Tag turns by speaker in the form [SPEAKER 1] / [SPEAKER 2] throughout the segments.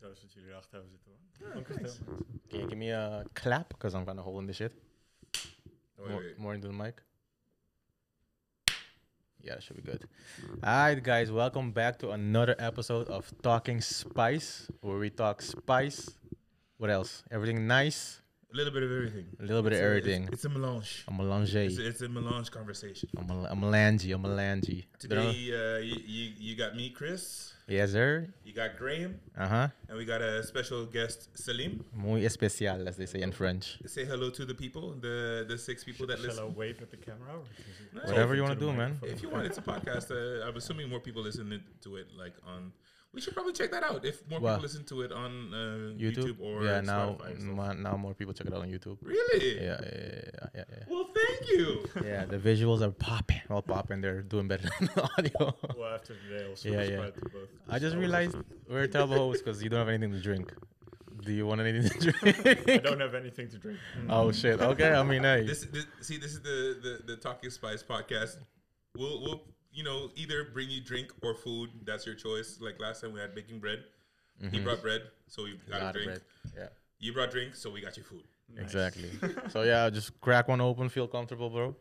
[SPEAKER 1] dat jullie erachter zitten, man.
[SPEAKER 2] Okay, give me a clap because I'm gonna hold in this shit.
[SPEAKER 1] Wait,
[SPEAKER 2] More,
[SPEAKER 1] wait.
[SPEAKER 2] more into the mic. Yeah, should be good. Alright, guys, welcome back to another episode of Talking Spice, where we talk spice. What else? Everything nice,
[SPEAKER 1] A little bit of everything.
[SPEAKER 2] a little bit of
[SPEAKER 1] It's a- it's-
[SPEAKER 2] everything.
[SPEAKER 1] It's, a melange.
[SPEAKER 2] A melange.
[SPEAKER 1] It's,
[SPEAKER 2] A
[SPEAKER 1] it's a melange conversation.
[SPEAKER 2] mel- a melange. A melange. They
[SPEAKER 1] Today,
[SPEAKER 2] don't-
[SPEAKER 1] uh, you, you you got me, Chris.
[SPEAKER 2] Yes, sir.
[SPEAKER 1] You got Graham,
[SPEAKER 2] Uh huh.
[SPEAKER 1] and we got a special guest, Salim.
[SPEAKER 2] Muy especial, as they say in French.
[SPEAKER 1] Say hello to the people, the the six people that
[SPEAKER 3] Shall I
[SPEAKER 1] listen.
[SPEAKER 3] wave at the camera? Or is it-
[SPEAKER 2] Whatever
[SPEAKER 3] Into
[SPEAKER 2] you wanna
[SPEAKER 3] the
[SPEAKER 2] do, man.
[SPEAKER 3] microphone.
[SPEAKER 1] If you want, it's a podcast. Uh, I'm assuming more people listen it- to it, like on. We should probably check that out. If more
[SPEAKER 2] What?
[SPEAKER 1] people listen to it on uh,
[SPEAKER 2] YouTube.
[SPEAKER 1] YouTube? or
[SPEAKER 2] yeah, now mm.
[SPEAKER 1] Spotify and stuff.
[SPEAKER 2] mo- now more people check it out on YouTube.
[SPEAKER 1] Really?
[SPEAKER 2] Yeah, yeah, yeah, yeah, yeah. yeah.
[SPEAKER 1] Well, thank you.
[SPEAKER 2] Yeah, the visuals are popping, all popping. They're doing better than the audio.
[SPEAKER 3] Well, after today, also
[SPEAKER 2] Yeah,
[SPEAKER 3] yeah,
[SPEAKER 2] yeah.
[SPEAKER 3] yeah. To both.
[SPEAKER 2] I just realized we're a terrible hosts because you don't have anything to drink. Do you want anything to
[SPEAKER 3] I
[SPEAKER 2] drink?
[SPEAKER 3] don't have anything to drink.
[SPEAKER 2] oh shit. Okay. I mean, hey.
[SPEAKER 1] This, this see, this is the the, the Talking Spice podcast. We'll we'll you know either bring you drink or food. That's your choice. Like last time we had baking bread. He brought bread, so we got a
[SPEAKER 2] Lot of
[SPEAKER 1] drink.
[SPEAKER 2] bread. Yeah.
[SPEAKER 1] You brought drink, so we got you food.
[SPEAKER 2] Exactly. so yeah, just crack one open. Feel comfortable, bro.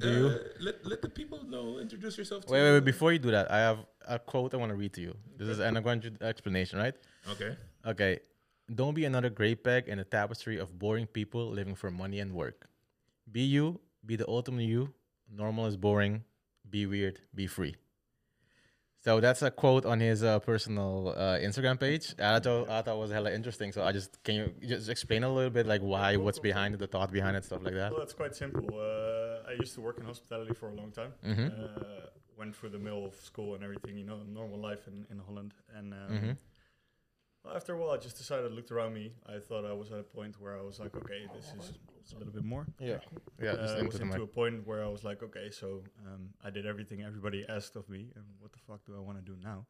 [SPEAKER 2] Do you?
[SPEAKER 1] Uh, let let the people know. Introduce yourself. To
[SPEAKER 2] Wait, wait, wait. Before you do that, I have a quote I want to read to you. This is an anagram explanation, right?
[SPEAKER 1] Okay.
[SPEAKER 2] Okay. Don't be another gray peg in a tapestry of boring people living for money and work. Be you, be the ultimate you. Normal is boring. Be weird, be free. So that's a quote on his uh, personal uh, Instagram page. And I thought, I thought it was hella interesting. So I just can you just explain a little bit like why, what's behind it, the thought behind it, stuff like that.
[SPEAKER 3] Well, that's quite simple. Uh, I used to work in hospitality for a long time. Uh, went through the middle of school and everything, you know, normal life in, in Holland. And um, well, after a while, I just decided, looked around me. I thought I was at a point where I was like, okay, this is a little bit more.
[SPEAKER 2] Yeah, yeah. Just
[SPEAKER 3] uh,
[SPEAKER 2] into
[SPEAKER 3] was
[SPEAKER 2] the
[SPEAKER 3] into
[SPEAKER 2] mic.
[SPEAKER 3] a point where I was like, okay, so um, I did everything everybody asked of me, and what the fuck do I want to do now?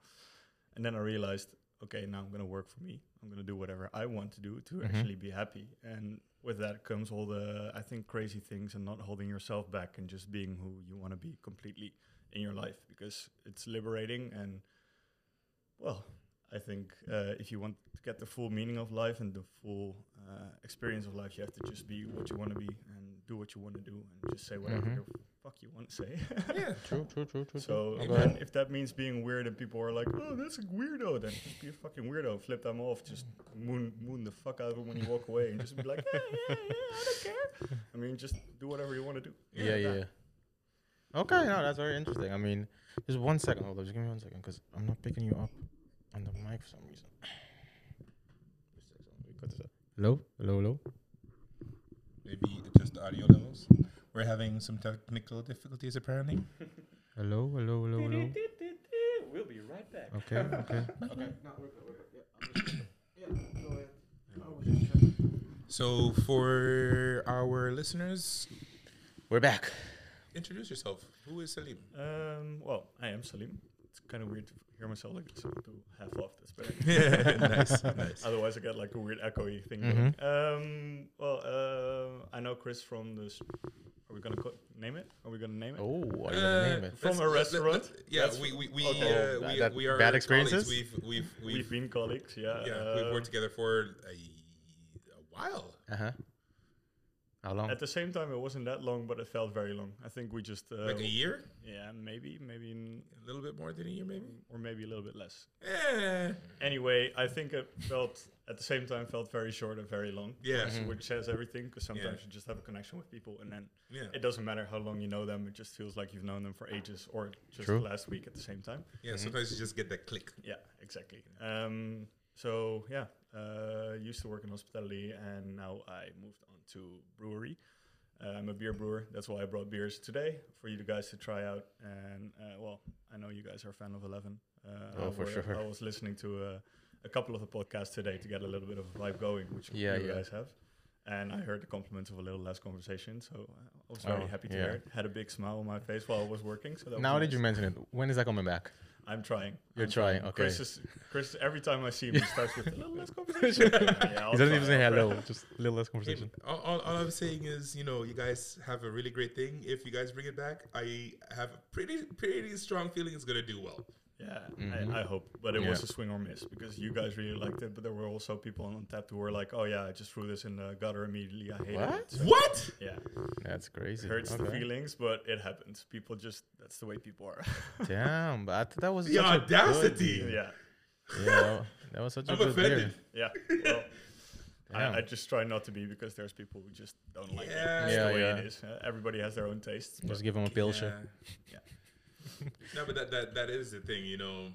[SPEAKER 3] And then I realized, okay, now I'm gonna work for me. I'm gonna do whatever I want to do to
[SPEAKER 2] Mm-hmm.
[SPEAKER 3] actually be happy. And with that comes all the, I think, crazy things and not holding yourself back and just being who you want to be completely in your life because it's liberating and well, I think uh, if you want to get the full meaning of life and the full uh, experience of life, you have to just be what you want to be and do what you want to do and just say whatever
[SPEAKER 2] Mhm.
[SPEAKER 3] the fuck you want to say.
[SPEAKER 1] Yeah.
[SPEAKER 2] True, true, true, true. true.
[SPEAKER 3] so
[SPEAKER 1] Okay.
[SPEAKER 3] then if that means being weird and people are like, oh, that's a weirdo, then just be a fucking weirdo. Flip them off. Just moon moon the fuck out of them when you walk away and just be like, yeah, yeah, yeah, I don't care. I mean, just do whatever you want to do.
[SPEAKER 2] Yeah, yeah. Okay, no, that's very interesting. I mean, just one second. Hold on, just give me one second, because I'm not picking you up on the mic for some reason. We cut this out. Hello, hello, hello.
[SPEAKER 1] Maybe adjust the audio levels. We're having some technical difficulties apparently.
[SPEAKER 2] Hello, hello, hello, hello.
[SPEAKER 3] We'll be right back.
[SPEAKER 2] Okay, okay.
[SPEAKER 1] So for our listeners,
[SPEAKER 2] We're back.
[SPEAKER 1] introduce yourself. Who is Salim?
[SPEAKER 3] Um, well, I am Salim. It's kind of weird to hear myself like this. I'll do half off this, but
[SPEAKER 1] nice, nice. Mm-hmm.
[SPEAKER 3] otherwise I get like a weird echoey thing.
[SPEAKER 2] Mhm.
[SPEAKER 3] going. Um, well, uh, I know Chris from this. Are we gonna co- name it? Are we gonna name it?
[SPEAKER 2] Oh, I
[SPEAKER 1] Uh,
[SPEAKER 2] didn't name it.
[SPEAKER 3] From
[SPEAKER 1] let's-
[SPEAKER 3] a
[SPEAKER 1] let's- let-
[SPEAKER 3] restaurant?
[SPEAKER 1] let- Yeah,
[SPEAKER 3] That's-
[SPEAKER 1] we we we,
[SPEAKER 3] okay.
[SPEAKER 1] uh,
[SPEAKER 2] That-
[SPEAKER 1] we,
[SPEAKER 2] that
[SPEAKER 1] we are
[SPEAKER 2] bad
[SPEAKER 1] colleagues.
[SPEAKER 2] experiences?
[SPEAKER 1] We've we've
[SPEAKER 3] We've, uh,
[SPEAKER 1] we've,
[SPEAKER 3] been colleagues, yeah.
[SPEAKER 1] yeah we've worked together for a, a while.
[SPEAKER 2] Uh huh. How long?
[SPEAKER 3] At the same time, it wasn't that long, but it felt very long. I think we just uh,
[SPEAKER 1] like a year,
[SPEAKER 3] yeah, maybe, maybe, n-
[SPEAKER 1] a little bit more than a year, maybe. Eh,
[SPEAKER 3] or maybe a little bit less.
[SPEAKER 1] Yeah,
[SPEAKER 3] Anyway, I think it felt at the same time felt very short and very long.
[SPEAKER 1] Yeah. Mm-hmm.
[SPEAKER 3] So which says everything because sometimes
[SPEAKER 1] Yeah.
[SPEAKER 3] you just have a connection with people and then
[SPEAKER 1] yeah,
[SPEAKER 3] it doesn't matter how long you know them it just feels like you've known them for ages or just
[SPEAKER 2] True.
[SPEAKER 3] last week at the same time
[SPEAKER 1] yeah. Sometimes you just get that click.
[SPEAKER 3] yeah exactly um, so yeah uh, used to work in hospitality and now i moved on to brewery uh, i'm a beer brewer that's why i brought beers today for you guys to try out and uh, well i know you guys are a fan of 11 uh,
[SPEAKER 2] Oh,
[SPEAKER 3] I
[SPEAKER 2] for sure.
[SPEAKER 3] i was listening to uh, a couple of the podcasts today to get a little bit of a vibe going which
[SPEAKER 2] Yeah,
[SPEAKER 3] you
[SPEAKER 2] yeah.
[SPEAKER 3] guys have and I heard the compliments of a little last conversation, so I was
[SPEAKER 2] Oh,
[SPEAKER 3] very happy to
[SPEAKER 2] yeah.
[SPEAKER 3] hear it. Had a big smile on my face while I was working. So that
[SPEAKER 2] now
[SPEAKER 3] was
[SPEAKER 2] that you
[SPEAKER 3] nice.
[SPEAKER 2] mention it, when is that coming back?
[SPEAKER 3] I'm trying.
[SPEAKER 2] You're
[SPEAKER 3] I'm
[SPEAKER 2] trying, okay.
[SPEAKER 3] Chris, is, Chris, every time I see him, he starts with a little less conversation.
[SPEAKER 2] he
[SPEAKER 3] yeah, I'll
[SPEAKER 2] doesn't
[SPEAKER 3] try,
[SPEAKER 2] even say
[SPEAKER 3] I'll try.
[SPEAKER 2] hello. Just a little less
[SPEAKER 1] Hey,
[SPEAKER 2] conversation.
[SPEAKER 1] all, all, all I'm saying is, you know, you guys have a really great thing. If you guys bring it back, I have a pretty pretty strong feeling it's gonna do well.
[SPEAKER 3] Yeah,
[SPEAKER 2] Mhm.
[SPEAKER 3] I, I hope. But it
[SPEAKER 2] Yeah.
[SPEAKER 3] was a swing or miss because you guys really liked it, but there were also people on tap who were like, "Oh yeah, I just threw this in the gutter immediately. I hated
[SPEAKER 2] What?
[SPEAKER 3] it." So,
[SPEAKER 1] What?
[SPEAKER 3] Yeah,
[SPEAKER 2] That's crazy.
[SPEAKER 3] it hurts the
[SPEAKER 2] Okay.
[SPEAKER 3] feelings, but it happens. People just that's the way people are.
[SPEAKER 2] Damn, but I thought that was
[SPEAKER 1] The
[SPEAKER 2] such a good
[SPEAKER 1] audacity.
[SPEAKER 2] beer.
[SPEAKER 3] yeah,
[SPEAKER 2] Yeah, that- that was such a
[SPEAKER 1] I'm
[SPEAKER 2] good beer.
[SPEAKER 1] offended.
[SPEAKER 3] yeah. Well,
[SPEAKER 2] Damn.
[SPEAKER 3] I, I just try not to be because there's people who just don't like it.
[SPEAKER 1] Yeah.
[SPEAKER 3] That's
[SPEAKER 2] Yeah,
[SPEAKER 3] the way
[SPEAKER 2] yeah.
[SPEAKER 3] it is. Uh, everybody has their own tastes. But
[SPEAKER 2] Just give him a pilsher.
[SPEAKER 1] Yeah. no, but that, that that is the thing, you know.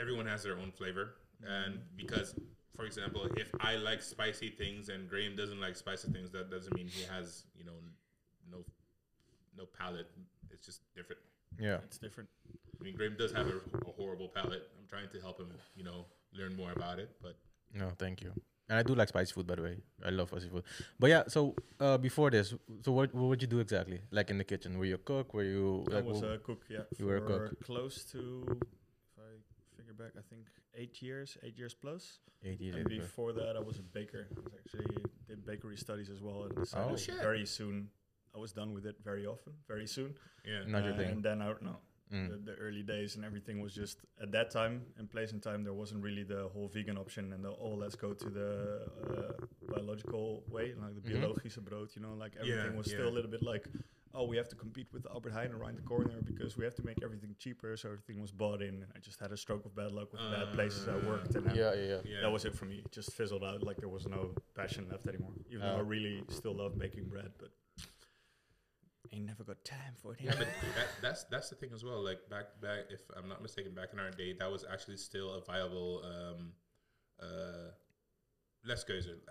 [SPEAKER 1] Everyone has their own flavor, and because, for example, if I like spicy things and Graham doesn't like spicy things, that doesn't mean he has, you know, no, no palate. It's just different.
[SPEAKER 2] Yeah.
[SPEAKER 3] it's different.
[SPEAKER 1] I mean, Graham does have a, a horrible palate. I'm trying to help him, you know, learn more about it. But
[SPEAKER 2] No, thank you. And I do like spicy food, by the way. I love spicy food. But yeah, so uh, before this, so what what would you do exactly? Like in the kitchen, were you a cook? Were you
[SPEAKER 3] I
[SPEAKER 2] like,
[SPEAKER 3] was
[SPEAKER 2] wh-
[SPEAKER 3] a cook, yeah.
[SPEAKER 2] you were a
[SPEAKER 3] for
[SPEAKER 2] cook.
[SPEAKER 3] Close to, if I figure back, I think eight years, eight years plus.
[SPEAKER 2] eight years
[SPEAKER 3] And
[SPEAKER 2] ago.
[SPEAKER 3] before that, I was a baker. I was actually did bakery studies as well, and decided
[SPEAKER 2] Oh.
[SPEAKER 1] Shit.
[SPEAKER 3] very soon. I was done with it very often, very soon.
[SPEAKER 1] yeah,
[SPEAKER 2] Not your
[SPEAKER 3] Uh,
[SPEAKER 2] thing.
[SPEAKER 3] And then I don't know.
[SPEAKER 2] Mm.
[SPEAKER 3] The, the early days and everything was just at that time and place and time there wasn't really the whole vegan option and the oh let's go to the uh, biological way like the
[SPEAKER 2] Mhm.
[SPEAKER 3] biologische brood you know like everything was
[SPEAKER 1] yeah.
[SPEAKER 3] still a little bit like oh we have to compete with Albert Heijn around the corner because we have to make everything cheaper so everything was bought in and I just had a stroke of bad luck with the bad places I worked and uh,
[SPEAKER 2] Yeah, yeah, yeah.
[SPEAKER 1] yeah.
[SPEAKER 3] that was it for me it just fizzled out like there was no passion left anymore even
[SPEAKER 2] Oh.
[SPEAKER 3] though I really still love making bread but I never got time for it
[SPEAKER 1] Yeah, but that, that's that's the thing as well. Like back back, if I'm not mistaken, back in our day, that was actually still a viable um, uh, less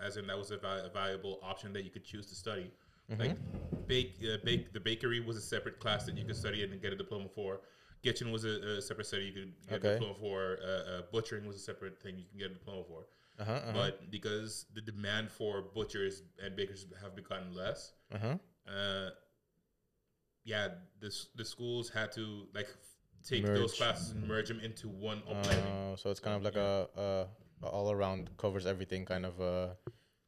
[SPEAKER 1] as in that was a, vi- a viable option that you could choose to study.
[SPEAKER 2] Mm-hmm.
[SPEAKER 1] Like bake, uh, bake the bakery was a separate class that you could study and get a diploma for. Kitchen was a, a separate study you could get
[SPEAKER 2] Okay.
[SPEAKER 1] a diploma for. Uh, uh, butchering was a separate thing you can get a diploma for.
[SPEAKER 2] Uh-huh, uh-huh,
[SPEAKER 1] But because the demand for butchers and bakers have become less,
[SPEAKER 2] uh-huh.
[SPEAKER 1] uh, yeah, the s- the schools had to like f- take
[SPEAKER 2] Merge.
[SPEAKER 1] those classes and merge them into one upbringing.
[SPEAKER 2] Uh, so it's kind of like a, a, a all around covers everything kind of uh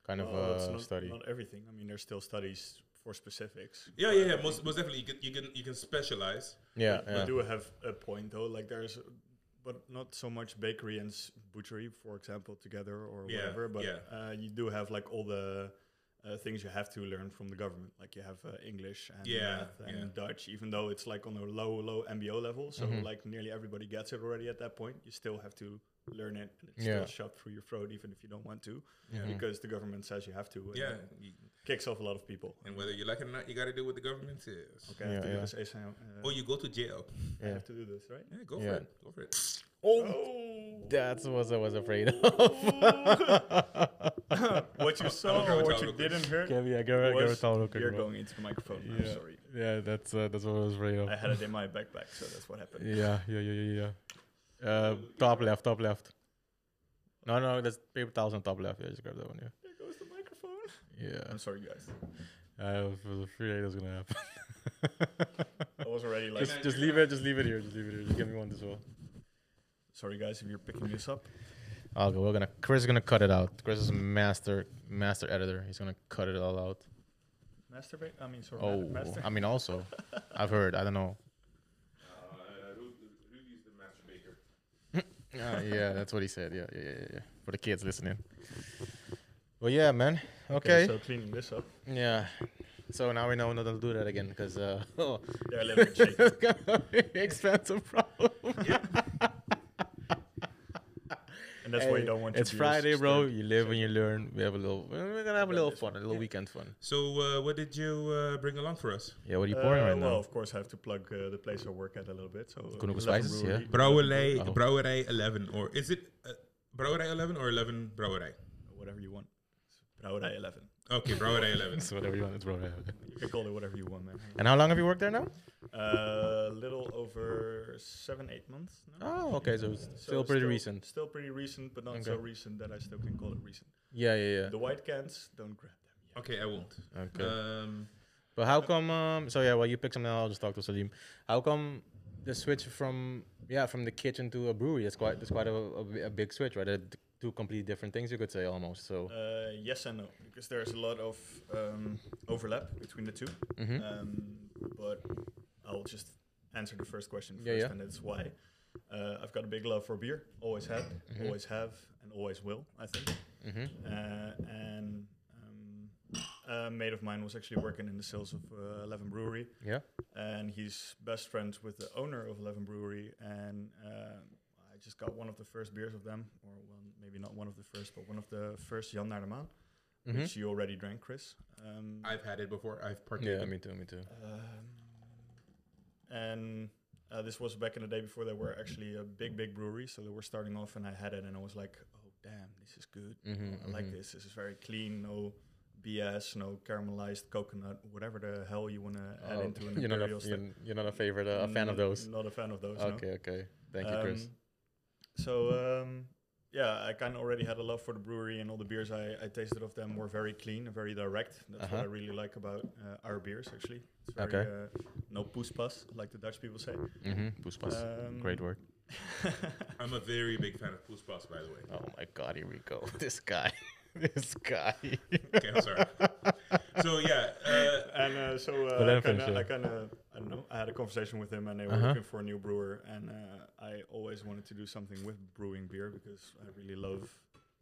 [SPEAKER 2] kind of
[SPEAKER 3] Well, it's
[SPEAKER 2] uh,
[SPEAKER 3] Oh, not,
[SPEAKER 2] study.
[SPEAKER 3] Not everything. I mean, there's still studies for specifics.
[SPEAKER 1] yeah, yeah, yeah. Most, most definitely, you can you can you can specialize.
[SPEAKER 2] yeah,
[SPEAKER 3] But I
[SPEAKER 2] yeah.
[SPEAKER 3] do have a point though. Like there's, but not so much bakery and s- butchery, for example, together or
[SPEAKER 1] Yeah,
[SPEAKER 3] whatever. But
[SPEAKER 1] yeah.
[SPEAKER 3] uh, you do have like all the. Uh, things you have to learn from the government, like you have uh, English and
[SPEAKER 1] Yeah,
[SPEAKER 3] math and Dutch, even though it's like on a low, low MBO level. So
[SPEAKER 2] Mm-hmm.
[SPEAKER 3] like nearly everybody gets it already at that point. You still have to learn it, and it's
[SPEAKER 2] Yeah.
[SPEAKER 3] still shoved through your throat, even if you don't want to, because the government says you have to. and
[SPEAKER 1] Yeah,
[SPEAKER 3] that
[SPEAKER 1] you-
[SPEAKER 3] kicks off a lot of people.
[SPEAKER 1] and whether you like it or not, you got to deal with the government. Yes.
[SPEAKER 3] Okay, I have
[SPEAKER 2] Yeah,
[SPEAKER 3] to
[SPEAKER 2] yeah. Oh,
[SPEAKER 3] do this ASAP. Uh,
[SPEAKER 1] Or you go to jail.
[SPEAKER 3] I
[SPEAKER 2] Yeah.
[SPEAKER 3] have to do this, right?
[SPEAKER 1] Yeah, go
[SPEAKER 2] Yeah.
[SPEAKER 1] for it. Go for it.
[SPEAKER 3] Oh,
[SPEAKER 2] That's what I was afraid of.
[SPEAKER 3] what you saw
[SPEAKER 1] gonna
[SPEAKER 3] or
[SPEAKER 1] tell
[SPEAKER 3] what you
[SPEAKER 1] real quick.
[SPEAKER 3] didn't hear
[SPEAKER 2] Give me- give me- give me
[SPEAKER 3] was
[SPEAKER 2] a towel real quick,
[SPEAKER 3] you're
[SPEAKER 2] bro.
[SPEAKER 3] going into the microphone. I'm
[SPEAKER 2] Yeah.
[SPEAKER 3] sorry.
[SPEAKER 2] Yeah, that's uh, that's what I was afraid of.
[SPEAKER 3] I had it in my backpack, so that's what happened.
[SPEAKER 2] Yeah, yeah, yeah, yeah, yeah. Uh, top left, top left. No, no, that's paper towels on top left. Yeah, just grab that one.
[SPEAKER 3] There goes the microphone.
[SPEAKER 2] Yeah,
[SPEAKER 3] I'm sorry, guys.
[SPEAKER 2] yeah. I was was afraid that was gonna happen.
[SPEAKER 3] I was already like,
[SPEAKER 2] just, just leave it. Just leave it here. Just leave it here. Just give me one as well.
[SPEAKER 3] sorry, guys, if you're picking this up.
[SPEAKER 2] I'll go. We're gonna. Chris is gonna cut it out. Chris is a master, master editor. He's gonna cut it all out.
[SPEAKER 3] Masturbate? I mean, sorry,
[SPEAKER 2] Oh,
[SPEAKER 3] master.
[SPEAKER 2] I mean, also, I've heard. I don't know.
[SPEAKER 1] Uh, the master baker?
[SPEAKER 2] Uh, yeah, that's what he said. Yeah, yeah, yeah, yeah, yeah. For the kids listening. Well, yeah, man. Okay.
[SPEAKER 3] So cleaning this up.
[SPEAKER 2] Yeah. So now we know not to do that again because uh,
[SPEAKER 3] They're a little bit shaky.
[SPEAKER 2] it's gonna be expensive problem.
[SPEAKER 3] And that's why
[SPEAKER 2] Hey,
[SPEAKER 3] you don't want
[SPEAKER 2] It's
[SPEAKER 3] your viewers
[SPEAKER 2] Friday, bro.
[SPEAKER 3] disturbed.
[SPEAKER 2] You live and you learn. We have a little. We're gonna
[SPEAKER 3] I've
[SPEAKER 2] have a little
[SPEAKER 3] done this
[SPEAKER 2] fun, a little weekend fun.
[SPEAKER 1] So, uh, what did you uh, bring along for us?
[SPEAKER 2] Yeah. What are you pouring
[SPEAKER 3] Uh,
[SPEAKER 2] right
[SPEAKER 3] Well,
[SPEAKER 2] now?
[SPEAKER 3] of course, I have to plug uh, the place I work at a little bit. So uh,
[SPEAKER 2] Koninklijke
[SPEAKER 3] 11
[SPEAKER 2] Spices, yeah.
[SPEAKER 3] Brewery,
[SPEAKER 1] Brouwerij,
[SPEAKER 2] Oh.
[SPEAKER 1] Brouwerij 11, or is it uh, Brouwerij 11 or 11 Brouwerij?
[SPEAKER 3] whatever you want. Brouwerij 11.
[SPEAKER 1] Okay, Brouwerij 11.
[SPEAKER 2] It's whatever you want. It's whatever.
[SPEAKER 3] You can call it whatever you want, man.
[SPEAKER 2] And how long have you worked there now?
[SPEAKER 3] A little over seven, eight months. now.
[SPEAKER 2] Oh, okay. So it's
[SPEAKER 3] So
[SPEAKER 2] still pretty recent.
[SPEAKER 3] Still pretty recent, but not so
[SPEAKER 2] Okay.
[SPEAKER 3] recent that I still can call it recent.
[SPEAKER 2] Yeah, yeah,
[SPEAKER 3] The white cans, don't grab them yet.
[SPEAKER 1] Okay, I won't.
[SPEAKER 2] yeah. Okay.
[SPEAKER 1] Um,
[SPEAKER 2] But how come? Um, so yeah, well, you pick something. I'll just talk to Salim. How come the switch from yeah from the kitchen to a brewery? That's quite that's quite a, a, a big switch, right? They're d- two completely different things, you could say almost. So
[SPEAKER 3] Uh, yes and no, because there's a lot of um, overlap between the 2
[SPEAKER 2] Mhm.
[SPEAKER 3] uh, Um, but I'll just answer the first question first,
[SPEAKER 2] Yeah, yeah.
[SPEAKER 3] and that's why. Uh, I've got a big love for beer. Always had,
[SPEAKER 2] Mm-hmm.
[SPEAKER 3] always have, and always will. I think. Uh, and um, a mate of mine was actually working in the sales of uh, Eleven Brewery,
[SPEAKER 2] Yeah.
[SPEAKER 3] and he's best friends with the owner of Eleven Brewery. And uh, I just got one of the first beers of them, or one, maybe not one of the first, but one of the first Jan naar de Maan,
[SPEAKER 2] Mm-hmm.
[SPEAKER 3] which you already drank, Chris. Um,
[SPEAKER 1] I've had it before. I've partaken.
[SPEAKER 2] Yeah. Me too. Me too.
[SPEAKER 3] um, and uh, this was back in the day before they were actually a big, big brewery. So they were starting off, and I had it, and I was like, "Oh, damn, this is good.
[SPEAKER 2] Mm-hmm,
[SPEAKER 3] I like this. This is very clean. No BS. No caramelized coconut. Whatever the hell you want to add
[SPEAKER 2] Oh,
[SPEAKER 3] into an
[SPEAKER 2] you're not a
[SPEAKER 3] imperial
[SPEAKER 2] you're,
[SPEAKER 3] stout.
[SPEAKER 2] you're not a favorite uh, a fan
[SPEAKER 3] Not-
[SPEAKER 2] of those.
[SPEAKER 3] Not a fan of those. no.
[SPEAKER 2] Okay. Okay. Thank you, Chris.
[SPEAKER 3] Um, So um, yeah, I kind of already had a love for the brewery, and all the beers I, I tasted of them were very clean, and very direct. That's
[SPEAKER 2] Uh-huh.
[SPEAKER 3] what I really like about uh, our beers, actually. It's very,
[SPEAKER 2] Okay.
[SPEAKER 3] Uh, no poespas, like the Dutch people say.
[SPEAKER 2] Mm-hmm. Poespas.
[SPEAKER 3] Um,
[SPEAKER 2] Great word.
[SPEAKER 1] I'm a very big fan of Poespas, by the way.
[SPEAKER 2] Oh my God. Here we go. This guy. this guy.
[SPEAKER 1] Okay, I'm sorry. so yeah, uh,
[SPEAKER 3] And uh, so
[SPEAKER 2] Well,
[SPEAKER 3] uh,
[SPEAKER 2] then
[SPEAKER 3] I kind
[SPEAKER 2] finish
[SPEAKER 3] of,
[SPEAKER 2] it.
[SPEAKER 3] I kind of, I don't know. I had a conversation with him, and they were
[SPEAKER 2] Uh-huh.
[SPEAKER 3] looking for a new brewer, and uh, I always wanted to do something with brewing beer because I really love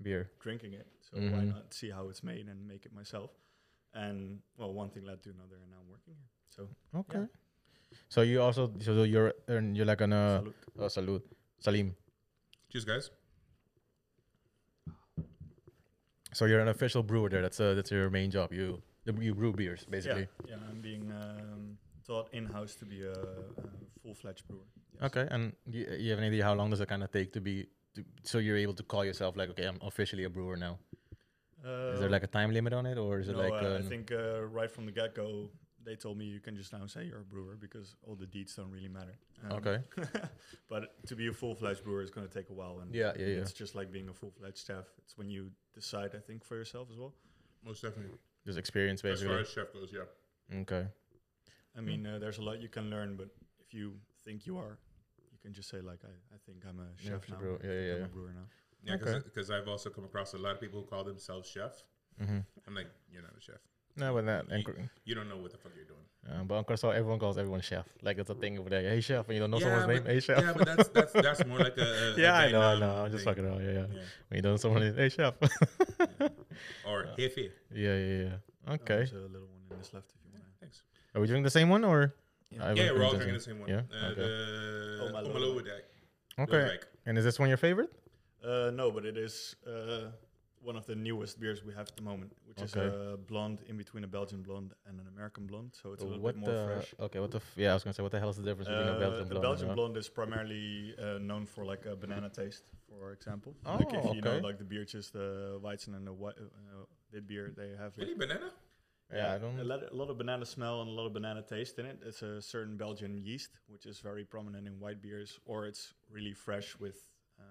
[SPEAKER 2] Beer.
[SPEAKER 3] drinking it. So why
[SPEAKER 2] Mhm.
[SPEAKER 3] not see how it's made and make it myself? And well, one thing led to another, and now I'm working here. So
[SPEAKER 2] Okay. So you also so you're and you're like an uh,
[SPEAKER 3] salute.
[SPEAKER 2] uh salute Salim.
[SPEAKER 1] cheers, guys.
[SPEAKER 2] So you're an official brewer there. That's uh that's your main job. You you brew beers basically.
[SPEAKER 3] Yeah, yeah, I'm being um, taught in house to be a, a full fledged brewer. Yes.
[SPEAKER 2] Okay, and you, you have an idea how long does it kind of take to be, to, so you're able to call yourself like, okay, I'm officially a brewer now.
[SPEAKER 3] Uh,
[SPEAKER 2] Is there like a time limit on it, or is it
[SPEAKER 3] no,
[SPEAKER 2] like? um,
[SPEAKER 3] uh, I
[SPEAKER 2] an-
[SPEAKER 3] think uh, right from the get go, they told me you can just now say you're a brewer because all the deeds don't really matter. Um,
[SPEAKER 2] Okay.
[SPEAKER 3] but to be a full fledged brewer is going to take a while. And
[SPEAKER 2] Yeah, yeah, yeah.
[SPEAKER 3] It's just like being a full fledged chef. It's when you decide, I think, for yourself as well.
[SPEAKER 1] Most definitely.
[SPEAKER 2] Just experience
[SPEAKER 1] As far
[SPEAKER 2] basically.
[SPEAKER 1] as chef goes, yeah.
[SPEAKER 2] Okay.
[SPEAKER 3] I
[SPEAKER 2] Mm.
[SPEAKER 3] mean, uh, there's a lot you can learn, but if you think you are, you can just say like, I, I think I'm a
[SPEAKER 2] Yeah,
[SPEAKER 3] chef
[SPEAKER 2] for
[SPEAKER 3] now.
[SPEAKER 2] brewer.
[SPEAKER 3] I
[SPEAKER 2] Yeah,
[SPEAKER 3] think
[SPEAKER 2] yeah,
[SPEAKER 3] I'm
[SPEAKER 2] yeah.
[SPEAKER 3] a brewer now.
[SPEAKER 1] Yeah,
[SPEAKER 2] Okay.
[SPEAKER 1] because I've also come across a lot of people who call themselves chef.
[SPEAKER 2] Mm-hmm.
[SPEAKER 1] I'm like, you're not a chef.
[SPEAKER 2] No, but that, and,
[SPEAKER 1] You- You don't know what the fuck you're doing.
[SPEAKER 2] um, but Uncle Saul, everyone calls everyone chef. Like it's a thing over there. Hey chef, and you don't know someone's
[SPEAKER 1] but,
[SPEAKER 2] name. Hey chef.
[SPEAKER 1] Yeah, but that's that's that's more like a. a
[SPEAKER 2] Yeah,
[SPEAKER 1] a
[SPEAKER 2] I know, I
[SPEAKER 1] Vietnam
[SPEAKER 2] know. I'm just
[SPEAKER 1] thing.
[SPEAKER 2] fucking around. Yeah, yeah.
[SPEAKER 1] Yeah.
[SPEAKER 2] When you don't know someone, hey chef.
[SPEAKER 1] Or hefe.
[SPEAKER 2] yeah, yeah, yeah.
[SPEAKER 3] Oh,
[SPEAKER 2] Okay.
[SPEAKER 3] There's a little one in this left if you want to.
[SPEAKER 1] Thanks.
[SPEAKER 2] Are we doing the same one or?
[SPEAKER 3] Yeah.
[SPEAKER 2] I haven't
[SPEAKER 1] Yeah, we're all
[SPEAKER 2] finished
[SPEAKER 1] drinking the
[SPEAKER 2] this
[SPEAKER 1] same one.
[SPEAKER 2] Yeah.
[SPEAKER 1] Uh,
[SPEAKER 2] okay.
[SPEAKER 1] The
[SPEAKER 3] Oma Lodewijk.
[SPEAKER 1] Omalo Deck.
[SPEAKER 2] okay. And is this one your favorite?
[SPEAKER 3] Uh, no, but it is uh, one of the newest beers we have at the moment, which is
[SPEAKER 2] Okay. Uh,
[SPEAKER 3] a blonde in between a Belgian blonde and an American blonde. So it's a little
[SPEAKER 2] what
[SPEAKER 3] bit more
[SPEAKER 2] the?
[SPEAKER 3] fresh.
[SPEAKER 2] Okay. What the? F- yeah, I was gonna say, what the hell is the difference between a
[SPEAKER 3] Uh,
[SPEAKER 2] Belgian
[SPEAKER 3] the
[SPEAKER 2] blonde?
[SPEAKER 3] Belgian
[SPEAKER 2] and a-
[SPEAKER 3] blonde is primarily uh, known for like a banana taste, for example.
[SPEAKER 2] Oh,
[SPEAKER 3] like if you know,
[SPEAKER 2] okay.
[SPEAKER 3] like the beertjes, the Weizen and the Wei- uh, the beer, they have like
[SPEAKER 1] Really banana?
[SPEAKER 2] Yeah, I don't.
[SPEAKER 3] a lot, a lot of banana smell and a lot of banana taste in it. It's a certain Belgian yeast, which is very prominent in white beers, or it's really fresh with. Uh,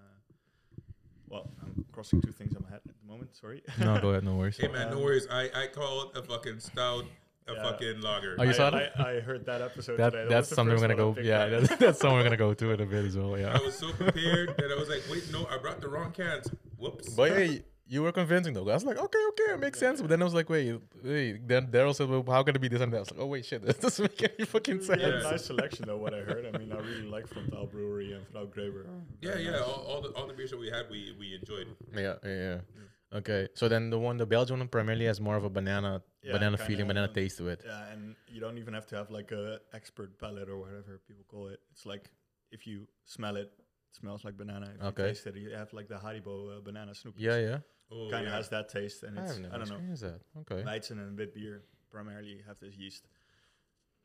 [SPEAKER 3] well, I'm crossing two things in my head at the moment. Sorry.
[SPEAKER 2] no, go ahead. No worries.
[SPEAKER 1] Hey man, no worries. I I called a fucking stout, a
[SPEAKER 3] Um, Yeah.
[SPEAKER 1] fucking lager.
[SPEAKER 2] Are you
[SPEAKER 3] I,
[SPEAKER 2] saw that?
[SPEAKER 3] I, I heard that episode
[SPEAKER 2] That,
[SPEAKER 3] today. That
[SPEAKER 2] that's
[SPEAKER 3] was the
[SPEAKER 2] something we're
[SPEAKER 3] first
[SPEAKER 2] gonna go.
[SPEAKER 3] one I
[SPEAKER 2] Yeah,
[SPEAKER 3] picked
[SPEAKER 2] that's, that's something we're gonna go to in a bit as well. Yeah.
[SPEAKER 1] I was so prepared that I was like, wait, no, I brought the wrong cans. Whoops.
[SPEAKER 2] But hey, you were convincing though. I was like, okay, okay, it makes sense. But then I was like, wait, wait. Then Daryl said, well, how can it be this and that? I was like, oh wait, shit, this doesn't make any fucking
[SPEAKER 3] up.
[SPEAKER 2] sense.
[SPEAKER 3] Yeah,
[SPEAKER 1] Yeah.
[SPEAKER 3] nice selection though. What I heard. I mean, I really like Frontal Brewery and Frau Graeber.
[SPEAKER 1] yeah, yeah. All, all the all the beers that we had, we we enjoyed.
[SPEAKER 2] Yeah, yeah, yeah.
[SPEAKER 3] Mm.
[SPEAKER 2] Okay, so then the one, the Belgian one, primarily has more of a banana,
[SPEAKER 3] Yeah,
[SPEAKER 2] banana
[SPEAKER 3] kinda,
[SPEAKER 2] feeling, banana
[SPEAKER 3] uh,
[SPEAKER 2] taste to it.
[SPEAKER 3] Yeah, and you don't even have to have like a expert palate or whatever people call it. It's like if you smell it, it smells like banana. If
[SPEAKER 2] Okay.
[SPEAKER 3] you taste it, you have like the Haribo uh, banana Snoopy.
[SPEAKER 2] Yeah, yeah.
[SPEAKER 1] Oh,
[SPEAKER 3] Kind of
[SPEAKER 1] yeah.
[SPEAKER 3] has that taste, and
[SPEAKER 2] I
[SPEAKER 3] it's
[SPEAKER 2] have
[SPEAKER 3] I,
[SPEAKER 2] never
[SPEAKER 3] don't know.
[SPEAKER 2] experienced that. Okay.
[SPEAKER 3] Weizen and wit beer primarily have this yeast,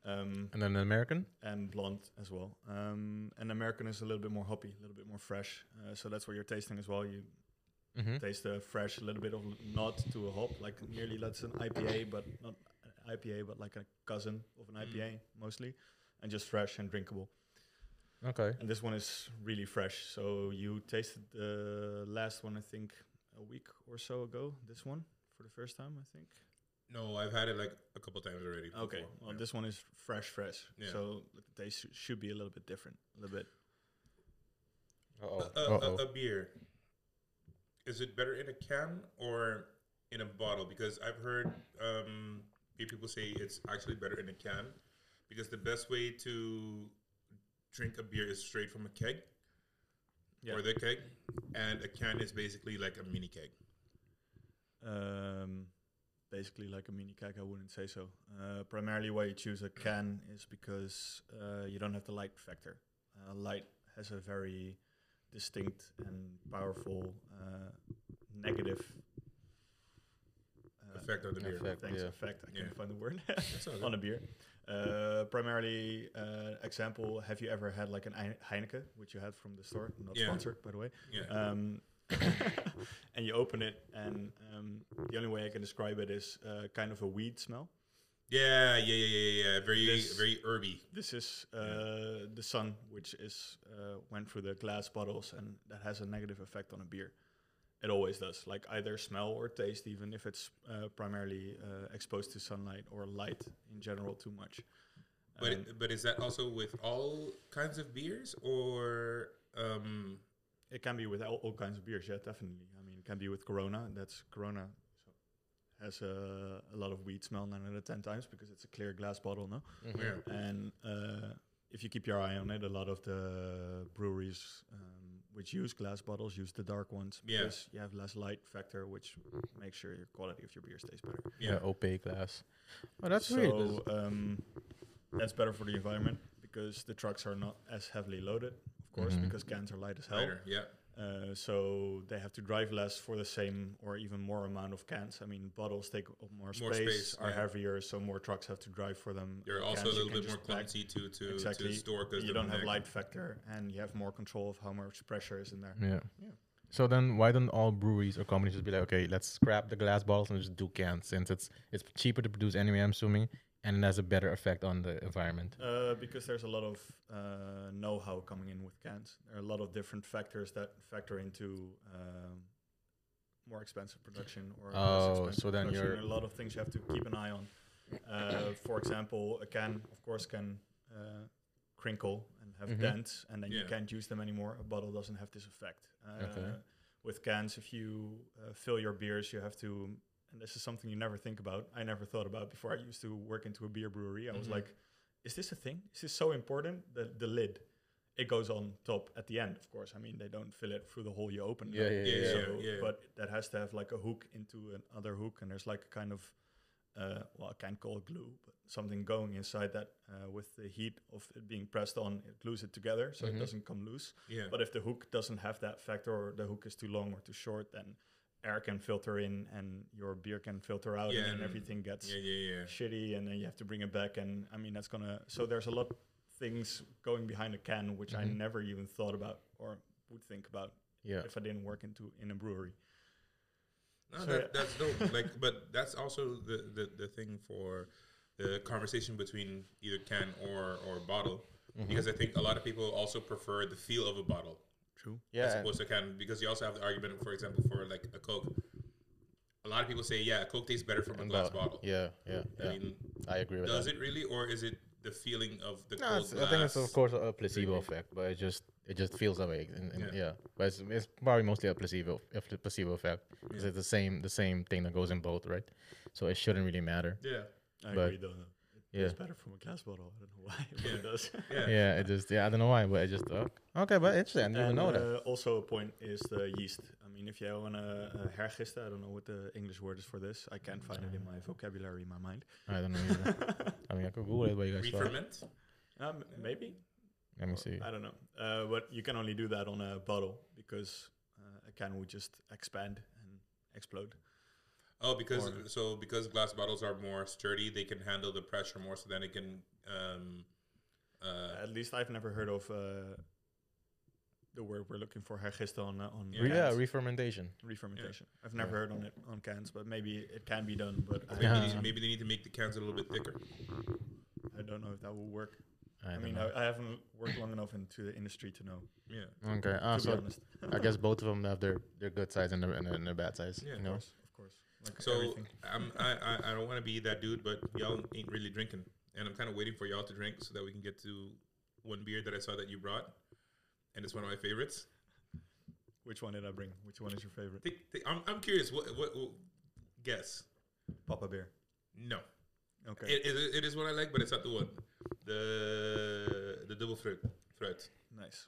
[SPEAKER 3] um,
[SPEAKER 2] And then an American.
[SPEAKER 3] and blonde as well. Um, and American is a little bit more hoppy, a little bit more fresh. Uh, so that's what you're tasting as well. You
[SPEAKER 2] Mm-hmm.
[SPEAKER 3] taste the fresh, a little bit of l- nod to a hop, like nearly that's an
[SPEAKER 1] Mm-hmm.
[SPEAKER 3] IPA, but not an IPA, but like a cousin of an
[SPEAKER 1] Mm.
[SPEAKER 3] IPA mostly, and just fresh and drinkable.
[SPEAKER 2] Okay.
[SPEAKER 3] And this one is really fresh. So you tasted the last one, I think, a week or so ago. This one for the first time, I think.
[SPEAKER 1] No, I've had it like a couple times already.
[SPEAKER 3] Okay,
[SPEAKER 1] before.
[SPEAKER 3] well,
[SPEAKER 1] Yeah.
[SPEAKER 3] this one is fresh, fresh.
[SPEAKER 1] Yeah.
[SPEAKER 3] So the taste sh- should be a little bit different, a little bit.
[SPEAKER 2] Uh-oh.
[SPEAKER 1] a, a,
[SPEAKER 2] Uh-oh.
[SPEAKER 1] a, a beer. Is it better in a can or in a bottle? Because I've heard um, pe- people say it's actually better in a can because the best way to drink a beer is straight from a keg.
[SPEAKER 2] Yeah.
[SPEAKER 1] or their cake, and a can is basically like a mini cake.
[SPEAKER 3] Um, basically, like a mini keg, I wouldn't say so. Uh, primarily, why you choose a can is because uh, you don't have the light factor. Uh, light has a very distinct and powerful uh, negative uh,
[SPEAKER 1] Effect on the beer.
[SPEAKER 2] Effect,
[SPEAKER 3] Thanks,
[SPEAKER 2] yeah.
[SPEAKER 3] effect. I can't
[SPEAKER 1] Yeah.
[SPEAKER 3] find the word
[SPEAKER 1] That's all
[SPEAKER 3] on
[SPEAKER 1] good.
[SPEAKER 3] a beer. Uh, primarily, uh, example: Have you ever had like an Ein- Heineken, which you had from the store, not
[SPEAKER 1] Yeah.
[SPEAKER 3] sponsored, by the way?
[SPEAKER 1] Yeah.
[SPEAKER 3] um, and you open it, and um, the only way I can describe it is uh, kind of a weed smell.
[SPEAKER 1] yeah, yeah, yeah, yeah, yeah. Very,
[SPEAKER 3] This-
[SPEAKER 1] very herby.
[SPEAKER 3] This is uh, the sun, which is uh, went through the glass bottles, and that has a negative effect on a beer. It always does, like either smell or taste, even if it's uh, primarily uh, exposed to sunlight or light in general too much.
[SPEAKER 1] But
[SPEAKER 3] Um,
[SPEAKER 1] but is that also with all kinds of beers or um
[SPEAKER 3] It can be with all, all kinds of beers, yeah, definitely. I mean, it can be with Corona. That's Corona so has a, a lot of weed smell nine out of ten times because it's a clear glass bottle, no?
[SPEAKER 2] Mhm.
[SPEAKER 1] yeah.
[SPEAKER 3] And uh, if you keep your eye on it, a lot of the breweries um, which use glass bottles use the dark ones
[SPEAKER 1] Yeah.
[SPEAKER 3] because you have less light factor, which makes sure your quality of your beer stays better.
[SPEAKER 1] yeah.
[SPEAKER 2] Yeah, opaque glass. Oh, that's
[SPEAKER 3] so,
[SPEAKER 2] weird. 'cause-
[SPEAKER 3] Um, that's better for the environment because the trucks are not as heavily loaded, of course,
[SPEAKER 2] Mhm.
[SPEAKER 3] because cans are light as hell.
[SPEAKER 1] Lighter, yeah.
[SPEAKER 3] Uh, so they have to drive less for the same or even more amount of cans. I mean, bottles take up more space,
[SPEAKER 1] More space,
[SPEAKER 3] are
[SPEAKER 1] yeah.
[SPEAKER 3] heavier, so more trucks have to drive for them.
[SPEAKER 1] You're also
[SPEAKER 3] Cans you
[SPEAKER 1] a little
[SPEAKER 3] can
[SPEAKER 1] bit more
[SPEAKER 3] just pack.
[SPEAKER 1] clumsy to to,
[SPEAKER 3] Exactly.
[SPEAKER 1] to store because
[SPEAKER 3] You don't have light factor, and you have more control of how much pressure is in there.
[SPEAKER 2] yeah.
[SPEAKER 3] Yeah.
[SPEAKER 2] So then, why don't all breweries or companies just be like, okay, let's scrap the glass bottles and just do cans since it's it's cheaper to produce anyway, I'm assuming, and it has a better effect on the environment.
[SPEAKER 3] Uh, because there's a lot of uh, know-how coming in with cans. There are a lot of different factors that factor into um, more expensive production or less
[SPEAKER 2] Oh,
[SPEAKER 3] expensive
[SPEAKER 2] so then
[SPEAKER 3] production.
[SPEAKER 2] you're-
[SPEAKER 3] a lot of things you have to keep an eye on. Uh, for example, a can, of course, can uh, crinkle and have
[SPEAKER 2] Mhm.
[SPEAKER 3] dents, and then you
[SPEAKER 1] Yeah.
[SPEAKER 3] can't use them anymore. A bottle doesn't have this effect. Uh,
[SPEAKER 2] Okay.
[SPEAKER 3] With cans, if you uh, fill your beers, you have to. And this is something you never think about. I never thought about before. I used to work into a beer brewery. I was
[SPEAKER 1] Mhm.
[SPEAKER 3] like, is this a thing? Is this so important? The the lid, it goes on top at the end, of course. I mean, they don't fill it through the hole you open.
[SPEAKER 2] Yeah, yeah, yeah,
[SPEAKER 3] So,
[SPEAKER 1] yeah, yeah.
[SPEAKER 3] But that has to have like a hook into another hook, and there's like a kind of, uh, well, I can't call it glue, but something going inside that uh, with the heat of it being pressed on, it glues it together so
[SPEAKER 2] Mhm.
[SPEAKER 3] it doesn't come loose.
[SPEAKER 1] Yeah.
[SPEAKER 3] But if the hook doesn't have that factor, or the hook is too long or too short, then air can filter in and your beer can filter out,
[SPEAKER 1] Yeah,
[SPEAKER 3] and
[SPEAKER 1] and-
[SPEAKER 3] then everything gets
[SPEAKER 1] yeah, yeah, yeah.
[SPEAKER 3] shitty and then you have to bring it back and i mean that's gonna so there's a lot of things going behind a can which i
[SPEAKER 2] Mhm.
[SPEAKER 3] never even thought about or would think about
[SPEAKER 2] Yeah.
[SPEAKER 3] if i didn't work into in a brewery
[SPEAKER 1] No,
[SPEAKER 3] So,
[SPEAKER 1] that,
[SPEAKER 3] yeah.
[SPEAKER 1] that's dope. like, but that's also the, the, the thing for the conversation between either can or or bottle,
[SPEAKER 2] Mm-hmm.
[SPEAKER 1] because I think a lot of people also prefer the feel of a bottle
[SPEAKER 3] true
[SPEAKER 1] as
[SPEAKER 2] Yeah.
[SPEAKER 1] opposed to can, because you also have the argument, for example, for like a Coke. A lot of people say, yeah, Coke tastes better from a
[SPEAKER 2] and
[SPEAKER 1] glass
[SPEAKER 2] bo-
[SPEAKER 1] bottle.
[SPEAKER 2] Yeah, yeah,
[SPEAKER 1] I
[SPEAKER 2] yeah.
[SPEAKER 1] mean,
[SPEAKER 2] I agree with that.
[SPEAKER 1] does it really, or is it the feeling of the
[SPEAKER 2] No,
[SPEAKER 1] cold
[SPEAKER 2] it's,
[SPEAKER 1] glass?
[SPEAKER 2] I think it's of course a placebo effect, but it just it just feels that way. And, and yeah.
[SPEAKER 1] Yeah.
[SPEAKER 2] but it's, it's probably mostly a placebo if the placebo effect. 'cause It's the same the same thing that goes in both, right? So it shouldn't really matter.
[SPEAKER 1] Yeah,
[SPEAKER 3] i
[SPEAKER 2] But-
[SPEAKER 3] agree though
[SPEAKER 2] yeah.
[SPEAKER 3] it's better from a glass bottle i don't know why but
[SPEAKER 1] Yeah.
[SPEAKER 3] it does
[SPEAKER 1] yeah,
[SPEAKER 2] Yeah, it just yeah I don't know why, but it just oh, okay, but interesting. I didn't
[SPEAKER 3] And,
[SPEAKER 2] even know that.
[SPEAKER 3] uh, also a point is the yeast i mean if you want to hergisten i don't know what the english word is for this i can't find it
[SPEAKER 2] Uh.
[SPEAKER 3] in my vocabulary in my mind
[SPEAKER 2] I don't know. Either. I mean, I could Google it, but you guys saw. it.
[SPEAKER 1] referment.
[SPEAKER 3] um, maybe
[SPEAKER 2] Let me
[SPEAKER 3] Or-
[SPEAKER 2] see.
[SPEAKER 3] I don't know. Uh, but you can only do that on a bottle because uh, a can would just expand and explode.
[SPEAKER 1] Oh, because
[SPEAKER 3] Or-
[SPEAKER 1] so because glass bottles are more sturdy, they can handle the pressure more, so then it can. Um, uh,
[SPEAKER 3] At least I've never heard of uh, the word we're looking for, hergista, on, uh, on
[SPEAKER 1] Yeah.
[SPEAKER 2] Re- yeah,
[SPEAKER 3] cans.
[SPEAKER 2] refermentation.
[SPEAKER 3] refermentation. I've
[SPEAKER 2] Yeah.
[SPEAKER 3] never heard on it on cans, but maybe it can be done. But I,
[SPEAKER 1] maybe,
[SPEAKER 2] Yeah.
[SPEAKER 1] they, maybe they need to make the cans a little bit thicker.
[SPEAKER 3] I don't know if that will work.
[SPEAKER 2] I,
[SPEAKER 3] I,
[SPEAKER 2] don't
[SPEAKER 3] mean,
[SPEAKER 2] know.
[SPEAKER 3] I, I haven't worked long enough into the industry to know.
[SPEAKER 1] Yeah,
[SPEAKER 2] okay.
[SPEAKER 3] to
[SPEAKER 2] Ah,
[SPEAKER 3] be
[SPEAKER 2] so
[SPEAKER 3] honest,
[SPEAKER 2] I guess both of them have their, their good sides and their, and their, and their bad sides.
[SPEAKER 1] Yeah,
[SPEAKER 2] you
[SPEAKER 1] of
[SPEAKER 2] know?
[SPEAKER 3] of course. Like
[SPEAKER 1] So
[SPEAKER 3] everything.
[SPEAKER 1] I'm, I, I I don't want to be that dude, but y'all ain't really drinking, and I'm kind of waiting for y'all to drink so that we can get to one beer that I saw that you brought, and it's one of my favorites.
[SPEAKER 3] Which one did I bring? Which one is your favorite?
[SPEAKER 1] Think, think, I'm, I'm curious. What, what what guess?
[SPEAKER 3] Papa beer.
[SPEAKER 1] No,
[SPEAKER 3] Okay.
[SPEAKER 1] it, it, it is what I like, but it's not the one. The the double threat threat.
[SPEAKER 3] nice.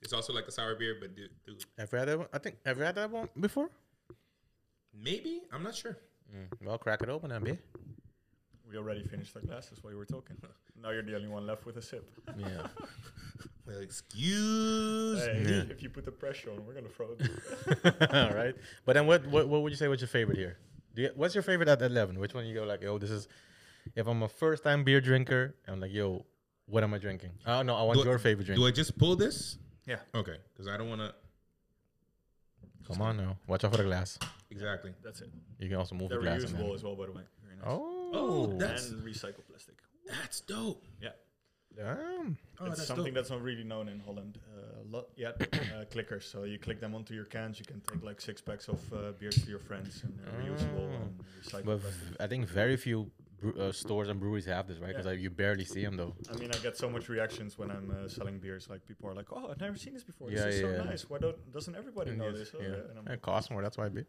[SPEAKER 1] It's also like a sour beer, but dude, dude
[SPEAKER 2] Have you had that one? I think have you had that one before?
[SPEAKER 1] maybe I'm not sure.
[SPEAKER 2] Mm, well, crack it open, then, B.
[SPEAKER 3] We already finished our glasses while you were talking. Now you're the only one left with a sip.
[SPEAKER 2] Yeah.
[SPEAKER 1] Well, excuse.
[SPEAKER 3] Hey,
[SPEAKER 2] Yeah.
[SPEAKER 3] If you put the pressure on, we're gonna throw it.
[SPEAKER 2] All right. But then, what, what what would you say was your favorite here? Do you, what's your favorite at eleven? Which one you go like, yo, this is. If I'm a first time beer drinker, I'm like, yo, what am I drinking? Oh no, I want
[SPEAKER 1] Do I-
[SPEAKER 2] your favorite drink.
[SPEAKER 1] Do I just pull this?
[SPEAKER 3] Yeah.
[SPEAKER 1] Okay, because I don't want to.
[SPEAKER 2] Come on now, watch out for the glass.
[SPEAKER 1] Exactly.
[SPEAKER 3] That's it.
[SPEAKER 2] You can also move
[SPEAKER 3] They're
[SPEAKER 2] the glass. in there.
[SPEAKER 3] reusable as well, by the way. Very nice.
[SPEAKER 2] Oh,
[SPEAKER 1] Oh, that- That's-
[SPEAKER 3] and recycled plastic.
[SPEAKER 1] That's dope.
[SPEAKER 3] Yeah,
[SPEAKER 2] damn.
[SPEAKER 1] Oh,
[SPEAKER 3] it's
[SPEAKER 1] that's
[SPEAKER 3] something
[SPEAKER 1] dope.
[SPEAKER 3] that's not really known in Holland. Uh, lot, yeah, uh, clickers. So you click them onto your cans. You can take like six packs of uh, beers to your friends, and they're reusable
[SPEAKER 2] Oh.
[SPEAKER 3] and recycled.
[SPEAKER 2] But
[SPEAKER 3] plastic.
[SPEAKER 2] v- I think very few bre- uh, stores and breweries have this, right? Because
[SPEAKER 3] Yeah.
[SPEAKER 2] you barely see them though.
[SPEAKER 3] I mean, I get so much reactions when I'm uh, selling beers. Like people are like, "Oh, I've never seen this before.
[SPEAKER 2] Yeah,
[SPEAKER 3] this is
[SPEAKER 2] yeah,
[SPEAKER 3] so
[SPEAKER 2] yeah.
[SPEAKER 3] nice. Why don't doesn't everybody know this?" Oh,
[SPEAKER 2] yeah.
[SPEAKER 3] And I'm
[SPEAKER 2] And
[SPEAKER 3] like,
[SPEAKER 2] it costs more. That's why, bitch.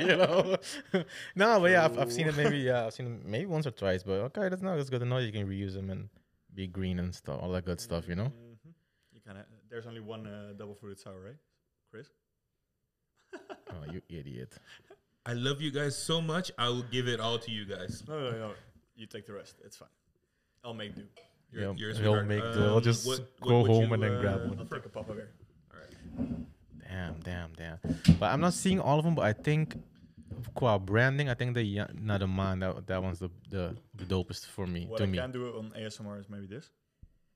[SPEAKER 2] you know. no, but yeah, I've, I've seen it. Maybe yeah, I've seen it maybe once or twice. But okay, that's not. It's good to know you can reuse them and be green and stuff, all that good stuff. You know.
[SPEAKER 3] Mhm. You kind of. There's only one uh, double fruited sour, right? Chris.
[SPEAKER 2] Oh, you idiot.
[SPEAKER 1] I love you guys so much. I will give it all to you guys.
[SPEAKER 3] No, no, no. You take the rest. It's fine. I'll make do.
[SPEAKER 1] Your-
[SPEAKER 2] Yeah,
[SPEAKER 1] yours,
[SPEAKER 2] he'll
[SPEAKER 1] Ricardo.
[SPEAKER 2] make the- I'll just go
[SPEAKER 1] Um, would
[SPEAKER 2] home and then grab
[SPEAKER 1] uh,
[SPEAKER 2] one.
[SPEAKER 3] I'll take a pop beer.
[SPEAKER 2] Damn, damn, damn. But I'm not seeing all of them. But I think qua branding, I think the not the man that that one's the the, the dopest for me
[SPEAKER 3] What
[SPEAKER 2] to
[SPEAKER 3] I
[SPEAKER 2] me.
[SPEAKER 3] can do on ASMR is maybe this.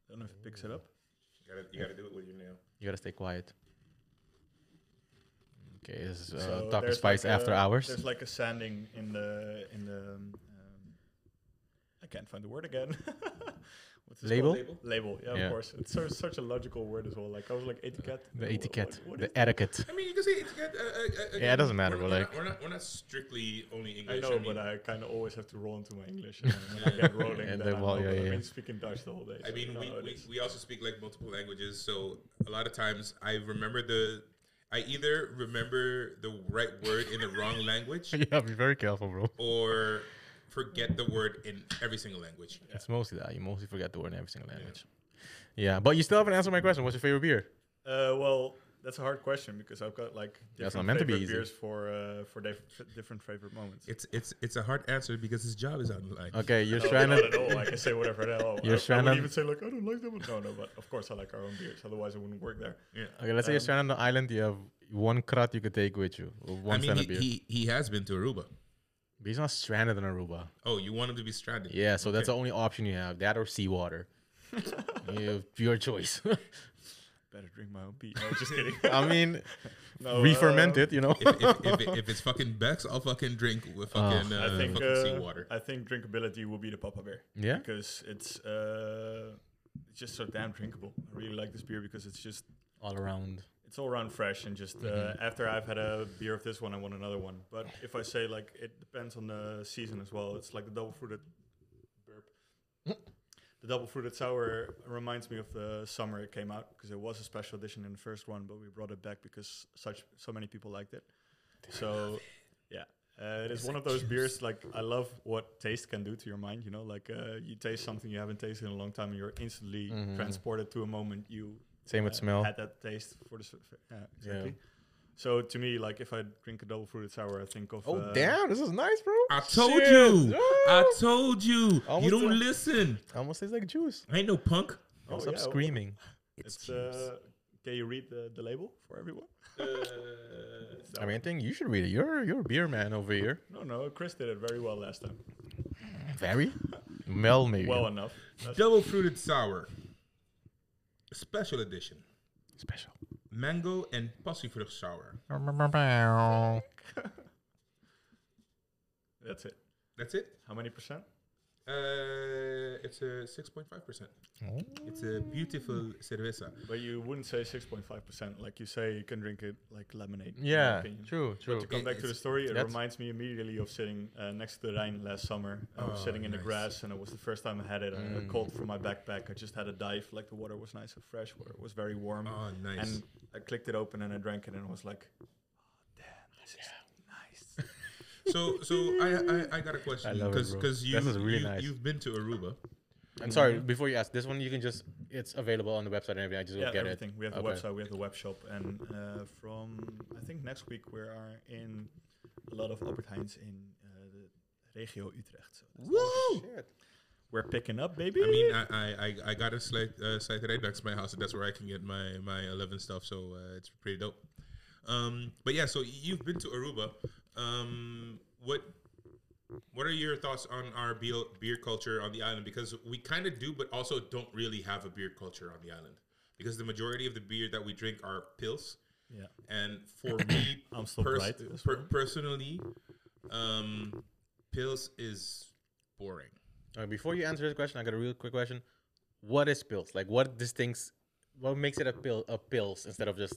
[SPEAKER 3] I don't know if it picks it up.
[SPEAKER 2] Uh,
[SPEAKER 1] You gotta, you gotta do it with your nail.
[SPEAKER 2] You gotta stay quiet. Okay, this is uh,
[SPEAKER 3] So
[SPEAKER 2] Taco
[SPEAKER 3] there's
[SPEAKER 2] Spice
[SPEAKER 3] like
[SPEAKER 2] After
[SPEAKER 3] a-
[SPEAKER 2] Hours.
[SPEAKER 3] There's like a sanding in the in the. Um, um, I can't find the word again. What's this
[SPEAKER 2] Label?
[SPEAKER 3] called? Label. Yeah,
[SPEAKER 2] Yeah.
[SPEAKER 3] of course. It's so, such a logical word as well. Like I was like etiquette.
[SPEAKER 2] The
[SPEAKER 3] Wha-
[SPEAKER 2] etiquette,
[SPEAKER 3] what- what is
[SPEAKER 2] the etiquette.
[SPEAKER 1] I mean, you can say it's good. Uh, uh, uh,
[SPEAKER 2] Yeah, it doesn't
[SPEAKER 1] again,
[SPEAKER 2] matter,
[SPEAKER 1] We're,
[SPEAKER 2] but
[SPEAKER 1] we're
[SPEAKER 2] like-
[SPEAKER 1] not, we're not, we're not strictly only English.
[SPEAKER 3] I know,
[SPEAKER 1] mean,
[SPEAKER 3] but I kind of always have to roll into my English. And when I get rolling,
[SPEAKER 2] And
[SPEAKER 3] then
[SPEAKER 2] then,
[SPEAKER 3] I'm
[SPEAKER 2] well,
[SPEAKER 3] over.
[SPEAKER 2] yeah, yeah.
[SPEAKER 3] I've been speaking Dutch the whole day.
[SPEAKER 1] I
[SPEAKER 3] so
[SPEAKER 1] mean,
[SPEAKER 3] you
[SPEAKER 1] we,
[SPEAKER 3] know how it
[SPEAKER 1] we,
[SPEAKER 3] is.
[SPEAKER 1] we also speak like multiple languages, so a lot of times I remember the. I either remember the right word in the wrong language
[SPEAKER 2] yeah, be very careful, bro.
[SPEAKER 1] or forget the word in every single language.
[SPEAKER 2] It's mostly that. You mostly forget the word in every single language. Yeah. but you still haven't answered my question. What's your favorite beer?
[SPEAKER 3] Uh, well, that's a hard question because I've got like different
[SPEAKER 2] That's not meant to be
[SPEAKER 3] favorite
[SPEAKER 2] easy.
[SPEAKER 3] beers for uh, for dif- different favorite moments.
[SPEAKER 1] It's it's it's a hard answer because his job is on the line.
[SPEAKER 2] Okay, you're
[SPEAKER 3] No,
[SPEAKER 2] trying
[SPEAKER 3] not
[SPEAKER 2] to.
[SPEAKER 3] at all. I can say whatever the hell.
[SPEAKER 2] You're
[SPEAKER 3] I, I
[SPEAKER 2] Shannon.
[SPEAKER 3] would even say like I don't like that one. No, no, but of course I like our own beers. Otherwise, it wouldn't work there.
[SPEAKER 1] Yeah.
[SPEAKER 2] Okay, let's say you're stranded on an island. You have one krat you could take with you, or
[SPEAKER 1] I
[SPEAKER 2] one
[SPEAKER 1] mean,
[SPEAKER 2] cent
[SPEAKER 1] he,
[SPEAKER 2] of beer.
[SPEAKER 1] he he has been to Aruba.
[SPEAKER 2] but he's not stranded in Aruba.
[SPEAKER 1] Oh, you want him to be stranded?
[SPEAKER 2] Yeah, so that's the only option you have. That or seawater. you have your choice.
[SPEAKER 3] Better drink my own beer. No, just kidding.
[SPEAKER 2] I mean,
[SPEAKER 3] No,
[SPEAKER 2] re-ferment
[SPEAKER 3] uh,
[SPEAKER 2] it, you know.
[SPEAKER 1] if, if, if, it- if it's fucking Bex, I'll fucking drink with
[SPEAKER 2] Oh,
[SPEAKER 1] fucking, uh,
[SPEAKER 3] I think
[SPEAKER 1] fucking
[SPEAKER 3] uh,
[SPEAKER 1] seawater.
[SPEAKER 3] I think drinkability will be the Papa Bear
[SPEAKER 2] yeah.
[SPEAKER 3] because it's uh, it's just so damn drinkable. I really like this beer because it's just
[SPEAKER 2] All around.
[SPEAKER 3] it's all around fresh and just uh, after I've had a beer of this one, I want another one. But if I say like it depends on the season as well. It's like the double fruited burp. the double fruited sour reminds me of the summer it came out because it was a special edition in the first one, but we brought it back because such so many people liked it. So yeah. Uh, it is one of those beers like I love what taste can do to your mind. You know, like uh, you taste something you haven't tasted in a long time, and you're instantly transported to a moment you
[SPEAKER 2] Same with
[SPEAKER 3] uh,
[SPEAKER 2] smell.
[SPEAKER 3] Had that taste for the s- f- yeah, exactly. So to me, like if I drink a double fruited sour, I think of
[SPEAKER 2] Oh
[SPEAKER 3] uh,
[SPEAKER 2] damn, this is nice, bro.
[SPEAKER 1] I told
[SPEAKER 2] Shit.
[SPEAKER 1] you.
[SPEAKER 2] Ah.
[SPEAKER 1] I told you. you
[SPEAKER 2] Almost
[SPEAKER 1] don't
[SPEAKER 2] there.
[SPEAKER 1] listen.
[SPEAKER 2] Almost tastes like juice.
[SPEAKER 1] I ain't no punk.
[SPEAKER 3] Oh,
[SPEAKER 2] Stop
[SPEAKER 3] yeah,
[SPEAKER 2] screaming.
[SPEAKER 3] It's uh, can you read the, the label for everyone?
[SPEAKER 2] I mean, I think you should read it. You're you're a beer man over here.
[SPEAKER 3] No, no. Chris did it very well last time.
[SPEAKER 2] Very. Mel maybe.
[SPEAKER 3] Well uh, enough. That's-
[SPEAKER 1] Double fruited sour. Special edition.
[SPEAKER 2] special.
[SPEAKER 1] Mango and passiefrucht sour.
[SPEAKER 3] That's it.
[SPEAKER 1] That's it.
[SPEAKER 3] How many percent?
[SPEAKER 1] Uh, it's a 6.5%.
[SPEAKER 2] Oh.
[SPEAKER 1] It's a beautiful cerveza.
[SPEAKER 3] But you wouldn't say six point five percent. Like you say, you can drink it like lemonade. in my
[SPEAKER 2] Yeah,
[SPEAKER 3] opinion.
[SPEAKER 2] true, true.
[SPEAKER 3] To come
[SPEAKER 1] It-
[SPEAKER 3] back to the
[SPEAKER 1] it's-
[SPEAKER 3] story, it
[SPEAKER 2] that's-
[SPEAKER 3] reminds me immediately of sitting uh, next to the Rhine last summer. I was
[SPEAKER 1] Oh,
[SPEAKER 3] sitting in the
[SPEAKER 1] nice. Mm.
[SPEAKER 3] grass, and it was the first time I had it. I had cold from my backpack. I just had a dive. Like the water was nice and fresh. Water was very warm.
[SPEAKER 1] Oh, nice.
[SPEAKER 3] And I clicked it open and I drank it, and I was like, oh, "Damn, this is nice."
[SPEAKER 1] So, so I, I, I got a
[SPEAKER 2] I
[SPEAKER 1] question
[SPEAKER 2] love it,
[SPEAKER 1] because
[SPEAKER 2] bro.
[SPEAKER 1] because you,
[SPEAKER 2] This is really
[SPEAKER 1] you
[SPEAKER 2] nice.
[SPEAKER 1] you've been to Aruba,
[SPEAKER 2] I'm sorry. Before you ask, this one you can just it's available on the website and everything. I just
[SPEAKER 3] yeah,
[SPEAKER 2] go get
[SPEAKER 3] everything.
[SPEAKER 2] it.
[SPEAKER 3] We have the
[SPEAKER 2] Okay.
[SPEAKER 3] website, we have the web shop, and uh, from I think next week we are in a lot of Albert Heijn's in uh, the regio Utrecht. So that's-
[SPEAKER 2] Woo!
[SPEAKER 3] we're picking up, baby.
[SPEAKER 1] I mean, uh, I I, I, I got a slight uh, site right next to my house. and That's where I can get my my eleven stuff. So uh, it's pretty dope. Um, but yeah, so you've been to Aruba. Um, what what are your thoughts on our beer, beer culture on the island? Because we kind of do, but also don't really have a beer culture on the island. Because the majority of the beer that we drink are pills.
[SPEAKER 3] yeah.
[SPEAKER 1] And for me,
[SPEAKER 3] I'm still
[SPEAKER 1] pers-
[SPEAKER 3] bright to this
[SPEAKER 1] per- personally, um, pills is boring.
[SPEAKER 2] All right, before you answer this question, I got a real quick question. What is pills? Like, what distincts? What makes it a pill? A pills instead of just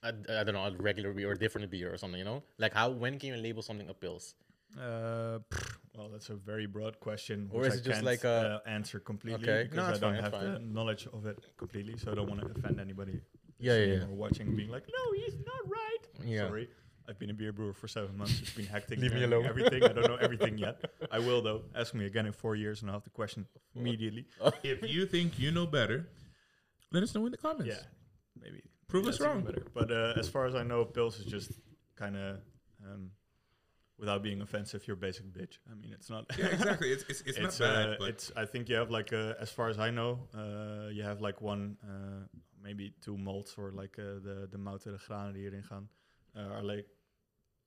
[SPEAKER 2] I, I don't know a regular beer or different beer or something. You know, like how when can you label something a pills?
[SPEAKER 3] Uh, pff, well, that's a very broad question,
[SPEAKER 2] Or
[SPEAKER 3] which
[SPEAKER 2] is
[SPEAKER 3] I
[SPEAKER 2] it just
[SPEAKER 3] can't,
[SPEAKER 2] like a-
[SPEAKER 3] uh, answer completely
[SPEAKER 2] Okay. No,
[SPEAKER 3] because
[SPEAKER 2] that's
[SPEAKER 3] I don't
[SPEAKER 2] fine,
[SPEAKER 3] have
[SPEAKER 2] that's
[SPEAKER 3] the knowledge of it completely, so I don't want to offend anybody.
[SPEAKER 2] Yeah, yeah,
[SPEAKER 3] listening
[SPEAKER 2] yeah.
[SPEAKER 3] Or watching, being like, no, he's not right.
[SPEAKER 2] Yeah.
[SPEAKER 3] Sorry, I've been a beer brewer for seven months. It's been hectic.
[SPEAKER 2] Leave me
[SPEAKER 3] uh,
[SPEAKER 2] alone.
[SPEAKER 3] Everything. I don't know everything yet. I will though. Ask me again in four years, and I'll have the question immediately.
[SPEAKER 1] if you think you know better, let us know in the comments.
[SPEAKER 3] Yeah, maybe
[SPEAKER 1] Prove
[SPEAKER 3] maybe
[SPEAKER 1] us
[SPEAKER 3] that's
[SPEAKER 1] wrong.
[SPEAKER 3] even But uh, as far as I know, pills is just kind of, um, without being offensive, you're basic bitch. I mean, it's not.
[SPEAKER 1] Yeah, exactly. It's it's, it's, not bad,
[SPEAKER 3] uh,
[SPEAKER 1] but
[SPEAKER 3] it's. I think you have like, uh, as far as I know, uh, you have like one, uh, maybe two malts or like uh, the de mouten, de granen die erin gaan, uh, are like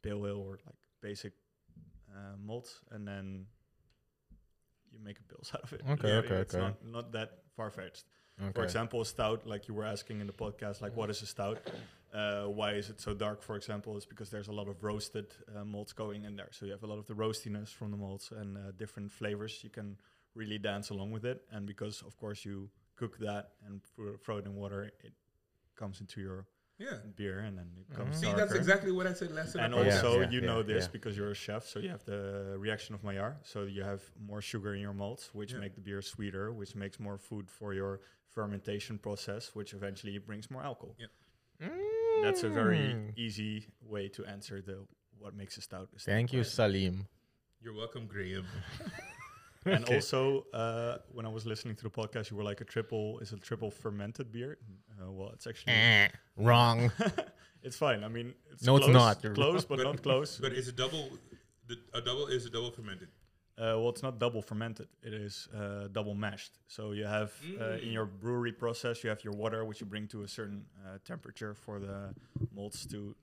[SPEAKER 3] pale ale or like basic uh, malts, and then you make a pills out of it.
[SPEAKER 2] Okay, okay,
[SPEAKER 3] it's
[SPEAKER 2] okay.
[SPEAKER 3] Not, not that far fetched.
[SPEAKER 2] Okay.
[SPEAKER 3] For example, a stout, like you were asking in the podcast, like what is a stout? Uh, why is it so dark? For example, it's because there's a lot of roasted uh, malts going in there, so you have a lot of the roastiness from the malts and uh, different flavors. You can really dance along with it, and because of course you cook that and fro- throw it in water, it comes into your
[SPEAKER 1] yeah.
[SPEAKER 3] beer and then it
[SPEAKER 2] Mm-hmm.
[SPEAKER 3] comes.
[SPEAKER 1] See,
[SPEAKER 3] darker.
[SPEAKER 1] that's exactly what I said last time.
[SPEAKER 3] And
[SPEAKER 2] Yeah,
[SPEAKER 3] also,
[SPEAKER 2] yeah,
[SPEAKER 3] you
[SPEAKER 2] yeah,
[SPEAKER 3] know this
[SPEAKER 2] yeah.
[SPEAKER 3] because you're a chef, so you have the reaction of Maillard. So you have more sugar in your malts, which
[SPEAKER 1] Yeah.
[SPEAKER 3] make the beer sweeter, which makes more food for your fermentation process, which eventually brings more alcohol.
[SPEAKER 1] Yeah.
[SPEAKER 3] That's a very
[SPEAKER 2] Mm.
[SPEAKER 3] easy way to answer the what makes a stout. is
[SPEAKER 2] Thank you, Salim.
[SPEAKER 1] You're welcome, Graham.
[SPEAKER 3] And
[SPEAKER 2] Okay.
[SPEAKER 3] also, uh, when I was listening to the podcast, you were like a triple is a triple fermented beer. Uh, well, it's actually
[SPEAKER 2] Eh, wrong.
[SPEAKER 3] it's fine. I mean, it's
[SPEAKER 2] No, it's
[SPEAKER 3] close,
[SPEAKER 2] not. You're
[SPEAKER 3] close, but, not close.
[SPEAKER 1] But it's a double. The, a double is a double fermented.
[SPEAKER 3] Uh, well, it's not double fermented. It is uh, double mashed. So you have uh, in
[SPEAKER 1] Mm.
[SPEAKER 3] your brewery process, you have your water, which you bring to a certain uh, temperature for the malts to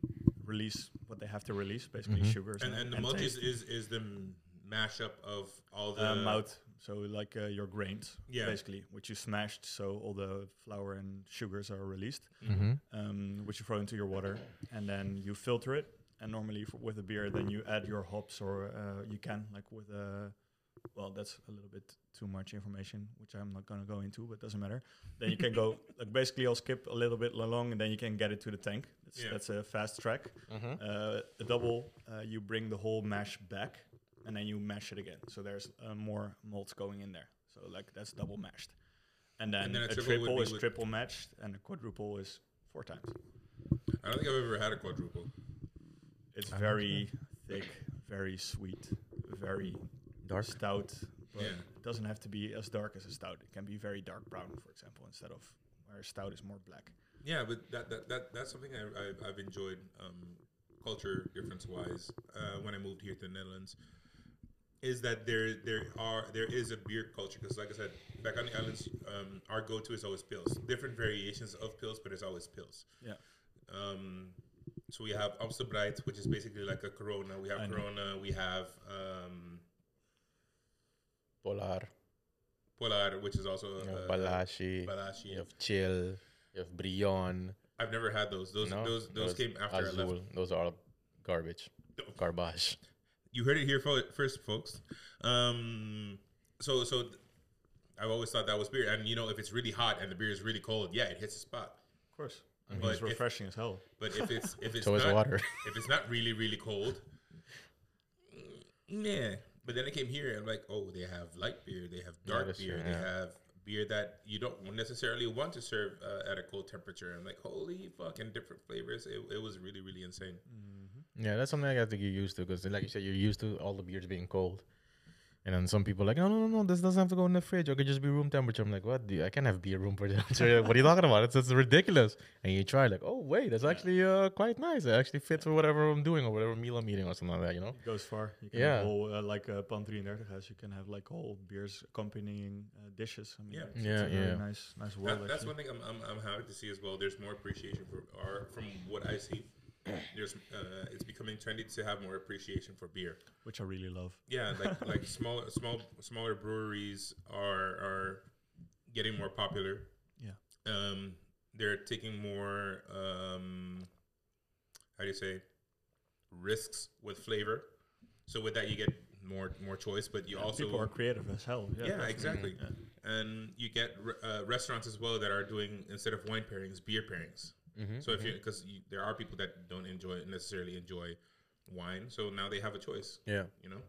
[SPEAKER 3] release what they have to release, basically sugars
[SPEAKER 1] And, and the malt is,
[SPEAKER 3] taste.
[SPEAKER 1] is is the m- mashup of all the
[SPEAKER 3] uh, malt. So like uh, your grains,
[SPEAKER 1] Yeah.
[SPEAKER 3] basically, which you smashed, so all the flour and sugars are released, um, which you throw into your water, and then you filter it. And normally f- with a beer, then you add your hops, or uh, you can like with a. Well, that's a little bit too much information, which I'm not gonna go into, but doesn't matter. Then you can go like basically, I'll skip a little bit along, and then you can get it to the tank. That's,
[SPEAKER 1] Yeah.
[SPEAKER 3] that's a fast track. Uh, a double, uh, you bring the whole mash back and then you mash it again. So there's uh, more malt going in there. So like that's double mashed. And then,
[SPEAKER 1] And then
[SPEAKER 3] a,
[SPEAKER 1] a triple would
[SPEAKER 3] triple,
[SPEAKER 1] be
[SPEAKER 3] is
[SPEAKER 1] with-
[SPEAKER 3] triple matched and a quadruple is four times.
[SPEAKER 1] I don't think I've ever had a quadruple.
[SPEAKER 3] It's
[SPEAKER 2] Ah,
[SPEAKER 3] very thick, very sweet, very
[SPEAKER 2] Dark.
[SPEAKER 3] stout. But
[SPEAKER 1] Yeah.
[SPEAKER 3] it doesn't have to be as dark as a stout. It can be very dark brown, for example, instead of where a stout is more black.
[SPEAKER 1] Yeah, but that, that, that that's something I, I I've enjoyed um, culture difference wise uh, when I moved here to the Netherlands is that there there are there is a beer culture because like I said back on the islands um, our go to is always pills different variations of pills but it's always pills.
[SPEAKER 3] Yeah.
[SPEAKER 1] Um, so we have Amstelbreit, which is basically like a Corona. We have
[SPEAKER 3] I know.
[SPEAKER 1] Corona. We have um,
[SPEAKER 2] Polar.
[SPEAKER 1] Polar, which is also uh,
[SPEAKER 2] You have
[SPEAKER 1] a,
[SPEAKER 2] Balashi.
[SPEAKER 1] Balashi.
[SPEAKER 2] You have Chill. You have Brion.
[SPEAKER 1] I've never had those. Those
[SPEAKER 2] No,
[SPEAKER 1] those those came after I left.
[SPEAKER 2] Azul. Those are all garbage. Garbage.
[SPEAKER 1] you heard it here fo- first, folks. Um, so so th- I've always thought that was beer, and you know, if it's really hot and the beer is really cold, yeah, it hits the spot.
[SPEAKER 3] Of course. I
[SPEAKER 1] But
[SPEAKER 3] mean, it's
[SPEAKER 1] if-
[SPEAKER 3] refreshing as hell.
[SPEAKER 1] But if it's if it's
[SPEAKER 2] So is
[SPEAKER 1] not,
[SPEAKER 2] water.
[SPEAKER 1] if it's not really really cold, mm, yeah. But then I came here and like, oh, they have light beer, they have dark
[SPEAKER 2] that's
[SPEAKER 1] beer,
[SPEAKER 2] true,
[SPEAKER 1] they
[SPEAKER 2] yeah.
[SPEAKER 1] have beer that you don't necessarily want to serve uh, at a cold temperature. And like, holy fucking different flavors. It, it was really really insane.
[SPEAKER 2] Yeah, that's something I think you're used to because, like you said, you're used to all the beers being cold, And then some people are like, no, no, no, no, this doesn't have to go in the fridge. It could just be room temperature. I'm like, what? Dude, I can't have beer room temperature. Like, what are you talking about? It's, it's ridiculous. And you try, like, oh, wait, that's actually uh, quite nice. It actually fits for whatever I'm doing or whatever meal I'm eating or something like that, you know?
[SPEAKER 3] It goes far. You can
[SPEAKER 2] Yeah.
[SPEAKER 3] have whole, uh, like uh, Pan 33 has, you can have like whole beers accompanying uh, dishes. I mean,
[SPEAKER 1] Yeah.
[SPEAKER 3] it's-
[SPEAKER 2] Yeah,
[SPEAKER 3] it's a very
[SPEAKER 2] yeah.
[SPEAKER 3] Nice, nice world.
[SPEAKER 1] That, that's
[SPEAKER 3] actually.
[SPEAKER 1] one thing I'm, I'm, I'm happy to see as well. There's more appreciation for our from what I see. There's uh, it's becoming trendy to have more appreciation for beer.
[SPEAKER 3] which I really love.
[SPEAKER 1] Yeah, like like small small smaller breweries are are getting more popular.
[SPEAKER 3] Yeah.
[SPEAKER 1] Um, they're taking more um, how do you say risks with flavor. So with that, you get more more choice, but you also
[SPEAKER 3] People are creative as hell. Yeah,
[SPEAKER 1] yeah,
[SPEAKER 3] definitely.
[SPEAKER 1] exactly. And you get re- uh, restaurants as well that are doing instead of wine pairings, beer pairings.
[SPEAKER 3] Hmm.
[SPEAKER 2] Mm-hmm.
[SPEAKER 1] So if you because you, there are people that don't enjoy necessarily enjoy wine, so now they have a choice.
[SPEAKER 2] Yeah.
[SPEAKER 1] You know,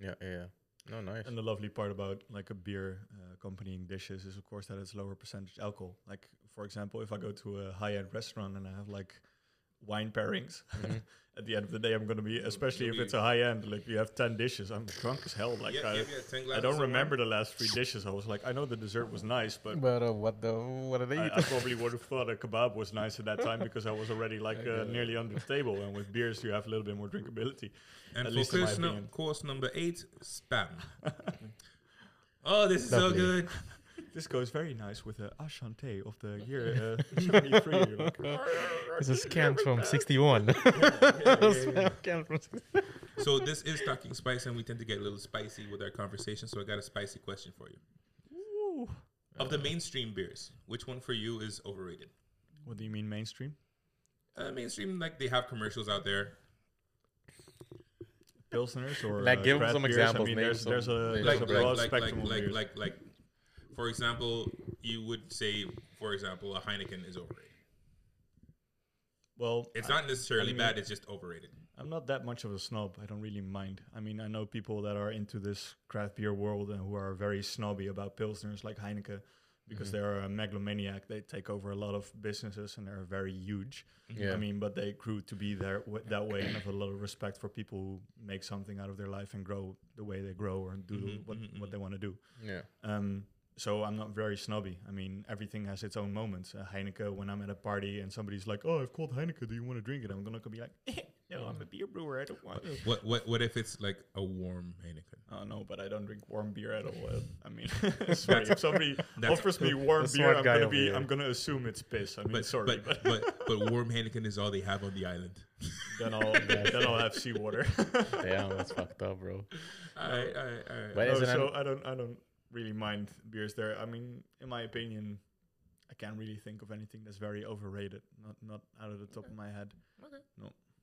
[SPEAKER 2] Yeah. Yeah. No, nice.
[SPEAKER 3] And the lovely part about like a beer uh, accompanying dishes is, of course, that it's lower percentage alcohol. Like, for example, if I go to a high end restaurant and I have like wine pairings, at the end of the day, I'm going to be, especially if
[SPEAKER 1] be-
[SPEAKER 3] it's a high end, like you have 10 dishes, I'm drunk as hell. Like,
[SPEAKER 1] yeah,
[SPEAKER 3] I,
[SPEAKER 1] yeah, yeah, 10
[SPEAKER 3] I
[SPEAKER 1] glasses
[SPEAKER 3] don't
[SPEAKER 1] of wine.
[SPEAKER 3] remember the last three dishes. I was like, I know the dessert was nice, but.
[SPEAKER 2] But uh, what the? What are they
[SPEAKER 3] I, I probably would have thought a kebab was nice at that time because I was already like uh, nearly under the table. And with beers, you have a little bit more drinkability.
[SPEAKER 1] And
[SPEAKER 3] at
[SPEAKER 1] for
[SPEAKER 3] least in my
[SPEAKER 1] course, no,
[SPEAKER 3] opinion.
[SPEAKER 1] course number eight, spam. oh, this is
[SPEAKER 2] Lovely.
[SPEAKER 1] so good.
[SPEAKER 3] This goes very nice with the Ashante of the year uh, 73. You're like,
[SPEAKER 2] It's a scan from 61. Scan from 60.
[SPEAKER 1] So this is talking spice, and we tend to get a little spicy with our conversation. So I got a spicy question for you.
[SPEAKER 3] Ooh.
[SPEAKER 1] Of
[SPEAKER 3] Uh-huh.
[SPEAKER 1] the mainstream beers, which one for you is overrated?
[SPEAKER 3] What do you mean mainstream?
[SPEAKER 1] Uh, mainstream, like they have commercials out there.
[SPEAKER 3] Pilsners or
[SPEAKER 2] Like,
[SPEAKER 3] uh,
[SPEAKER 2] give 'em
[SPEAKER 3] craft
[SPEAKER 2] some
[SPEAKER 3] beers? I
[SPEAKER 2] examples,
[SPEAKER 3] mean,
[SPEAKER 2] name
[SPEAKER 3] there's,
[SPEAKER 2] some
[SPEAKER 3] there's a,
[SPEAKER 2] flavors.
[SPEAKER 3] there's
[SPEAKER 1] like,
[SPEAKER 3] a
[SPEAKER 1] like,
[SPEAKER 3] broad
[SPEAKER 1] like,
[SPEAKER 3] spectrum
[SPEAKER 1] like,
[SPEAKER 3] of
[SPEAKER 1] like,
[SPEAKER 3] beers.
[SPEAKER 1] like, like, for example, you would say, for example, a Heineken is overrated.
[SPEAKER 3] well,
[SPEAKER 1] It's not necessarily
[SPEAKER 3] mean-
[SPEAKER 1] bad; it's just overrated.
[SPEAKER 3] I'm not that much of a snob. I don't really mind. I mean, I know people that are into this craft beer world and who are very snobby about pilsners like Heineken because
[SPEAKER 1] Mm-hmm.
[SPEAKER 3] they are a megalomaniac. They take over a lot of businesses and they're very huge.
[SPEAKER 1] Mm-hmm.
[SPEAKER 2] Yeah.
[SPEAKER 3] I mean, but they grew to be there w- that way and have a lot of respect for people who make something out of their life and grow the way they grow or do
[SPEAKER 1] Mm-hmm.
[SPEAKER 3] what, what they want to do.
[SPEAKER 2] Yeah.
[SPEAKER 3] Um, so I'm not very snobby. I mean, everything has its own moments. Uh, Heineken, when I'm at a party and somebody's like, "Oh, I've called Heineken. Do you want to drink it?" I'm gonna be like, "Eh, "No, I'm a beer brewer. I don't want." to."
[SPEAKER 1] What what what if it's like a warm Heineken?
[SPEAKER 3] Oh no, but I don't drink warm beer at all. Uh, I mean, sorry, if somebody offers me warm
[SPEAKER 2] the smart
[SPEAKER 3] beer, I'm
[SPEAKER 2] guy
[SPEAKER 3] gonna
[SPEAKER 2] over
[SPEAKER 3] be,
[SPEAKER 2] here.
[SPEAKER 3] I'm gonna assume it's piss. I mean,
[SPEAKER 1] But
[SPEAKER 3] sorry, but,
[SPEAKER 1] but, but but warm Heineken is all they have on the island.
[SPEAKER 3] then I'll then I'll have seawater.
[SPEAKER 2] Damn, that's fucked up, bro.
[SPEAKER 1] all right, all right, all right.
[SPEAKER 2] But
[SPEAKER 3] No,
[SPEAKER 2] isn't
[SPEAKER 3] so
[SPEAKER 2] it?
[SPEAKER 3] I don't I don't really mind beers there. I mean, in my opinion, I can't really think of anything that's very overrated. Not not out of the top of my head.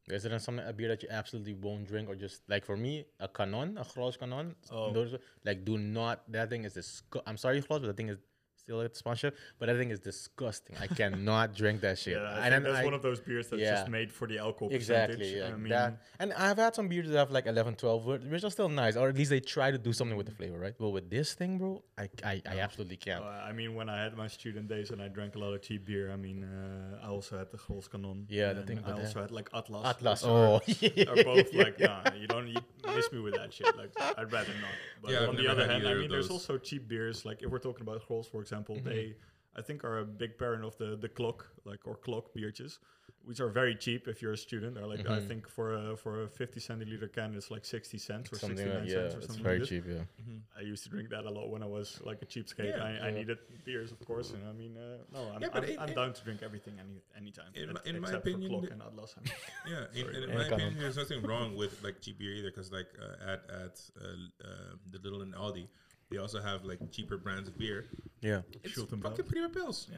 [SPEAKER 2] Is there something a beer that you absolutely won't drink or just like for me a canon, a Gros canon?
[SPEAKER 3] Oh.
[SPEAKER 2] Those, like do not that thing is disgusting. I'm sorry, Gros, but that thing is still a sponsorship. But that thing is disgusting. I cannot drink that shit.
[SPEAKER 3] Yeah, I
[SPEAKER 2] And
[SPEAKER 3] think
[SPEAKER 2] then
[SPEAKER 3] that's
[SPEAKER 2] I-
[SPEAKER 3] one of those beers that's
[SPEAKER 2] yeah.
[SPEAKER 3] just made for the alcohol
[SPEAKER 2] Exactly.
[SPEAKER 3] percentage.
[SPEAKER 2] Yeah.
[SPEAKER 3] I mean,
[SPEAKER 2] that. And I've had some beers that have like 11, 12 words, which are still nice, or at least they try to do something with the flavor, right? But with this thing, bro, I I, I absolutely can't.
[SPEAKER 3] uh, I mean, when I had my student days and I drank a lot of cheap beer, I mean, uh, I also had the Grolskanon.
[SPEAKER 2] Yeah,
[SPEAKER 3] and
[SPEAKER 2] the thing
[SPEAKER 3] I
[SPEAKER 2] about that.
[SPEAKER 3] also had like Atlas.
[SPEAKER 2] Atlas.
[SPEAKER 3] which are-
[SPEAKER 2] Oh, yeah.
[SPEAKER 3] Are both like nah, you don't you miss me with that shit. Like I'd rather not. But
[SPEAKER 1] Yeah, I've
[SPEAKER 3] on the
[SPEAKER 1] never
[SPEAKER 3] other
[SPEAKER 1] had
[SPEAKER 3] hand, I
[SPEAKER 1] either of
[SPEAKER 3] mean, there's
[SPEAKER 1] those. Mm-hmm.
[SPEAKER 3] also cheap beers. Like if we're talking about Grols, for example, they I think are a big parent of the the clock, like or clock beertjes, which are very cheap if you're a student. They're like
[SPEAKER 1] Mm-hmm.
[SPEAKER 3] I think for a for a 50 centiliter can, it's like 60 cents or
[SPEAKER 2] something
[SPEAKER 3] 69
[SPEAKER 2] like yeah,
[SPEAKER 3] cents or
[SPEAKER 2] it's
[SPEAKER 3] something.
[SPEAKER 2] very
[SPEAKER 3] like this. Mm-hmm.
[SPEAKER 2] cheap. Yeah.
[SPEAKER 3] I used to drink that a lot when I was like a cheapskate.
[SPEAKER 1] Yeah.
[SPEAKER 3] I, I needed beers, of course, and I mean, uh, no, I'm,
[SPEAKER 1] Yeah, but
[SPEAKER 3] I'm,
[SPEAKER 1] it-
[SPEAKER 3] I'm
[SPEAKER 1] it-
[SPEAKER 3] down to drink everything any anytime.
[SPEAKER 1] In
[SPEAKER 3] ex-
[SPEAKER 1] my- in my
[SPEAKER 3] except
[SPEAKER 1] opinion,
[SPEAKER 3] for clock
[SPEAKER 1] the-
[SPEAKER 3] and Atlas. I mean.
[SPEAKER 1] Yeah, in, and in
[SPEAKER 2] Yeah,
[SPEAKER 1] my
[SPEAKER 2] canon.
[SPEAKER 1] opinion, there's nothing wrong with like cheap beer either, because like uh, at at uh, uh, the Little and Aldi, they also have like cheaper brands of beer.
[SPEAKER 2] Yeah.
[SPEAKER 1] It's
[SPEAKER 3] Shoot 'em
[SPEAKER 1] fucking
[SPEAKER 3] up.
[SPEAKER 1] pretty pills.
[SPEAKER 3] yeah.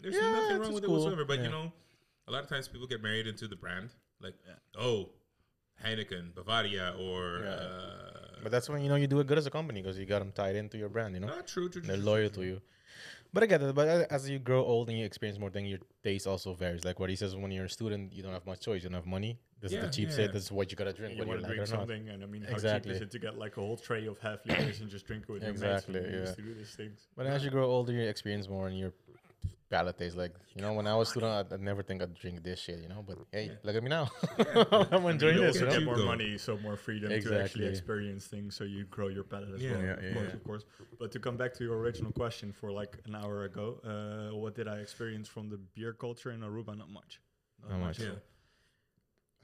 [SPEAKER 1] There's
[SPEAKER 2] Yeah,
[SPEAKER 1] nothing
[SPEAKER 2] it's
[SPEAKER 1] wrong
[SPEAKER 2] just
[SPEAKER 1] with
[SPEAKER 2] cool.
[SPEAKER 1] it whatsoever. But
[SPEAKER 2] Yeah.
[SPEAKER 1] you know, a lot of times people get married into the brand, like
[SPEAKER 3] Yeah.
[SPEAKER 1] oh, Heineken, Bavaria, or
[SPEAKER 2] Yeah.
[SPEAKER 1] uh,
[SPEAKER 2] But that's when you know you do it good as a company because you got them tied into your brand. You know,
[SPEAKER 1] not true, true, true,
[SPEAKER 2] they're
[SPEAKER 1] true.
[SPEAKER 2] loyal to you. But I get it. But a- as you grow old and you experience more things, your taste also varies. Like what he says, when you're a student, you don't have much choice. You don't have money. This is
[SPEAKER 1] Yeah,
[SPEAKER 2] the cheap
[SPEAKER 1] yeah,
[SPEAKER 2] shit.
[SPEAKER 1] yeah.
[SPEAKER 2] This is what you gotta drink.
[SPEAKER 3] You
[SPEAKER 2] whether
[SPEAKER 3] want
[SPEAKER 2] you
[SPEAKER 3] to
[SPEAKER 2] like it
[SPEAKER 3] drink
[SPEAKER 2] or not.
[SPEAKER 3] something, and I mean, how cheap
[SPEAKER 2] Exactly.
[SPEAKER 3] is it to get like a whole tray of half liters and just drink it with your mates? I mean,
[SPEAKER 2] Exactly,
[SPEAKER 3] we
[SPEAKER 2] yeah.
[SPEAKER 3] used to do these things.
[SPEAKER 2] But as you grow older, you experience more and your palate tastes like. You know, when I was a student, I'd, I'd never think I'd drink this shit. You know, but hey,
[SPEAKER 1] Yeah.
[SPEAKER 2] look at me now.
[SPEAKER 1] Yeah.
[SPEAKER 2] I'm enjoying
[SPEAKER 1] You
[SPEAKER 2] this.
[SPEAKER 1] also
[SPEAKER 2] You
[SPEAKER 3] get
[SPEAKER 2] know?
[SPEAKER 1] Keep
[SPEAKER 3] more
[SPEAKER 1] going.
[SPEAKER 3] money, so more freedom to
[SPEAKER 2] Exactly.
[SPEAKER 3] actually experience things, so you grow your palate as
[SPEAKER 1] Yeah.
[SPEAKER 3] well.
[SPEAKER 2] Yeah,
[SPEAKER 3] of
[SPEAKER 2] yeah,
[SPEAKER 3] course,
[SPEAKER 1] yeah.
[SPEAKER 3] of course. But to come back to your original question for like an hour ago, uh, what did I experience from the beer culture in Aruba? Not much.
[SPEAKER 2] Not much.
[SPEAKER 1] Yeah.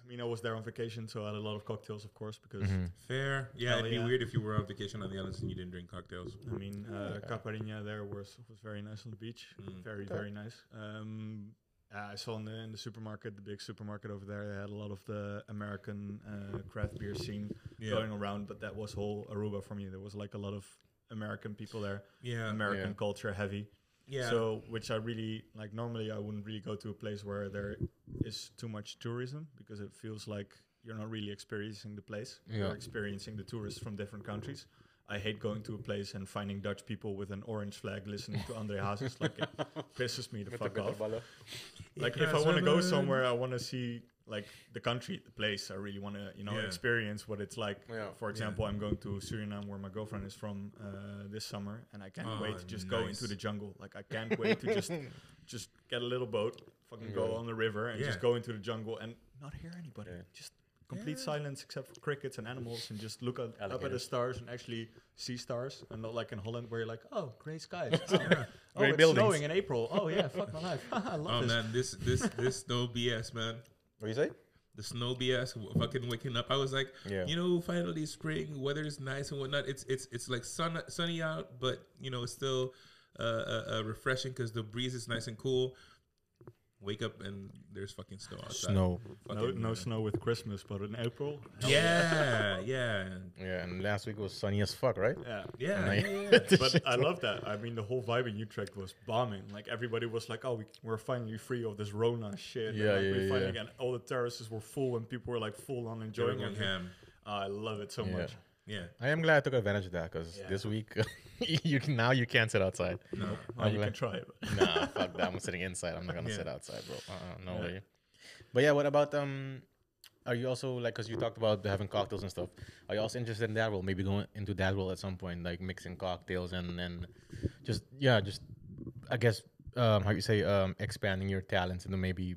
[SPEAKER 3] I mean, I was there on vacation, so I had a lot of cocktails, of course, because
[SPEAKER 2] Mhm.
[SPEAKER 1] Fair. Yeah,
[SPEAKER 3] Hell
[SPEAKER 1] it'd be
[SPEAKER 3] yeah.
[SPEAKER 1] weird if you were on vacation on the islands and you didn't drink cocktails.
[SPEAKER 3] I mean, uh,
[SPEAKER 2] Yeah.
[SPEAKER 3] Caparinha there was was very nice on the beach,
[SPEAKER 1] Mm.
[SPEAKER 3] very
[SPEAKER 2] Okay.
[SPEAKER 3] very nice. Um, yeah, I saw in the, in the supermarket, the big supermarket over there, they had a lot of the American uh, craft beer scene
[SPEAKER 1] Yeah.
[SPEAKER 3] going around, but that was whole Aruba for me. There was like a lot of American people there,
[SPEAKER 1] Yeah.
[SPEAKER 3] American
[SPEAKER 2] Yeah.
[SPEAKER 3] culture heavy.
[SPEAKER 1] Yeah.
[SPEAKER 3] So, which I really like. Normally, I wouldn't really go to a place where there is too much tourism because it feels like you're not really experiencing the place.
[SPEAKER 2] Yeah.
[SPEAKER 3] You're experiencing the tourists from different countries. I hate going to a place and finding Dutch people with an orange flag listening to Andre Hazes. Like, it pisses me the fuck off. Like, if I want to go somewhere, I want to see like the country, the place. I really want to, you know,
[SPEAKER 1] Yeah.
[SPEAKER 3] experience what it's like.
[SPEAKER 2] Yeah.
[SPEAKER 3] For example, I'm going to Suriname, where my girlfriend is from, uh, this summer, and I can't wait
[SPEAKER 1] Ah,
[SPEAKER 3] to just go into
[SPEAKER 1] nice.
[SPEAKER 3] the jungle. Like, I can't wait to just just get a little boat, fucking go
[SPEAKER 2] Yeah.
[SPEAKER 3] on the river, and
[SPEAKER 1] Yeah.
[SPEAKER 3] just go into the jungle and not hear anybody.
[SPEAKER 2] Yeah.
[SPEAKER 3] Just complete
[SPEAKER 1] Yeah.
[SPEAKER 3] silence except for crickets and animals, and just look at, up at the
[SPEAKER 2] Alligators.
[SPEAKER 3] stars and actually see stars, and not like in Holland where you're like, oh, grey skies. Oh, oh
[SPEAKER 2] Grey
[SPEAKER 3] it's
[SPEAKER 2] buildings.
[SPEAKER 3] snowing in April. Oh yeah, fuck my life. I love
[SPEAKER 1] Oh
[SPEAKER 3] this.
[SPEAKER 1] man, this this this no BS, man.
[SPEAKER 2] What do you say?
[SPEAKER 1] The snow BS, w- fucking waking up. I was like,
[SPEAKER 2] Yeah.
[SPEAKER 1] you know, finally spring, weather is nice and whatnot. It's it's it's like sun sunny out, but you know it's still uh, uh, uh, refreshing because the breeze is nice and cool. Wake up and there's fucking snow outside.
[SPEAKER 2] Snow.
[SPEAKER 3] No,
[SPEAKER 1] Fucking- uh,
[SPEAKER 3] no snow with Christmas, but in April. hell
[SPEAKER 1] Yeah, yeah,
[SPEAKER 2] Yeah, and last week was sunny as fuck, right?
[SPEAKER 3] Yeah.
[SPEAKER 1] yeah.
[SPEAKER 2] Nice.
[SPEAKER 1] yeah, yeah.
[SPEAKER 3] But I love that. I mean, the whole vibe in Utrecht was bombing. Like everybody was like, "Oh, we, we're finally free of this Rona shit." And,
[SPEAKER 2] Yeah,
[SPEAKER 3] like,
[SPEAKER 2] yeah,
[SPEAKER 3] we finally
[SPEAKER 2] yeah.
[SPEAKER 3] And all the terraces were full, and people were like full on
[SPEAKER 1] They were
[SPEAKER 3] enjoying
[SPEAKER 1] going
[SPEAKER 3] it. Ah,
[SPEAKER 1] ham.
[SPEAKER 3] I love it so
[SPEAKER 2] Yeah.
[SPEAKER 3] much.
[SPEAKER 1] Yeah,
[SPEAKER 2] I am glad I took advantage of that because
[SPEAKER 3] Yeah.
[SPEAKER 2] this week you can, now you can't sit outside.
[SPEAKER 1] no,
[SPEAKER 3] Well,
[SPEAKER 2] I'm
[SPEAKER 3] you can
[SPEAKER 2] glad-
[SPEAKER 3] try it.
[SPEAKER 2] nah, fuck that. I'm sitting inside. I'm not gonna
[SPEAKER 1] Yeah.
[SPEAKER 2] sit outside, bro. Uh-uh, no
[SPEAKER 3] Yeah.
[SPEAKER 2] way. But yeah, what about um? Are you also like, cause you talked about having cocktails and stuff? Are you also interested in that role? Maybe going into that role at some point, like mixing cocktails and and just yeah, just I guess um, how you say um, expanding your talents and then maybe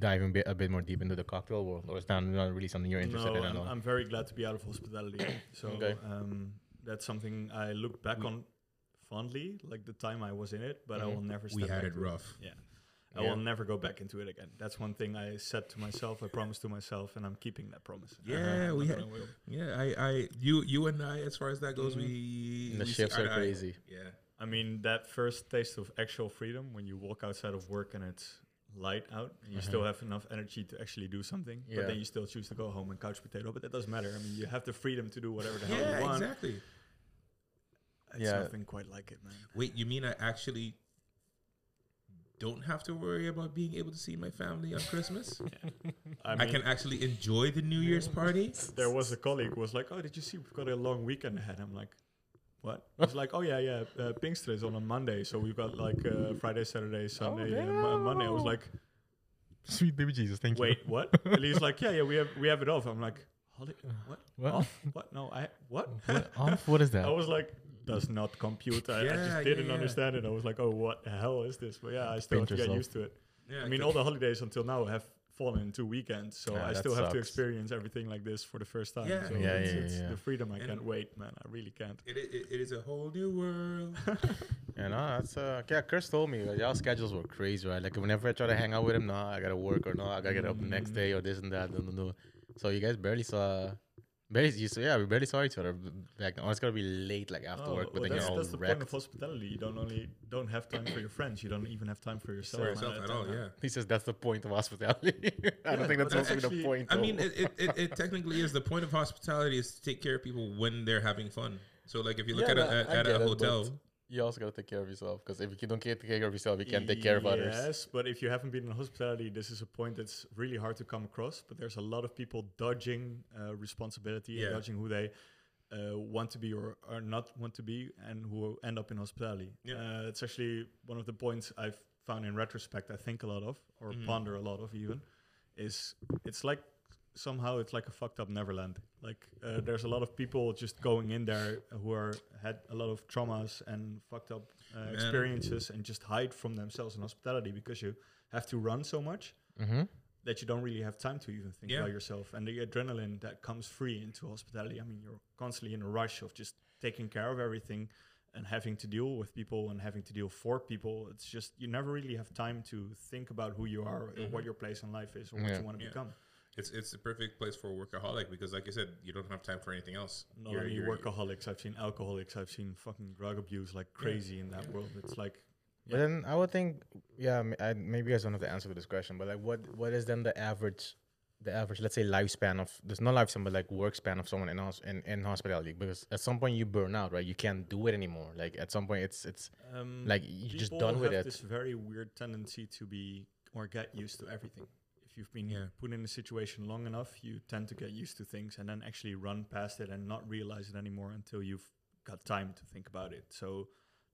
[SPEAKER 2] diving a bit, a bit more deep into the cocktail world, or is that not really something you're interested
[SPEAKER 3] No,
[SPEAKER 2] in at
[SPEAKER 3] I'm,
[SPEAKER 2] all?
[SPEAKER 3] I'm very glad to be out of hospitality. So
[SPEAKER 2] Okay. Mm.
[SPEAKER 3] um, that's something I look back on fondly, like the time I was in it. But I
[SPEAKER 2] Mhm.
[SPEAKER 3] will never.
[SPEAKER 1] we
[SPEAKER 3] step
[SPEAKER 1] had
[SPEAKER 3] back
[SPEAKER 1] it
[SPEAKER 3] to
[SPEAKER 1] rough.
[SPEAKER 3] Yeah. I
[SPEAKER 2] Yeah.
[SPEAKER 3] will never go back into it again. That's one thing I said to myself. I promised to myself, and I'm keeping that promise. Uh,
[SPEAKER 1] Yeah,
[SPEAKER 3] I'm
[SPEAKER 1] we
[SPEAKER 3] not
[SPEAKER 1] had-
[SPEAKER 3] gonna will.
[SPEAKER 1] Yeah, I, I, you, you and I, as far as that goes,
[SPEAKER 3] Mhm.
[SPEAKER 1] we
[SPEAKER 2] the
[SPEAKER 1] we see
[SPEAKER 2] shifts
[SPEAKER 1] eye
[SPEAKER 2] are
[SPEAKER 1] to eye.
[SPEAKER 2] crazy.
[SPEAKER 1] Yeah,
[SPEAKER 3] I mean, that first taste of actual freedom when you walk outside of work and it's light out and you still have enough energy to actually do something,
[SPEAKER 2] Yeah.
[SPEAKER 3] but then you still choose to go home and couch potato. But that doesn't matter. I mean, you have the freedom to do whatever the hell
[SPEAKER 1] yeah,
[SPEAKER 3] you want.
[SPEAKER 1] exactly.
[SPEAKER 3] It's
[SPEAKER 2] Yeah.
[SPEAKER 3] nothing quite like it, man.
[SPEAKER 1] Wait, you mean I actually don't have to worry about being able to see my family on Christmas?
[SPEAKER 3] I
[SPEAKER 1] I
[SPEAKER 3] mean,
[SPEAKER 1] can actually enjoy the New Year's party.
[SPEAKER 3] there was a colleague who was like, "Oh, did you see we've got a long weekend ahead?" I'm like, "What?" He's like, "Oh yeah, yeah, uh, Pinkster is on a Monday, so we've got like uh, Friday,
[SPEAKER 1] Oh,
[SPEAKER 3] Saturday, Sunday, and Mo- Monday." I was
[SPEAKER 2] damn.
[SPEAKER 3] like,
[SPEAKER 2] Sweet baby Jesus, thank
[SPEAKER 3] "Wait, what?" and he's like, "Yeah, yeah, we have we have it off." I'm like, "Holi- "What?
[SPEAKER 2] What?
[SPEAKER 3] Off? What? No, I what?"
[SPEAKER 2] Off? What is that?
[SPEAKER 3] I was like, does not compute. I, I
[SPEAKER 1] Yeah,
[SPEAKER 3] just didn't
[SPEAKER 1] yeah, yeah.
[SPEAKER 3] understand it. I was like, oh, what the hell is this? But yeah, I still have to
[SPEAKER 2] Pinterest
[SPEAKER 3] get
[SPEAKER 2] love.
[SPEAKER 3] used to it.
[SPEAKER 1] Yeah,
[SPEAKER 3] I mean, all the holidays until now have fallen into weekends, so
[SPEAKER 2] Yeah,
[SPEAKER 3] I
[SPEAKER 2] that
[SPEAKER 3] still have to
[SPEAKER 2] sucks.
[SPEAKER 3] experience everything like this for the first time.
[SPEAKER 1] Yeah.
[SPEAKER 3] so
[SPEAKER 1] Yeah,
[SPEAKER 3] it's,
[SPEAKER 2] yeah,
[SPEAKER 3] it's
[SPEAKER 2] yeah.
[SPEAKER 3] the freedom I
[SPEAKER 1] And-
[SPEAKER 3] can't wait, man. I really can't.
[SPEAKER 1] it, it, it is a whole new world.
[SPEAKER 2] Yeah, no, that's uh, yeah. Chris told me like, y'all schedules were crazy, right? Like whenever I try to hang out with him, nah, I gotta work or no, I gotta get up the next day or this and that. No, no, no. So you guys barely saw, barely you saw, yeah, we barely saw each other b- back. Then. Or it's gonna be late, like after
[SPEAKER 3] Oh,
[SPEAKER 2] work, but
[SPEAKER 3] well,
[SPEAKER 2] then
[SPEAKER 3] that's,
[SPEAKER 2] you're all
[SPEAKER 3] that's the point of
[SPEAKER 2] wrecked.
[SPEAKER 3] hospitality. You don't only don't have time for your friends. You don't even have time for yourself,
[SPEAKER 1] For
[SPEAKER 3] man,
[SPEAKER 1] yourself
[SPEAKER 3] at
[SPEAKER 1] at
[SPEAKER 3] that
[SPEAKER 1] all,
[SPEAKER 3] time.
[SPEAKER 1] yeah.
[SPEAKER 2] He says that's the point of hospitality. I
[SPEAKER 3] Yeah,
[SPEAKER 2] don't think
[SPEAKER 3] but
[SPEAKER 2] that's
[SPEAKER 1] that's
[SPEAKER 2] supposed to
[SPEAKER 3] actually-
[SPEAKER 2] be the point.
[SPEAKER 1] I
[SPEAKER 2] though.
[SPEAKER 1] mean, it, it, it, it technically is the point of hospitality is to take care of people when they're having fun. So, like, if you look
[SPEAKER 2] Yeah,
[SPEAKER 1] at
[SPEAKER 2] no, I
[SPEAKER 1] a, at,
[SPEAKER 2] get
[SPEAKER 1] at a
[SPEAKER 2] it,
[SPEAKER 1] hotel,
[SPEAKER 2] but you also gotta take care of yourself because if you don't take care of yourself, you can't take care of others.
[SPEAKER 3] Yes, but if you haven't been in hospitality, this is a point that's really hard to come across. But there's a lot of people dodging uh, responsibility
[SPEAKER 1] Yeah.
[SPEAKER 3] and dodging who they uh, want to be or are not want to be, and who end up in hospitality.
[SPEAKER 1] Yeah.
[SPEAKER 3] Uh, it's actually one of the points I've found in retrospect. I think a lot of, or
[SPEAKER 1] Mhm.
[SPEAKER 3] ponder a lot of, even is it's like somehow it's like a fucked up Neverland. Like uh, there's a lot of people just going in there who are had a lot of traumas and fucked up uh,
[SPEAKER 1] Man.
[SPEAKER 3] experiences and just hide from themselves in hospitality because you have to run so much
[SPEAKER 2] Mm-hmm.
[SPEAKER 3] that you don't really have time to even think
[SPEAKER 1] Yeah.
[SPEAKER 3] about yourself and the adrenaline that comes free into hospitality. I mean, you're constantly in a rush of just taking care of everything and having to deal with people and having to deal for people. It's just you never really have time to think about who you are or what your place in life is or what
[SPEAKER 2] Yeah.
[SPEAKER 3] you want to
[SPEAKER 1] Yeah.
[SPEAKER 3] become.
[SPEAKER 1] It's it's the perfect place for a workaholic because, like you said, you don't have time for anything else.
[SPEAKER 3] Not only workaholics, I've seen alcoholics, I've seen fucking drug abuse like crazy in that world. It's like
[SPEAKER 2] But then I would think, yeah, m- I, maybe you guys don't have to answer to this question, but like, what what is then the average, the average, let's say lifespan of there's not lifespan, but like work span of someone in hos- in, in hospitality because at some point you burn out, right? You can't do it anymore. Like at some point it's it's
[SPEAKER 3] um,
[SPEAKER 2] like you're just
[SPEAKER 3] people
[SPEAKER 2] done with
[SPEAKER 3] have
[SPEAKER 2] it.
[SPEAKER 3] This very weird tendency to be or get used to everything. If you've been
[SPEAKER 1] Yeah.
[SPEAKER 3] put in a situation long enough, you tend to get used to things and then actually run past it and not realize it anymore until you've got time to think about it. So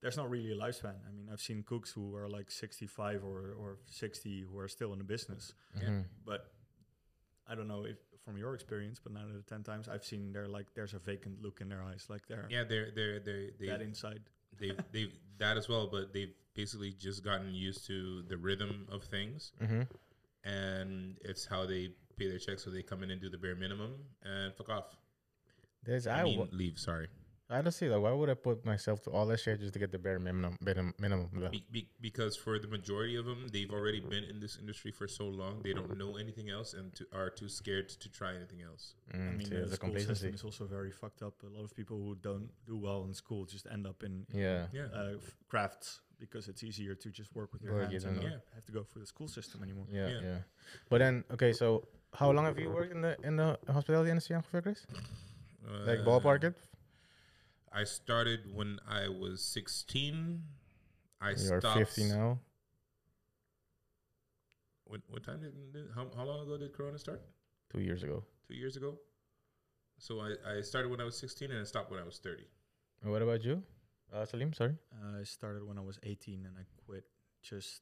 [SPEAKER 3] there's not really a lifespan. I mean, I've seen cooks who are like 65 or, or 60 who are still in the business,
[SPEAKER 2] Mhm.
[SPEAKER 3] but I don't know if from your experience, but nine out of 10 times I've seen they're like, there's a vacant look in their eyes, like they're
[SPEAKER 1] Yeah, they're they're they're they
[SPEAKER 3] that inside.
[SPEAKER 1] they've they've that as well, but they've basically just gotten used to the rhythm of things,
[SPEAKER 2] Mhm.
[SPEAKER 1] and it's how they pay their checks. So they come in and do the bare minimum and fuck off.
[SPEAKER 2] There's I,
[SPEAKER 1] I,
[SPEAKER 2] I,
[SPEAKER 1] mean,
[SPEAKER 2] w-
[SPEAKER 1] leave. Sorry,
[SPEAKER 2] I don't see that. Why would I put myself to all that shit just to get the bare minimum minimum? minimum blah.
[SPEAKER 1] be, be, because for the majority of them, they've already been in this industry for so long, they don't know anything else and to, are too scared to try anything else.
[SPEAKER 2] Mm,
[SPEAKER 3] I mean,
[SPEAKER 2] see,
[SPEAKER 3] the,
[SPEAKER 2] there's a
[SPEAKER 3] school
[SPEAKER 2] complacency.
[SPEAKER 3] system is also very fucked up. A lot of people who don't do well in school just end up in
[SPEAKER 2] Yeah.
[SPEAKER 1] Yeah,
[SPEAKER 3] uh, f- crafts because it's easier to just work with your
[SPEAKER 2] Work, you
[SPEAKER 3] hands and
[SPEAKER 2] don't
[SPEAKER 3] not
[SPEAKER 1] know.
[SPEAKER 3] have to go through the school system anymore.
[SPEAKER 2] yeah, yeah,
[SPEAKER 1] Yeah.
[SPEAKER 2] But then, okay, so how long have you worked in the in the hospitality industry, Uncle Chris? Like
[SPEAKER 1] Uh,
[SPEAKER 2] ballpark it?
[SPEAKER 1] I started when I was sixteen. I
[SPEAKER 2] You're
[SPEAKER 1] stopped.
[SPEAKER 2] 50 now.
[SPEAKER 1] When, what time did, did how, how long ago did Corona start?
[SPEAKER 2] Two years ago.
[SPEAKER 1] Two years ago. So I, I started when I was sixteen and I stopped when I was thirty.
[SPEAKER 2] And what about you, uh, Salim? Sorry.
[SPEAKER 3] Uh, I started when I was 18 and I quit just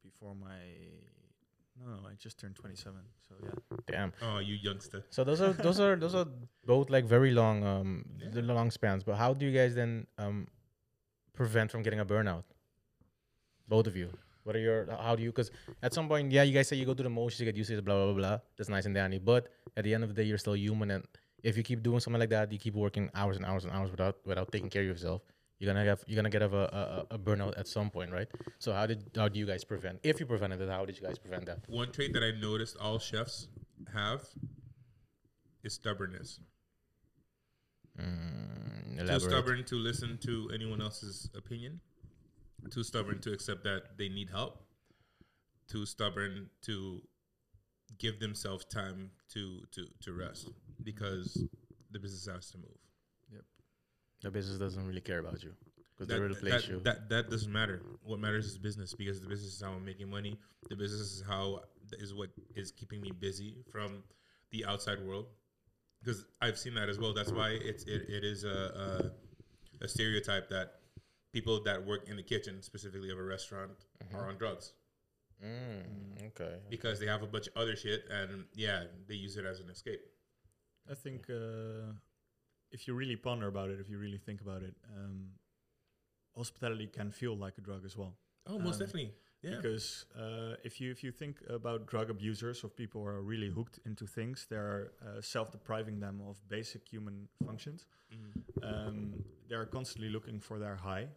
[SPEAKER 3] before my. No, no, I just turned 27. So yeah,
[SPEAKER 2] Damn.
[SPEAKER 1] Oh, you youngster.
[SPEAKER 2] So those are those are those are both like very long um
[SPEAKER 1] Yeah.
[SPEAKER 2] the long spans. But how do you guys then um prevent from getting a burnout? Both of you. What are your how do you? Because at some point, yeah, you guys say you go through the motions, you get used to it, blah blah blah. blah. That's nice and dandy. But at the end of the day, you're still human, and if you keep doing something like that, you keep working hours and hours and hours without without taking care of yourself. You're gonna have you're gonna get of a, a, a burnout at some point, right? So how did how do you guys prevent? If you prevented it, how did you guys prevent that?
[SPEAKER 1] One trait that I noticed all chefs have is stubbornness.
[SPEAKER 2] Mm,
[SPEAKER 1] Too
[SPEAKER 2] elaborate.
[SPEAKER 1] stubborn to listen to anyone else's opinion. Too stubborn to accept that they need help. Too stubborn to give themselves time to to to rest because the business has to move.
[SPEAKER 2] The business doesn't really care about you because they
[SPEAKER 1] that,
[SPEAKER 2] replace
[SPEAKER 1] that,
[SPEAKER 2] you.
[SPEAKER 1] That, that doesn't matter. What matters is business because the business is how I'm making money. The business is how is what is keeping me busy from the outside world. Because I've seen that as well. That's why it's it, it is a, a a stereotype that people that work in the kitchen, specifically of a restaurant,
[SPEAKER 2] Mm-hmm.
[SPEAKER 1] are on drugs
[SPEAKER 2] mm, okay.
[SPEAKER 1] because they have a bunch of other shit and yeah, they use it as an escape.
[SPEAKER 3] I think uh, if you really ponder about it, if you really think about it, um, hospitality can feel like a drug as well.
[SPEAKER 1] Oh, most
[SPEAKER 3] Um,
[SPEAKER 1] definitely. Yeah.
[SPEAKER 3] Because uh, if you if you think about drug abusers or people who are really hooked into things, they're uh, self depriving them of basic human functions.
[SPEAKER 1] Mhm.
[SPEAKER 3] Um, they're constantly looking for their high,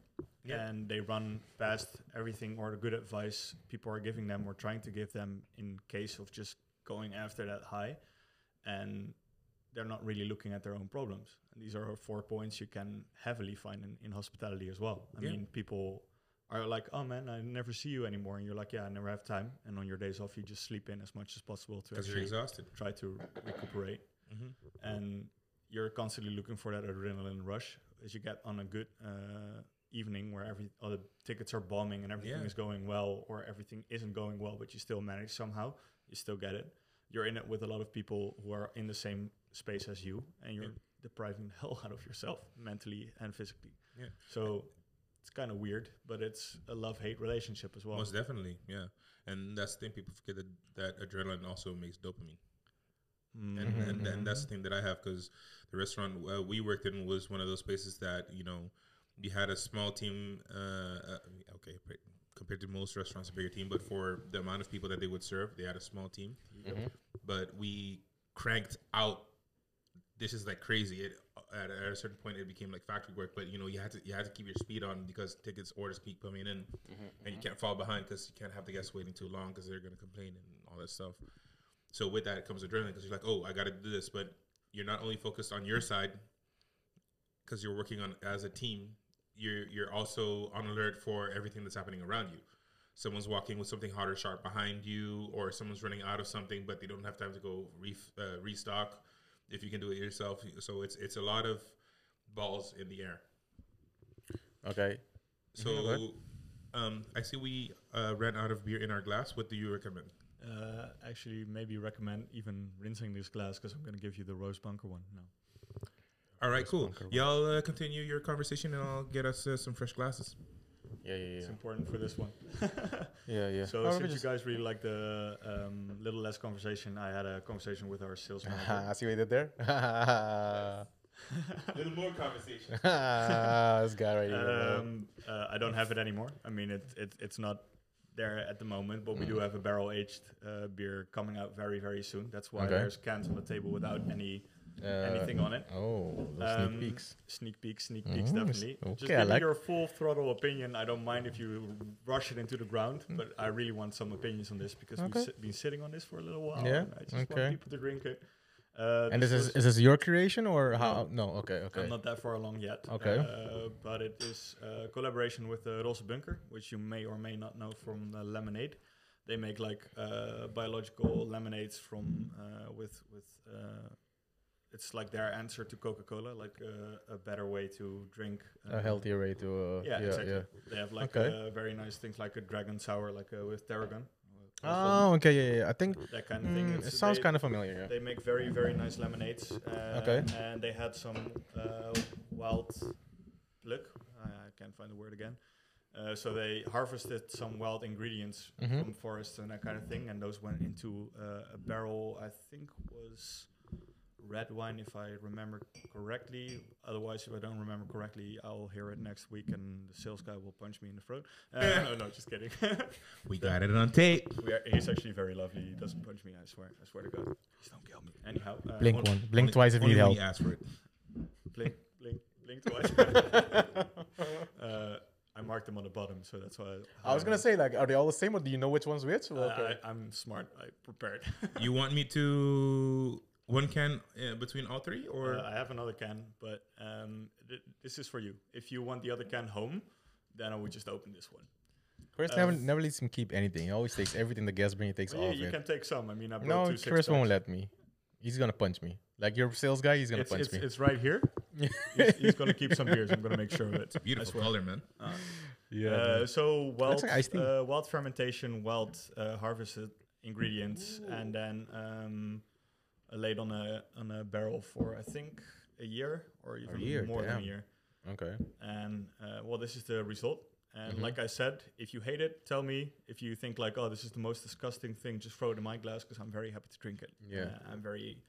[SPEAKER 1] Yeah.
[SPEAKER 3] and they run past everything or the good advice people are giving them or trying to give them in case of just going after that high, and they're not really looking at their own problems. And these are four points you can heavily find in, in hospitality as well. I
[SPEAKER 1] Yeah.
[SPEAKER 3] mean, people are like, oh man, I never see you anymore. And you're like, yeah, I never have time. And on your days off, you just sleep in as much as possible to
[SPEAKER 1] Because you're
[SPEAKER 3] actually
[SPEAKER 1] exhausted.
[SPEAKER 3] try to recuperate.
[SPEAKER 1] Mm-hmm.
[SPEAKER 3] And you're constantly looking for that adrenaline rush as you get on a good uh, evening where every other tickets are bombing and everything
[SPEAKER 1] Yeah.
[SPEAKER 3] is going well, or everything isn't going well, but you still manage somehow. You still get it. You're in it with a lot of people who are in the same space as you, and you're depriving the hell out of yourself mentally and physically.
[SPEAKER 1] Yeah.
[SPEAKER 3] So it's kind of weird, but it's a love hate relationship as well.
[SPEAKER 1] Most definitely, yeah. And that's the thing people forget that, that adrenaline also makes dopamine.
[SPEAKER 3] Mm-hmm,
[SPEAKER 1] and and, and that's the thing that I have because the restaurant uh, we worked in was one of those places that you know you had a small team. Uh, uh, okay, but compared to most restaurants, a bigger team, but for the amount of people that they would serve, they had a small team. But we cranked out dishes like crazy. It at, a- at a certain point it became like factory work, but you know you had to you had to keep your speed on because tickets orders keep coming in, and you can't fall behind because you can't have the guests waiting too long because they're gonna complain and all that stuff. So with that comes adrenaline because you're like, oh, I got to do this, but you're not only focused on your side because you're working on as a team. You're you're also on alert for everything that's happening around you. Someone's walking with something hot or sharp behind you, or someone's running out of something, but they don't have time to go re- uh, restock. If you can do it yourself, so it's it's a lot of balls in the air.
[SPEAKER 2] Okay.
[SPEAKER 1] So, um, I see we uh, ran out of beer in our glass. What do you recommend?
[SPEAKER 3] Uh, actually, maybe recommend even rinsing this glass because I'm going to give you the rose bunker one now.
[SPEAKER 1] All right, cool. Y'all uh, continue your conversation, and I'll get us uh, some fresh glasses.
[SPEAKER 2] Yeah, yeah, yeah.
[SPEAKER 3] It's important for this one.
[SPEAKER 2] Yeah, yeah.
[SPEAKER 3] So
[SPEAKER 2] Or we
[SPEAKER 3] since
[SPEAKER 2] just-
[SPEAKER 3] you guys really like the um, little less conversation, I had a conversation with our sales manager.
[SPEAKER 2] I see what you did there.
[SPEAKER 1] A little more conversation.
[SPEAKER 2] this guy right here.
[SPEAKER 3] Um, uh, I don't have it anymore. I mean, it, it it's not there at the moment, but we
[SPEAKER 2] Mm.
[SPEAKER 3] do have a barrel aged uh, beer coming out very very soon. That's why
[SPEAKER 2] Okay. Uh,
[SPEAKER 3] there's cans on the table without any anything on it.
[SPEAKER 2] Oh, those
[SPEAKER 3] Um,
[SPEAKER 2] sneak peeks.
[SPEAKER 3] Sneak peeks, sneak peeks,
[SPEAKER 2] Mm, s-
[SPEAKER 3] definitely.
[SPEAKER 2] okay,
[SPEAKER 3] Just
[SPEAKER 2] I
[SPEAKER 3] give me
[SPEAKER 2] like-
[SPEAKER 3] your full throttle opinion. I don't mind if you rush it into the ground, but I really want some opinions on this because
[SPEAKER 2] Hmm. Okay.
[SPEAKER 3] we've si- been sitting on this for a little while.
[SPEAKER 2] Yeah,
[SPEAKER 3] and I just
[SPEAKER 2] okay.
[SPEAKER 3] want people to drink it. Uh,
[SPEAKER 2] And this is
[SPEAKER 3] was-
[SPEAKER 2] is this your creation or how? No, okay, okay.
[SPEAKER 3] I'm not that far along yet.
[SPEAKER 2] Okay.
[SPEAKER 3] Uh, but it is a collaboration with the Rosse Bunker, which you may or may not know from the lemonade. They make like uh, biological lemonades from uh, with with. Uh, it's like their answer to Coca-Cola, like uh, a better way to drink. uh,
[SPEAKER 2] a healthier way to. Uh,
[SPEAKER 3] Yeah, exactly. They have like
[SPEAKER 2] Okay.
[SPEAKER 3] uh, very nice things like a dragon sour, like uh, with tarragon.
[SPEAKER 2] Oh, okay, yeah, yeah, yeah. I think
[SPEAKER 3] that kind of thing.
[SPEAKER 2] mm, it
[SPEAKER 3] It's-
[SPEAKER 2] sounds
[SPEAKER 3] they-
[SPEAKER 2] kind of familiar. Yeah.
[SPEAKER 3] they make very very nice lemonades. Uh,
[SPEAKER 2] Okay.
[SPEAKER 3] And they had some uh, wild pluck. I, I can't find the word again. Uh, so they harvested some wild ingredients
[SPEAKER 2] Mhm.
[SPEAKER 3] from forests and that kind of thing, and those went into uh, a barrel. I think was red wine, if I remember correctly. Otherwise, if I don't remember correctly, I'll hear it next week, and the sales guy will punch me in the throat. Uh, no, no, just kidding.
[SPEAKER 1] We got it on tape.
[SPEAKER 3] we are, he's actually very lovely. He doesn't punch me. I swear. I swear to God. Please don't kill me. Anyhow, uh,
[SPEAKER 2] Blink
[SPEAKER 3] on-
[SPEAKER 2] one, blink
[SPEAKER 1] Only-
[SPEAKER 2] twice if you need
[SPEAKER 1] only
[SPEAKER 2] help.
[SPEAKER 1] when you ask for it.
[SPEAKER 3] blink, blink, blink twice. uh, I marked them on the bottom, so that's why.
[SPEAKER 2] I was gonna say like, are they all the same, or do you know which one's which?
[SPEAKER 3] Uh,
[SPEAKER 2] okay.
[SPEAKER 3] I, I'm smart. I prepared.
[SPEAKER 1] You want me to one can uh, between all three, or
[SPEAKER 3] Uh, I have another can, but um, th- this is for you. If you want the other can home, then I would just open this one.
[SPEAKER 2] Chris never never lets him keep anything. He always takes everything the guest brings. He takes
[SPEAKER 3] But
[SPEAKER 2] all
[SPEAKER 3] Uh, yeah,
[SPEAKER 2] of
[SPEAKER 3] you
[SPEAKER 2] it.
[SPEAKER 3] can take some. I mean, I brought
[SPEAKER 2] No,
[SPEAKER 3] two six
[SPEAKER 2] Chris won't
[SPEAKER 3] packs.
[SPEAKER 2] let me. He's gonna punch me. Like your sales guy, he's gonna
[SPEAKER 3] It's,
[SPEAKER 2] punch
[SPEAKER 3] it's,
[SPEAKER 2] me.
[SPEAKER 3] it's right here. he's, he's gonna keep some beers. I'm gonna make sure of it.
[SPEAKER 1] beautiful color, man?
[SPEAKER 3] Uh, so wild,
[SPEAKER 2] like iced tea.
[SPEAKER 3] uh, wild fermentation, wild uh, harvested ingredients, and then um, laid on a on a barrel for I think a year or even
[SPEAKER 2] year,
[SPEAKER 3] more than
[SPEAKER 2] damn.
[SPEAKER 3] a year.
[SPEAKER 2] okay.
[SPEAKER 3] And uh, well, this is the result. And
[SPEAKER 2] Mm-hmm.
[SPEAKER 3] like I said, if you hate it, tell me. If you think like, oh, this is the most disgusting thing, just throw it in my glass because I'm very happy to drink it.
[SPEAKER 2] Yeah.
[SPEAKER 3] Uh, I'm very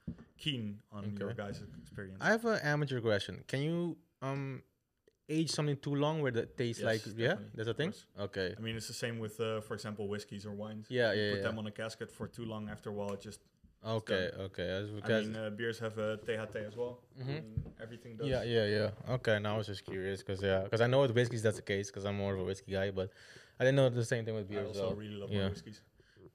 [SPEAKER 3] keen on your guys' experience.
[SPEAKER 2] I have an amateur question. Can you um age something too long where the taste
[SPEAKER 3] Yes,
[SPEAKER 2] like yeah?
[SPEAKER 3] definitely,
[SPEAKER 2] That's a
[SPEAKER 3] of
[SPEAKER 2] thing.
[SPEAKER 3] course.
[SPEAKER 2] Okay.
[SPEAKER 3] I mean, it's the same with, uh, for example, whiskeys or wines.
[SPEAKER 2] Yeah,
[SPEAKER 3] You
[SPEAKER 2] yeah,
[SPEAKER 3] put
[SPEAKER 2] yeah.
[SPEAKER 3] them on a casket for too long. After a while, it just
[SPEAKER 2] Okay. Okay. That's
[SPEAKER 3] I
[SPEAKER 2] because Mm-hmm.
[SPEAKER 3] mean, uh, beers have a THT as well. Mm, Everything does.
[SPEAKER 2] yeah, yeah, yeah. Okay. Now I was just curious because yeah, because I know with whiskeys that's the case because I'm more of a whiskey guy, but I didn't know the same thing with
[SPEAKER 3] I
[SPEAKER 2] beer.
[SPEAKER 3] also
[SPEAKER 2] So.
[SPEAKER 3] really love
[SPEAKER 2] yeah.
[SPEAKER 3] my whiskeys.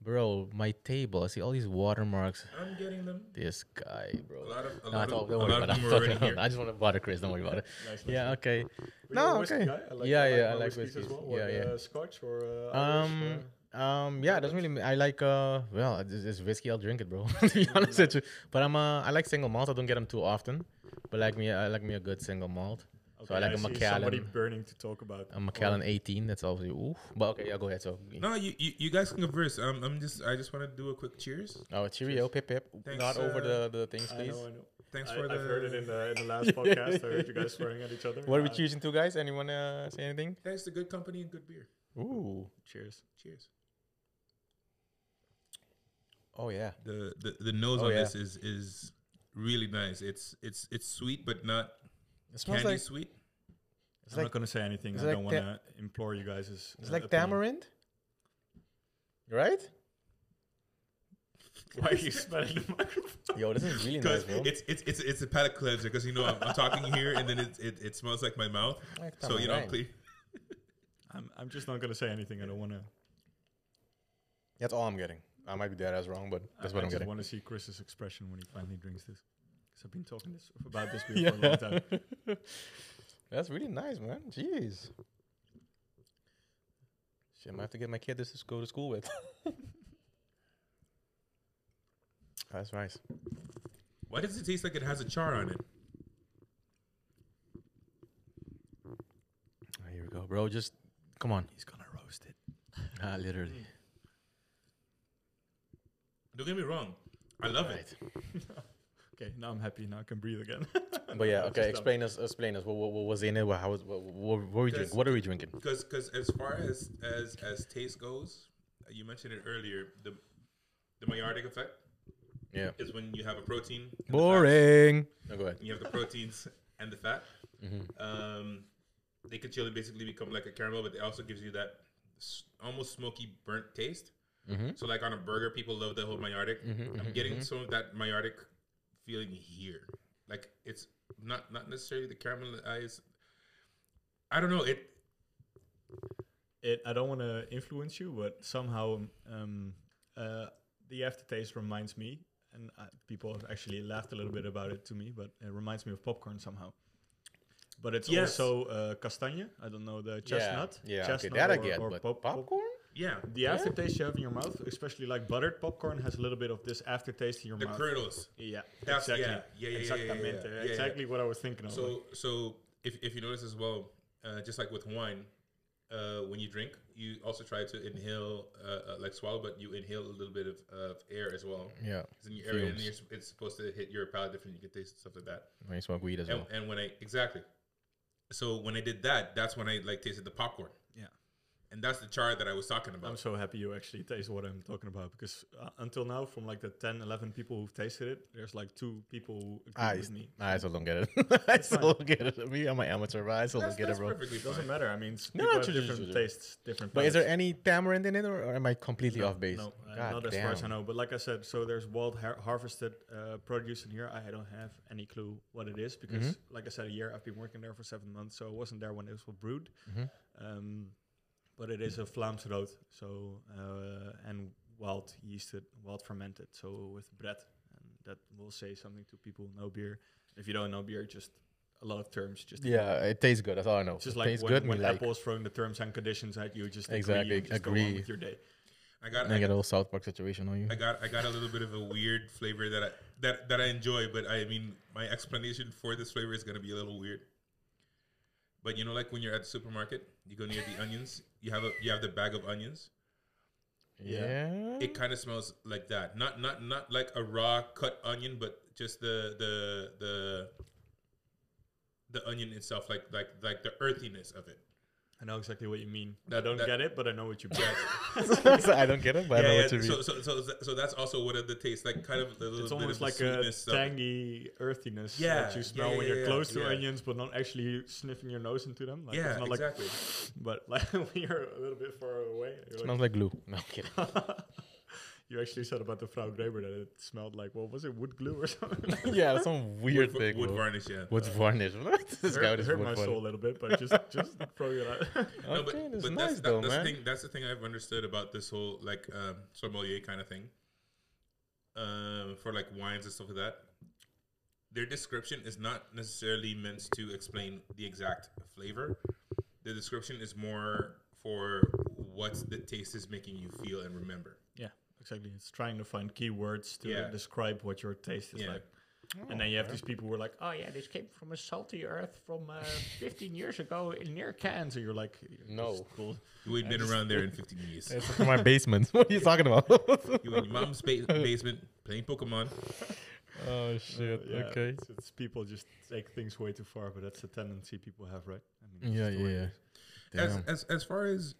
[SPEAKER 2] Bro, my table. I see all these watermarks.
[SPEAKER 1] I'm getting them.
[SPEAKER 2] This guy, bro.
[SPEAKER 1] A lot of a
[SPEAKER 2] No,
[SPEAKER 1] lot
[SPEAKER 2] it's all-
[SPEAKER 1] of, a
[SPEAKER 2] don't worry
[SPEAKER 1] lot of
[SPEAKER 2] about
[SPEAKER 1] them
[SPEAKER 2] it.
[SPEAKER 1] were already here.
[SPEAKER 2] I just want to bother Chris. Don't worry about it.
[SPEAKER 3] Nice, nice.
[SPEAKER 2] Yeah. Okay.
[SPEAKER 3] But
[SPEAKER 2] No,
[SPEAKER 3] you're a whiskey
[SPEAKER 2] okay.
[SPEAKER 3] guy? I like,
[SPEAKER 2] Yeah,
[SPEAKER 3] I like
[SPEAKER 2] yeah, I
[SPEAKER 3] my
[SPEAKER 2] like
[SPEAKER 3] whiskeys, as
[SPEAKER 2] whiskeys.
[SPEAKER 3] well. What,
[SPEAKER 2] Yeah, yeah.
[SPEAKER 3] Uh, Scotch or uh, Irish
[SPEAKER 2] Um,
[SPEAKER 3] or-
[SPEAKER 2] um, yeah, it doesn't really. ma- I like uh, well, it's, it's whiskey. I'll drink it, bro. to be honest with you, but I'm uh, I like single malt. I don't get them too often, but like me, I like me a good single malt. so I
[SPEAKER 3] Okay,
[SPEAKER 2] like a
[SPEAKER 3] see Somebody
[SPEAKER 2] Macallan,
[SPEAKER 3] burning to talk about.
[SPEAKER 2] a Macallan 18. That's obviously ooh. But okay, yeah, go ahead. So
[SPEAKER 1] No, you, you you guys can converse. Um, I'm just I just want to do a quick cheers.
[SPEAKER 2] oh, cheerio, pip pip.
[SPEAKER 1] Thanks,
[SPEAKER 2] Not over
[SPEAKER 1] uh,
[SPEAKER 2] the the things,
[SPEAKER 3] I
[SPEAKER 2] please.
[SPEAKER 3] know, I know.
[SPEAKER 1] Thanks
[SPEAKER 3] I,
[SPEAKER 1] for the.
[SPEAKER 3] I've heard it in the in the last podcast. I heard you guys swearing at each other.
[SPEAKER 2] What are we
[SPEAKER 3] Uh,
[SPEAKER 2] choosing to, guys? Anyone uh, say anything?
[SPEAKER 1] Thanks to good company and good beer.
[SPEAKER 2] Ooh.
[SPEAKER 3] Cheers.
[SPEAKER 1] Cheers.
[SPEAKER 2] Oh yeah.
[SPEAKER 1] The the, the nose
[SPEAKER 2] Oh,
[SPEAKER 1] on
[SPEAKER 2] yeah.
[SPEAKER 1] this is is really nice. It's it's it's sweet, but not
[SPEAKER 2] It smells
[SPEAKER 1] candy
[SPEAKER 2] like
[SPEAKER 1] sweet.
[SPEAKER 2] it's
[SPEAKER 3] I'm
[SPEAKER 2] like
[SPEAKER 3] not gonna say anything.
[SPEAKER 2] it's
[SPEAKER 3] I
[SPEAKER 2] like
[SPEAKER 3] don't want
[SPEAKER 2] ta-
[SPEAKER 3] to implore you guys. uh,
[SPEAKER 2] it's like tamarind. Right?
[SPEAKER 3] Why are you smelling the microphone?
[SPEAKER 2] Yo, this is really nice,
[SPEAKER 1] Because
[SPEAKER 2] bro.
[SPEAKER 1] it's, it's it's it's a palate cleanser. Because you know I'm, I'm talking here, and then it, it it smells like my mouth.
[SPEAKER 2] Like
[SPEAKER 1] So you know,
[SPEAKER 2] tamarind.
[SPEAKER 1] please.
[SPEAKER 3] I'm I'm just not gonna say anything. I don't want to.
[SPEAKER 2] That's all I'm getting. I might be dead as wrong, but that's
[SPEAKER 3] I
[SPEAKER 2] what I'm
[SPEAKER 3] just
[SPEAKER 2] getting.
[SPEAKER 3] want to see Chris's expression when he finally drinks this. Because I've been talking this about this beer for a long time.
[SPEAKER 2] That's really nice, man. Jeez. Shit, I might have to get my kid this to go to school with. That's nice.
[SPEAKER 1] Why does it taste like it has a char on it?
[SPEAKER 2] Ah, here we go, bro. Just come on.
[SPEAKER 3] He's gonna roast it.
[SPEAKER 2] Ah, literally.
[SPEAKER 1] Don't get me wrong, I love it.
[SPEAKER 2] Right.
[SPEAKER 3] Okay, now I'm happy. Now I can breathe again.
[SPEAKER 2] But yeah,
[SPEAKER 3] Just
[SPEAKER 2] okay.
[SPEAKER 3] stop.
[SPEAKER 2] Explain us. Explain us. What, what, what was in it? What, how was? What, what, what were we
[SPEAKER 1] Because-
[SPEAKER 2] drinking? What are we drinking?
[SPEAKER 1] Because because as far as as as taste goes, uh, you mentioned it earlier. The the Maillardic effect
[SPEAKER 2] Yeah.
[SPEAKER 1] is when you have a protein. and the fat.
[SPEAKER 2] Boring. No, go ahead.
[SPEAKER 1] You have the proteins and the fat. Um, they could chill and basically become like a caramel, but it also gives you that s- almost smoky burnt taste. So like on a burger, people love the whole Maillardic. I'm getting some of that Maillardic feeling here. Like it's not not necessarily the caramelized. I don't know it.
[SPEAKER 3] it I don't want to influence you, but somehow um, uh, the aftertaste reminds me, and I, people have actually laughed a little bit about it to me, but it reminds me of popcorn somehow. But it's
[SPEAKER 1] Yes.
[SPEAKER 3] also uh, castagne. I don't know the chestnut.
[SPEAKER 2] Yeah. yeah okay,
[SPEAKER 3] chestnut
[SPEAKER 2] that I
[SPEAKER 3] or-
[SPEAKER 2] get.
[SPEAKER 3] or
[SPEAKER 2] But
[SPEAKER 3] pop- pop-
[SPEAKER 2] popcorn.
[SPEAKER 1] Yeah,
[SPEAKER 3] the aftertaste you have in your mouth, especially like buttered popcorn, has a little bit of this aftertaste in your
[SPEAKER 1] the
[SPEAKER 3] mouth.
[SPEAKER 1] kernels.
[SPEAKER 3] Yeah,
[SPEAKER 1] That's-
[SPEAKER 3] exactly.
[SPEAKER 1] yeah, yeah, yeah, yeah, yeah, yeah,
[SPEAKER 3] Exactamente.
[SPEAKER 1] yeah, yeah.
[SPEAKER 3] Exactly what I was thinking of.
[SPEAKER 1] So so if, if you notice as well, uh, just like with wine, uh, when you drink, you also try to inhale, uh, uh, like swallow, but you inhale a little bit of, of air as well.
[SPEAKER 2] Yeah.
[SPEAKER 1] It's in your area, and
[SPEAKER 2] Fumes.
[SPEAKER 1] you're, s- it's supposed to hit your palate different. You can taste stuff like that.
[SPEAKER 2] When you smoke weed as
[SPEAKER 1] And,
[SPEAKER 2] well.
[SPEAKER 1] and when I exactly, so when I did that, that's when I like tasted the popcorn,
[SPEAKER 3] yeah.
[SPEAKER 1] and that's the char that I was talking about.
[SPEAKER 3] I'm so happy you actually taste what I'm talking about because uh, until now, from like the 10, 11 people who've tasted it, there's like two people who agree
[SPEAKER 2] I,
[SPEAKER 3] with me.
[SPEAKER 2] I still don't get it. I still don't get it. Me, I'm an amateur, but I still
[SPEAKER 1] that's
[SPEAKER 2] don't get
[SPEAKER 1] that's
[SPEAKER 2] it, bro.
[SPEAKER 1] perfectly
[SPEAKER 3] It doesn't
[SPEAKER 1] fine.
[SPEAKER 3] matter. I mean, s-
[SPEAKER 2] No,
[SPEAKER 3] people
[SPEAKER 2] no,
[SPEAKER 3] have
[SPEAKER 2] true, true,
[SPEAKER 3] different
[SPEAKER 2] true, true.
[SPEAKER 3] tastes, different.
[SPEAKER 2] But is there
[SPEAKER 3] palates.
[SPEAKER 2] any tamarind in it, or, or am I completely off base?
[SPEAKER 3] No, uh,
[SPEAKER 2] God
[SPEAKER 3] not as far as I
[SPEAKER 2] damn.
[SPEAKER 3] know. But like I said, so there's wild har- harvested uh, produce in here. I don't have any clue what it is because,
[SPEAKER 2] Mm-hmm.
[SPEAKER 3] like I said, a year I've been working there for seven months, so I wasn't there when it was brewed.
[SPEAKER 2] Mm-hmm.
[SPEAKER 3] Um, but it is a Vlaamsrood, so uh, and wild yeasted, wild fermented, so with bread, and that will say something to people. No beer. If you don't know beer, just a lot of terms. Just
[SPEAKER 2] Yeah, it tastes good. That's all I know.
[SPEAKER 3] It's just
[SPEAKER 2] It
[SPEAKER 3] like
[SPEAKER 2] tastes
[SPEAKER 3] when,
[SPEAKER 2] good.
[SPEAKER 3] when
[SPEAKER 2] me like,
[SPEAKER 3] Apple's throwing the terms and conditions at you, just agree,
[SPEAKER 2] Exactly,
[SPEAKER 3] and just go on
[SPEAKER 2] agree.
[SPEAKER 3] with your day.
[SPEAKER 1] I got
[SPEAKER 2] I
[SPEAKER 1] I,
[SPEAKER 2] get a little South Park situation on you.
[SPEAKER 1] I got I got a little bit of a weird flavor that I that that I enjoy, but I mean my explanation for this flavor is gonna be a little weird. But you know, like when you're at the supermarket, you go near the onions. You have a you have the bag of onions.
[SPEAKER 2] yeah.
[SPEAKER 1] It kind of smells like that. Not not not like a raw cut onion, but just the the the the onion itself, like like like the earthiness of it.
[SPEAKER 3] I know exactly what you mean. I
[SPEAKER 1] That-
[SPEAKER 3] don't
[SPEAKER 1] that-
[SPEAKER 3] get it, but I know what you mean.
[SPEAKER 2] So I don't get it, but I know
[SPEAKER 1] yeah,
[SPEAKER 2] what you
[SPEAKER 1] yeah.
[SPEAKER 2] mean.
[SPEAKER 1] So, so so so that's also what the taste like, kind of a little
[SPEAKER 3] it's
[SPEAKER 1] bit
[SPEAKER 3] almost
[SPEAKER 1] of
[SPEAKER 3] like a
[SPEAKER 1] sweetness of it.
[SPEAKER 3] tangy earthiness
[SPEAKER 1] Yeah,
[SPEAKER 3] that you
[SPEAKER 1] yeah,
[SPEAKER 3] smell when
[SPEAKER 1] yeah,
[SPEAKER 3] you're
[SPEAKER 1] yeah,
[SPEAKER 3] close to
[SPEAKER 1] yeah.
[SPEAKER 3] onions, but not actually sniffing your nose into them. Like,
[SPEAKER 1] Yeah,
[SPEAKER 3] it's not
[SPEAKER 1] exactly.
[SPEAKER 3] Like, but like when you're a little bit far away, you're like,
[SPEAKER 2] Smells like glue. No, I'm kidding.
[SPEAKER 3] you actually said about the Frau Graber that it smelled like what was it, wood glue or something?
[SPEAKER 2] yeah, that's some weird
[SPEAKER 1] wood,
[SPEAKER 2] thing.
[SPEAKER 1] wood
[SPEAKER 2] bro.
[SPEAKER 1] varnish, yeah.
[SPEAKER 2] What's varnish? What? this guy
[SPEAKER 3] hurt
[SPEAKER 2] with his
[SPEAKER 3] hurt
[SPEAKER 2] wood
[SPEAKER 3] my
[SPEAKER 2] varnish.
[SPEAKER 3] soul a little bit, but just just throw it out.
[SPEAKER 1] No,
[SPEAKER 2] Okay,
[SPEAKER 1] but,
[SPEAKER 2] that's
[SPEAKER 1] but
[SPEAKER 2] nice
[SPEAKER 1] that's,
[SPEAKER 2] though,
[SPEAKER 1] that's
[SPEAKER 2] man.
[SPEAKER 1] the thing. That's the thing I've understood about this whole like um, sommelier kind of thing. Um, for like wines and stuff like that, their description is not necessarily meant to explain the exact flavor. The description is more for what the taste is making you feel and remember.
[SPEAKER 3] yeah, exactly. It's trying to find keywords to
[SPEAKER 1] Yeah.
[SPEAKER 3] describe what your taste is
[SPEAKER 1] Yeah.
[SPEAKER 3] like. and then you have these people who are like, oh yeah, this came from a salty earth from uh, 15 years ago in near Cairns. And you're like,
[SPEAKER 2] No.
[SPEAKER 3] "This bull-
[SPEAKER 1] You ain't been around there in 15 years.
[SPEAKER 2] It's from my basement. what are you talking about?
[SPEAKER 1] You in your mom's ba- basement playing Pokemon.
[SPEAKER 2] oh shit.
[SPEAKER 3] Yeah,
[SPEAKER 2] Okay.
[SPEAKER 3] It's, it's people just take things way too far, but that's the tendency people have, right? I mean, it's just
[SPEAKER 2] Yeah,
[SPEAKER 3] the
[SPEAKER 2] yeah,
[SPEAKER 3] way it
[SPEAKER 2] yeah.
[SPEAKER 3] is.
[SPEAKER 1] As,
[SPEAKER 2] Damn.
[SPEAKER 1] as as far as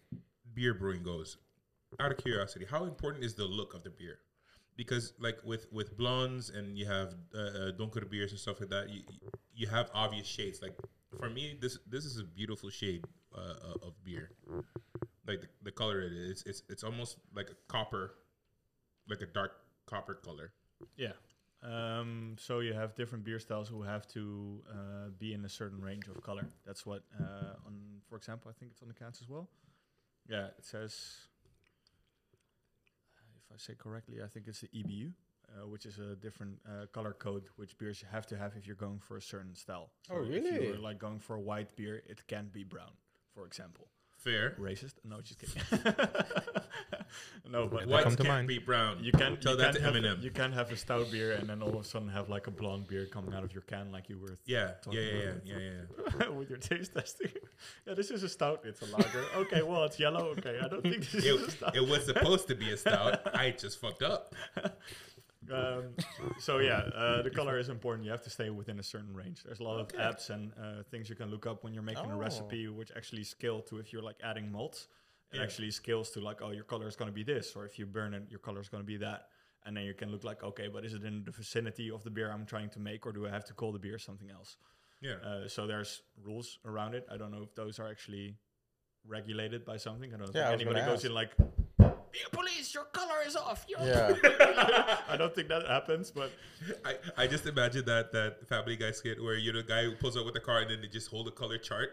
[SPEAKER 1] beer brewing goes, out of curiosity, how important is the look of the beer? because like with with blondes and you have uh, uh, donker beers and stuff like that, you you have obvious shades. Like for me, this this is a beautiful shade uh, uh, of beer. Like the, the color it is, it's it's almost like a copper, like a dark copper color.
[SPEAKER 3] Yeah. Um, so you have different beer styles who have to uh, be in a certain range of color. That's what uh, on, for example, I think it's on the cans as well. Yeah, it says. uh, If I say correctly, I think it's the EBU, uh, which is a different uh, color code which beers you have to have if you're going for a certain style.
[SPEAKER 2] Oh,
[SPEAKER 3] If
[SPEAKER 2] really?
[SPEAKER 3] you're like going for a white beer, it can be brown, for example.
[SPEAKER 1] Fair.
[SPEAKER 3] Racist? No, just kidding. no, but
[SPEAKER 2] White
[SPEAKER 1] White
[SPEAKER 2] come
[SPEAKER 1] can't
[SPEAKER 2] to mind.
[SPEAKER 1] be brown.
[SPEAKER 3] you can
[SPEAKER 1] tell
[SPEAKER 3] you
[SPEAKER 1] that
[SPEAKER 3] can
[SPEAKER 1] to
[SPEAKER 3] have
[SPEAKER 1] Eminem.
[SPEAKER 3] A, you can have a stout beer and then all of a sudden have like a blonde beer coming out of your can, like you were
[SPEAKER 1] yeah, yeah,
[SPEAKER 3] Talking
[SPEAKER 1] yeah, yeah,
[SPEAKER 3] about
[SPEAKER 1] yeah, yeah.
[SPEAKER 3] with your taste testing. yeah, this is a stout. It's a lager. okay, well, it's yellow. Okay, I don't think this is a stout.
[SPEAKER 1] It, it was supposed to be a stout. I just fucked up.
[SPEAKER 3] Um, so yeah, uh, the color is important. You have to stay within a certain range. There's a lot
[SPEAKER 1] Okay.
[SPEAKER 3] of apps and uh, things you can look up when you're making a
[SPEAKER 2] Oh.
[SPEAKER 3] recipe, which actually scale to if you're like adding malts. It
[SPEAKER 1] Yeah.
[SPEAKER 3] actually scales to like, oh, your color is going to be this, or if you burn it, your color is going to be that. And then you can look like, okay, but is it in the vicinity of the beer I'm trying to make, or do I have to call the beer something else?
[SPEAKER 1] Yeah.
[SPEAKER 3] Uh, so there's rules around it. I don't know if those are actually regulated by something. I don't
[SPEAKER 2] Yeah, I was
[SPEAKER 3] think anybody
[SPEAKER 2] gonna
[SPEAKER 3] goes
[SPEAKER 2] ask.
[SPEAKER 3] in like, beer police, your color is off. You're
[SPEAKER 2] Yeah.
[SPEAKER 3] I don't think that happens, but
[SPEAKER 1] I, I just imagine that that Family Guy skit where you know the guy who pulls up with the car and then they just hold a color chart.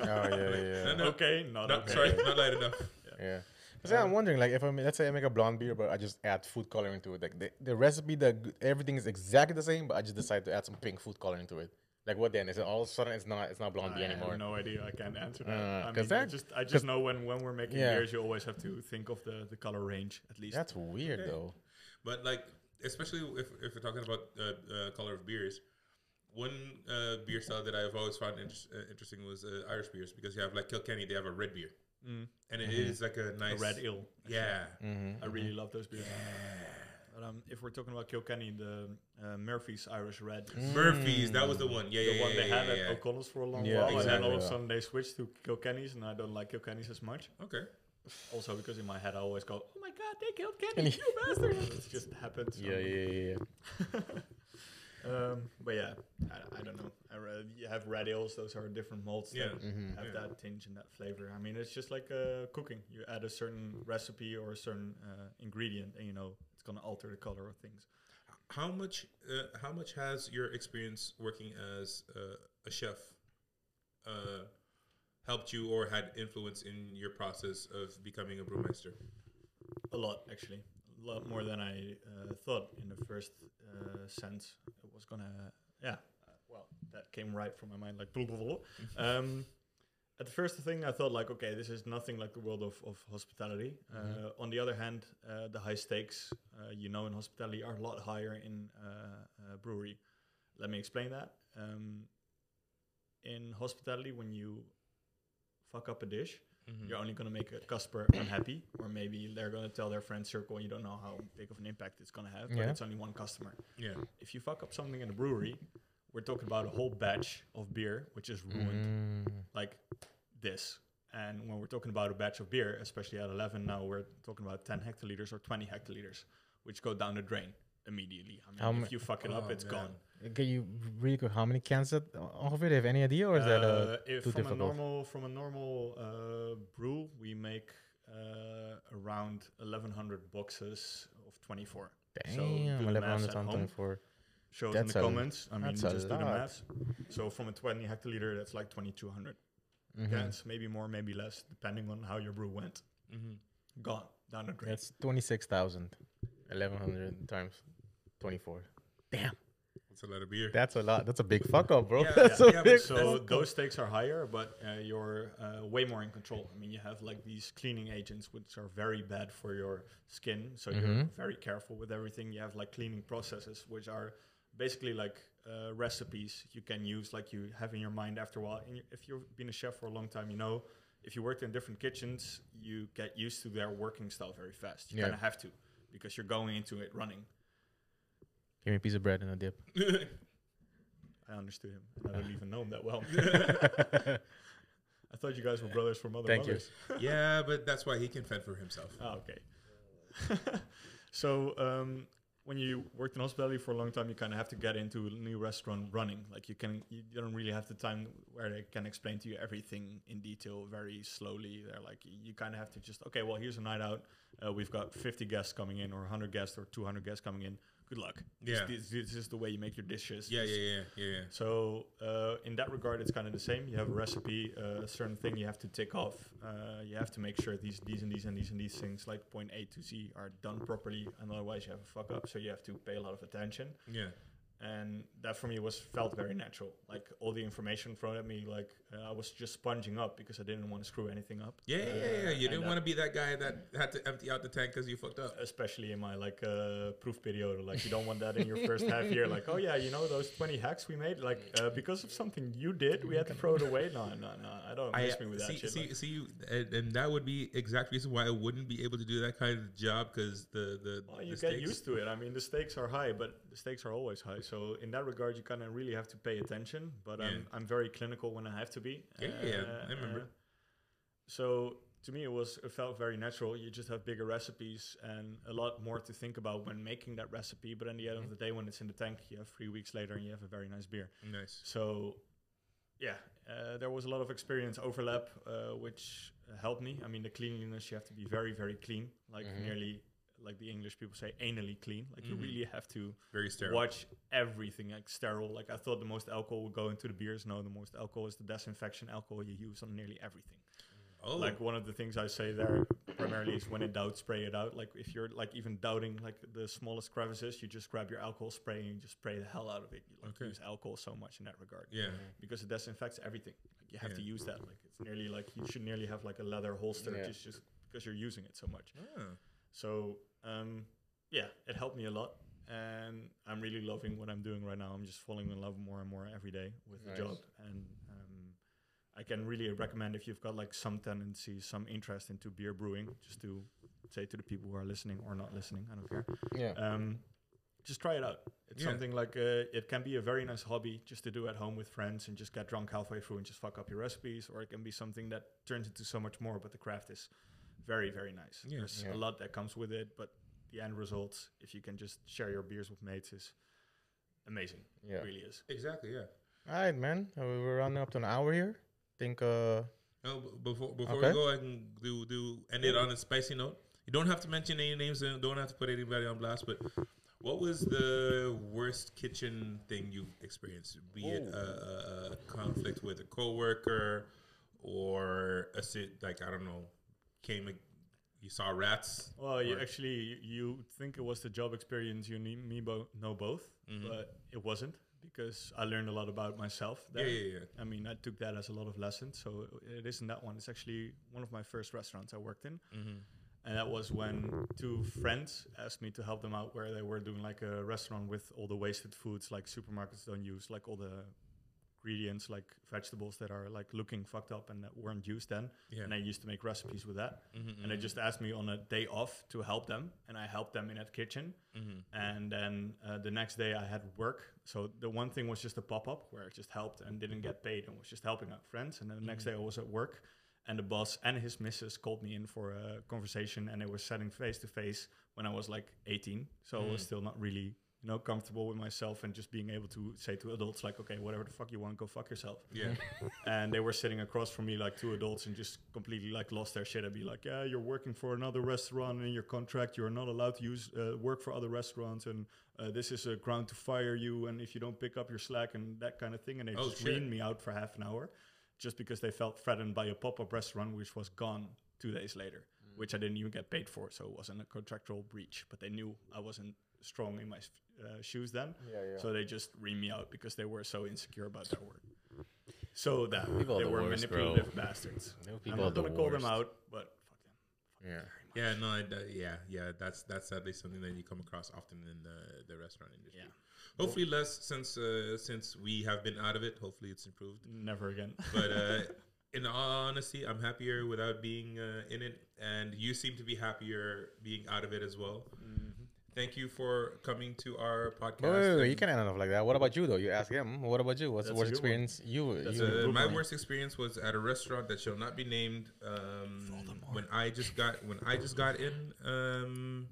[SPEAKER 2] Oh yeah,
[SPEAKER 1] No,
[SPEAKER 2] yeah,
[SPEAKER 1] no,
[SPEAKER 3] okay, not
[SPEAKER 1] no,
[SPEAKER 3] okay.
[SPEAKER 1] sorry, not light enough.
[SPEAKER 2] yeah. Because I'm wondering, like, if I am let's say I make a blonde beer, but I just add food coloring to it, like the, the recipe, the g- everything is exactly the same, but I just
[SPEAKER 3] Mm-hmm.
[SPEAKER 2] decide to add some pink food coloring to it. Like, what then? Is it all of a sudden it's not it's not blonde
[SPEAKER 3] I
[SPEAKER 2] beer anymore?
[SPEAKER 3] have no idea. I can't answer that.
[SPEAKER 2] Uh,
[SPEAKER 3] I
[SPEAKER 2] 'cause
[SPEAKER 3] mean, I
[SPEAKER 2] that-
[SPEAKER 3] just I
[SPEAKER 2] 'cause-
[SPEAKER 3] just know when when we're making
[SPEAKER 2] Yeah.
[SPEAKER 3] beers, you always have to think of the the color range at least.
[SPEAKER 2] That's weird though.
[SPEAKER 1] But like, especially if if we're talking about uh, uh, color of beers, one uh, beer style that I've always found interest uh, interesting was uh, Irish beers because you have like Kilkenny, they have a red beer, and it is like a
[SPEAKER 3] Mm. Mm-hmm. A
[SPEAKER 1] nice
[SPEAKER 3] red ale.
[SPEAKER 1] Yeah,
[SPEAKER 3] I really
[SPEAKER 2] Mm-hmm.
[SPEAKER 3] love those beers. But um, if we're talking about Kilkenny, the uh, Murphy's Irish Red. is
[SPEAKER 1] Murphy's that was the one. Yeah,
[SPEAKER 3] the
[SPEAKER 1] yeah,
[SPEAKER 3] one
[SPEAKER 1] yeah,
[SPEAKER 3] they
[SPEAKER 1] yeah,
[SPEAKER 3] had
[SPEAKER 1] yeah,
[SPEAKER 3] at O'Connell's for a long
[SPEAKER 2] Mm. Yeah,
[SPEAKER 3] while, and
[SPEAKER 2] exactly.
[SPEAKER 3] then all of a
[SPEAKER 2] Yeah.
[SPEAKER 3] sudden they switched to Kilkenny's, and I don't like Kilkenny's as much.
[SPEAKER 1] yeah. Okay.
[SPEAKER 3] Also, because in my head I always go, "Oh my God, they killed
[SPEAKER 2] And
[SPEAKER 3] Kenny,
[SPEAKER 2] he-
[SPEAKER 3] you bastards!" it just happened. so-
[SPEAKER 2] Yeah, yeah, yeah, yeah.
[SPEAKER 3] Um, but yeah, I, I don't know. I read, you have red ales; those are different malts
[SPEAKER 1] Yeah. Mm-hmm.
[SPEAKER 3] that have
[SPEAKER 1] Yeah.
[SPEAKER 3] that tinge and that flavor. I mean, it's just like uh, cooking. You add a certain recipe or a certain uh, ingredient, and you know it's gonna alter the color of things.
[SPEAKER 1] How much uh, how much has your experience working as uh, a chef uh, helped you or had influence in your process of becoming a brewmaster?
[SPEAKER 3] A lot, actually. A lot more than I uh, thought in the first uh, sense. It was gonna, yeah. Uh, well, that came right from my mind, like. blah, blah, blah. Um, at the first thing, I thought like, okay, this is nothing like the world of, of hospitality. Uh, on the other hand, uh, the high stakes, uh, you know, in hospitality are a lot higher in uh, uh, brewery. Let me explain that. Um, in hospitality, when you fuck up a dish, you're only going to make a customer unhappy, or maybe they're going to tell their friend circle, and you don't know how big of an impact it's going to have, but
[SPEAKER 2] Yeah.
[SPEAKER 3] it's only one customer.
[SPEAKER 1] Yeah,
[SPEAKER 3] If you fuck up something in a brewery, we're talking about a whole batch of beer, which is
[SPEAKER 2] Mm.
[SPEAKER 3] ruined,
[SPEAKER 2] Mm-hmm.
[SPEAKER 3] like this. And when we're talking about a batch of beer, especially at 11 now, we're talking about 10 hectoliters or 20 hectoliters, which go down the drain immediately. I mean,
[SPEAKER 2] How ma-
[SPEAKER 3] if you fuck it up,
[SPEAKER 1] Oh,
[SPEAKER 3] it's
[SPEAKER 1] man.
[SPEAKER 3] gone.
[SPEAKER 2] Can you really quick? How many cans that- off of it? Have any idea, or is that uh,
[SPEAKER 3] Uh, if
[SPEAKER 2] too
[SPEAKER 3] from
[SPEAKER 2] difficult?
[SPEAKER 3] a normal from a normal uh, brew, we make uh, around 1,100 boxes of 24.
[SPEAKER 2] Damn,
[SPEAKER 3] so do the
[SPEAKER 2] eleven
[SPEAKER 3] maths
[SPEAKER 2] hundred
[SPEAKER 3] at
[SPEAKER 2] on
[SPEAKER 3] home.
[SPEAKER 2] for
[SPEAKER 3] Show it in
[SPEAKER 2] That's
[SPEAKER 3] the
[SPEAKER 2] a-
[SPEAKER 3] comments. I mean,
[SPEAKER 2] that's a
[SPEAKER 3] just do the
[SPEAKER 2] lot.
[SPEAKER 3] maths. So from a 20 hectoliter, that's like 2,200
[SPEAKER 2] Mm-hmm.
[SPEAKER 3] cans, maybe more, maybe less, depending on how your brew went.
[SPEAKER 2] Mm-hmm.
[SPEAKER 3] Gone down the drain.
[SPEAKER 2] that's twenty six thousand. Eleven hundred times twenty four. Damn,
[SPEAKER 1] that's a lot of beer.
[SPEAKER 2] that's a lot. That's a big fuck up, bro.
[SPEAKER 1] Yeah,
[SPEAKER 2] that's
[SPEAKER 1] yeah,
[SPEAKER 2] a
[SPEAKER 1] yeah, but
[SPEAKER 2] big
[SPEAKER 1] so-
[SPEAKER 2] fuck
[SPEAKER 3] So
[SPEAKER 2] up.
[SPEAKER 3] those stakes are higher, but uh, you're uh, way more in control. I mean, you have like these cleaning agents, which are very bad for your skin. So you're very careful with everything. You have like cleaning processes, which are basically like uh, recipes you can use, like you have in your mind after a while. And you, if you've been a chef for a long time, you know, if you worked in different kitchens, you get used to their working style very fast. You
[SPEAKER 2] Yeah.
[SPEAKER 3] kind of have to because you're going into it running.
[SPEAKER 2] Give me a piece of bread and a dip.
[SPEAKER 3] I understood him. and I don't even know him that well. I thought you guys were brothers from other
[SPEAKER 2] Thank you.
[SPEAKER 3] mothers.
[SPEAKER 1] yeah, but that's why he can fend for himself.
[SPEAKER 3] Ah, okay. so um, when you worked in hospitality for a long time, you kind of have to get into a new restaurant running. Like you can, you don't really have the time where they can explain to you everything in detail very slowly. They're like, you kind of have to just, okay, well, here's a night out. Uh, we've got 50 guests coming in, or 100 guests, or 200 guests coming in. Good luck. This-
[SPEAKER 1] Yeah.
[SPEAKER 3] This, this is the way you make your dishes.
[SPEAKER 1] Yeah,
[SPEAKER 3] This-
[SPEAKER 1] yeah, yeah, yeah, yeah.
[SPEAKER 3] So uh, in that regard, it's kind of the same. You have a recipe, uh, a certain thing you have to tick off. Uh, you have to make sure these, these, and these, and these, and these things, like point A to Z, are done properly, and otherwise you have a fuck up. So you have to pay a lot of attention.
[SPEAKER 1] Yeah,
[SPEAKER 3] And that for me was felt very natural. Like all the information thrown at me, like uh, I was just sponging up because I didn't want to screw anything up.
[SPEAKER 1] yeah, yeah, yeah. yeah.
[SPEAKER 3] Uh,
[SPEAKER 1] You
[SPEAKER 3] and
[SPEAKER 1] didn't
[SPEAKER 3] that-
[SPEAKER 1] want to be that guy that had to empty out the tank because you fucked up.
[SPEAKER 3] especially in my like uh, proof period. Like you don't want that in your first half year. Like oh yeah, you know those twenty hacks we made. Like uh, because of something you did, we had to throw it away. No, no, no. I don't
[SPEAKER 1] I
[SPEAKER 3] miss me with that
[SPEAKER 1] see,
[SPEAKER 3] shit.
[SPEAKER 1] see,
[SPEAKER 3] like-
[SPEAKER 1] see, you, and, and that would be exact reason why I wouldn't be able to do that kind of job because the the
[SPEAKER 3] well,
[SPEAKER 1] the
[SPEAKER 3] Oh, you get
[SPEAKER 1] stakes-
[SPEAKER 3] used to it. I mean, the stakes are high, but the stakes are always high. So in that regard, you kind of really have to pay attention. But
[SPEAKER 1] Yeah.
[SPEAKER 3] I'm I'm very clinical when I have to be. Uh,
[SPEAKER 1] Yeah, yeah, yeah, I remember.
[SPEAKER 3] so to me, it was it felt very natural. You just have bigger recipes and a lot more to think about when making that recipe. But at the
[SPEAKER 1] Mm-hmm.
[SPEAKER 3] end of the day, when it's in the tank, you have three weeks later and you have a very nice beer.
[SPEAKER 1] Nice.
[SPEAKER 3] So, yeah, uh, there was a lot of experience overlap, uh, which helped me. I mean, the cleanliness, you have to be very, very clean, like
[SPEAKER 1] Mm-hmm.
[SPEAKER 2] Mhm.
[SPEAKER 3] nearly, like the English people say, anally clean. Like,
[SPEAKER 1] Mhm.
[SPEAKER 3] you really have to
[SPEAKER 1] Very sterile.
[SPEAKER 3] watch everything, like sterile. Like, I thought the most alcohol would go into the beers. No, the most alcohol is the disinfection alcohol you use on nearly everything.
[SPEAKER 1] Oh,
[SPEAKER 3] Like, one of the things I say there primarily is when in doubt, spray it out. Like, if you're like even doubting like the smallest crevices, you just grab your alcohol spray and you just spray the hell out of it. You like
[SPEAKER 1] Okay.
[SPEAKER 3] use alcohol so much in that regard
[SPEAKER 1] yeah.
[SPEAKER 3] because it disinfects everything. Like you have
[SPEAKER 1] Yeah.
[SPEAKER 3] to use that. Like it's nearly like you should nearly have like a leather holster
[SPEAKER 2] Yeah.
[SPEAKER 3] just just because you're using it so much.
[SPEAKER 1] Oh,
[SPEAKER 3] So um, yeah, it helped me a lot, and I'm really loving what I'm doing right now. I'm just falling in love more and more every day with
[SPEAKER 2] Nice.
[SPEAKER 3] the job, and um, I can really recommend if you've got like some tendency, some interest into beer brewing, just to say to the people who are listening or not listening, I don't care
[SPEAKER 2] Yeah.
[SPEAKER 3] um, just try it out. It's
[SPEAKER 1] Yeah.
[SPEAKER 3] something like uh, it can be a very nice hobby just to do at home with friends and just get drunk halfway through and just fuck up your recipes, or it can be something that turns into so much more. But the craft is very, very nice.
[SPEAKER 1] Yeah.
[SPEAKER 3] There's
[SPEAKER 2] Yeah.
[SPEAKER 3] a lot that comes with it, but the end result, if you can just share your beers with mates, is amazing.
[SPEAKER 2] Yeah.
[SPEAKER 3] It really is.
[SPEAKER 1] exactly. Yeah.
[SPEAKER 2] All right, man. Uh, we- We're running up to an hour here. Think. Uh,
[SPEAKER 1] No, b- before before
[SPEAKER 2] Okay.
[SPEAKER 1] we go, I can do do end it on a spicy note. You don't have to mention any names and don't have to put anybody on blast. But what was the worst kitchen thing you experienced? Be it a, a, a conflict with a coworker, or a sit like I don't know, came a- you saw rats.
[SPEAKER 3] Well, you
[SPEAKER 1] Or-
[SPEAKER 3] actually you think it was the job experience. You need me bo- know both,
[SPEAKER 1] Mm-hmm.
[SPEAKER 3] but it wasn't because I learned a lot about myself.
[SPEAKER 1] Yeah,
[SPEAKER 3] There.
[SPEAKER 1] yeah, yeah.
[SPEAKER 3] I mean, I took that as a lot of lessons. So it isn't that one. It's actually one of my first restaurants I worked in.
[SPEAKER 1] Mm-hmm.
[SPEAKER 3] And that was when two friends asked me to help them out where they were doing like a restaurant with all the wasted foods like supermarkets don't use, like all the ingredients like vegetables that are like looking fucked up and that weren't used then.
[SPEAKER 1] Yeah.
[SPEAKER 3] And I used to make recipes with that. And they just asked me on a day off to help them. And I helped them in that kitchen. And then uh, the next day I had work. So the one thing was just a pop up where I just helped and didn't get paid and was just helping out friends. And then the next day I was at work. And the boss and his missus called me in for a conversation, and they were sitting face to face when I was like 18. So I was still not really, you know, comfortable with myself and just being able to say to adults like, okay, whatever the fuck you want, go fuck yourself
[SPEAKER 1] Yeah,
[SPEAKER 3] and they were sitting across from me like two adults and just completely like lost their shit and be like yeah you're working for another restaurant and in your contract you're not allowed to use uh, work for other restaurants and uh, this is a ground to fire you and if you don't pick up your slack and that kind of thing and they
[SPEAKER 1] Oh,
[SPEAKER 3] just
[SPEAKER 1] shit.
[SPEAKER 3] reamed me out for half an hour just because they felt threatened by a pop-up restaurant which was gone two days later
[SPEAKER 1] Mm.
[SPEAKER 3] which i didn't even get paid for so it wasn't a contractual breach but they knew i wasn't strong in my uh, shoes then
[SPEAKER 2] Yeah, yeah.
[SPEAKER 3] so they just reamed me out because they were so insecure about their work so that
[SPEAKER 2] People are
[SPEAKER 3] they
[SPEAKER 2] the
[SPEAKER 3] were
[SPEAKER 2] worst, bro.
[SPEAKER 3] manipulative bastards.
[SPEAKER 2] New
[SPEAKER 3] I'm
[SPEAKER 2] people are
[SPEAKER 3] not
[SPEAKER 2] the
[SPEAKER 3] gonna call them
[SPEAKER 2] worst.
[SPEAKER 3] out, but fuck them.
[SPEAKER 2] yeah.
[SPEAKER 1] yeah, no, I, that- yeah, yeah. That's that's sadly something that you come across often in the, the restaurant industry. Hopefully less since uh, since we have been out of it. Hopefully it's improved.
[SPEAKER 3] Never again.
[SPEAKER 1] But uh, in all honesty, I'm happier without being uh, in it, and you seem to be happier being out of it as well. Thank you for coming to our podcast.
[SPEAKER 2] Wait, wait, wait,
[SPEAKER 1] and,
[SPEAKER 2] you can't end off like that. What about you though? You ask him. What about you? What's the
[SPEAKER 3] That's a
[SPEAKER 2] worst
[SPEAKER 3] good one.
[SPEAKER 2] experience you?
[SPEAKER 3] That's
[SPEAKER 2] you
[SPEAKER 3] a-
[SPEAKER 1] uh,
[SPEAKER 3] Good
[SPEAKER 1] my
[SPEAKER 3] one.
[SPEAKER 1] worst experience was at a restaurant that shall not be named. Um, when I just got when I just got in, um,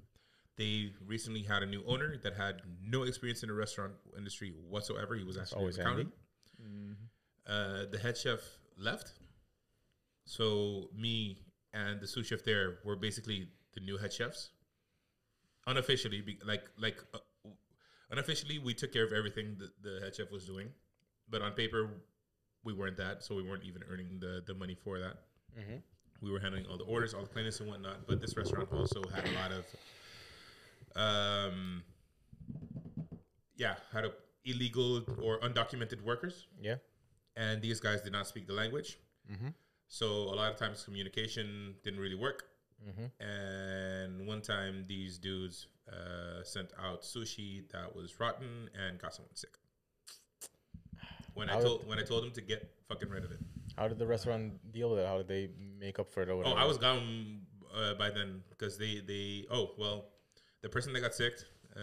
[SPEAKER 1] They recently had a new owner that had no experience in the restaurant industry whatsoever. He was actually
[SPEAKER 2] always
[SPEAKER 1] an accountant.
[SPEAKER 2] handy.
[SPEAKER 1] Uh, the head chef left, so me and the sous chef there were basically the new head chefs. Unofficially, be, like like uh, w- unofficially, we took care of everything that the head chef was doing, but on paper, we weren't that, so we weren't even earning the the money for that
[SPEAKER 2] Mm-hmm.
[SPEAKER 1] we were handling all the orders, all the cleanliness and whatnot. But this restaurant also had a lot of, um, yeah, had a illegal or undocumented workers,
[SPEAKER 2] Yeah.
[SPEAKER 1] and these guys did not speak the language. So a lot of times communication didn't really work. And one time these dudes uh, sent out sushi that was rotten and got someone sick. When I
[SPEAKER 2] How-
[SPEAKER 1] told when I told them to get fucking rid of it.
[SPEAKER 2] How did the restaurant deal with it? How did they make up for it or
[SPEAKER 1] Oh,
[SPEAKER 2] whatever?
[SPEAKER 1] I was gone uh, by then because they they oh well, the person that got sick, uh,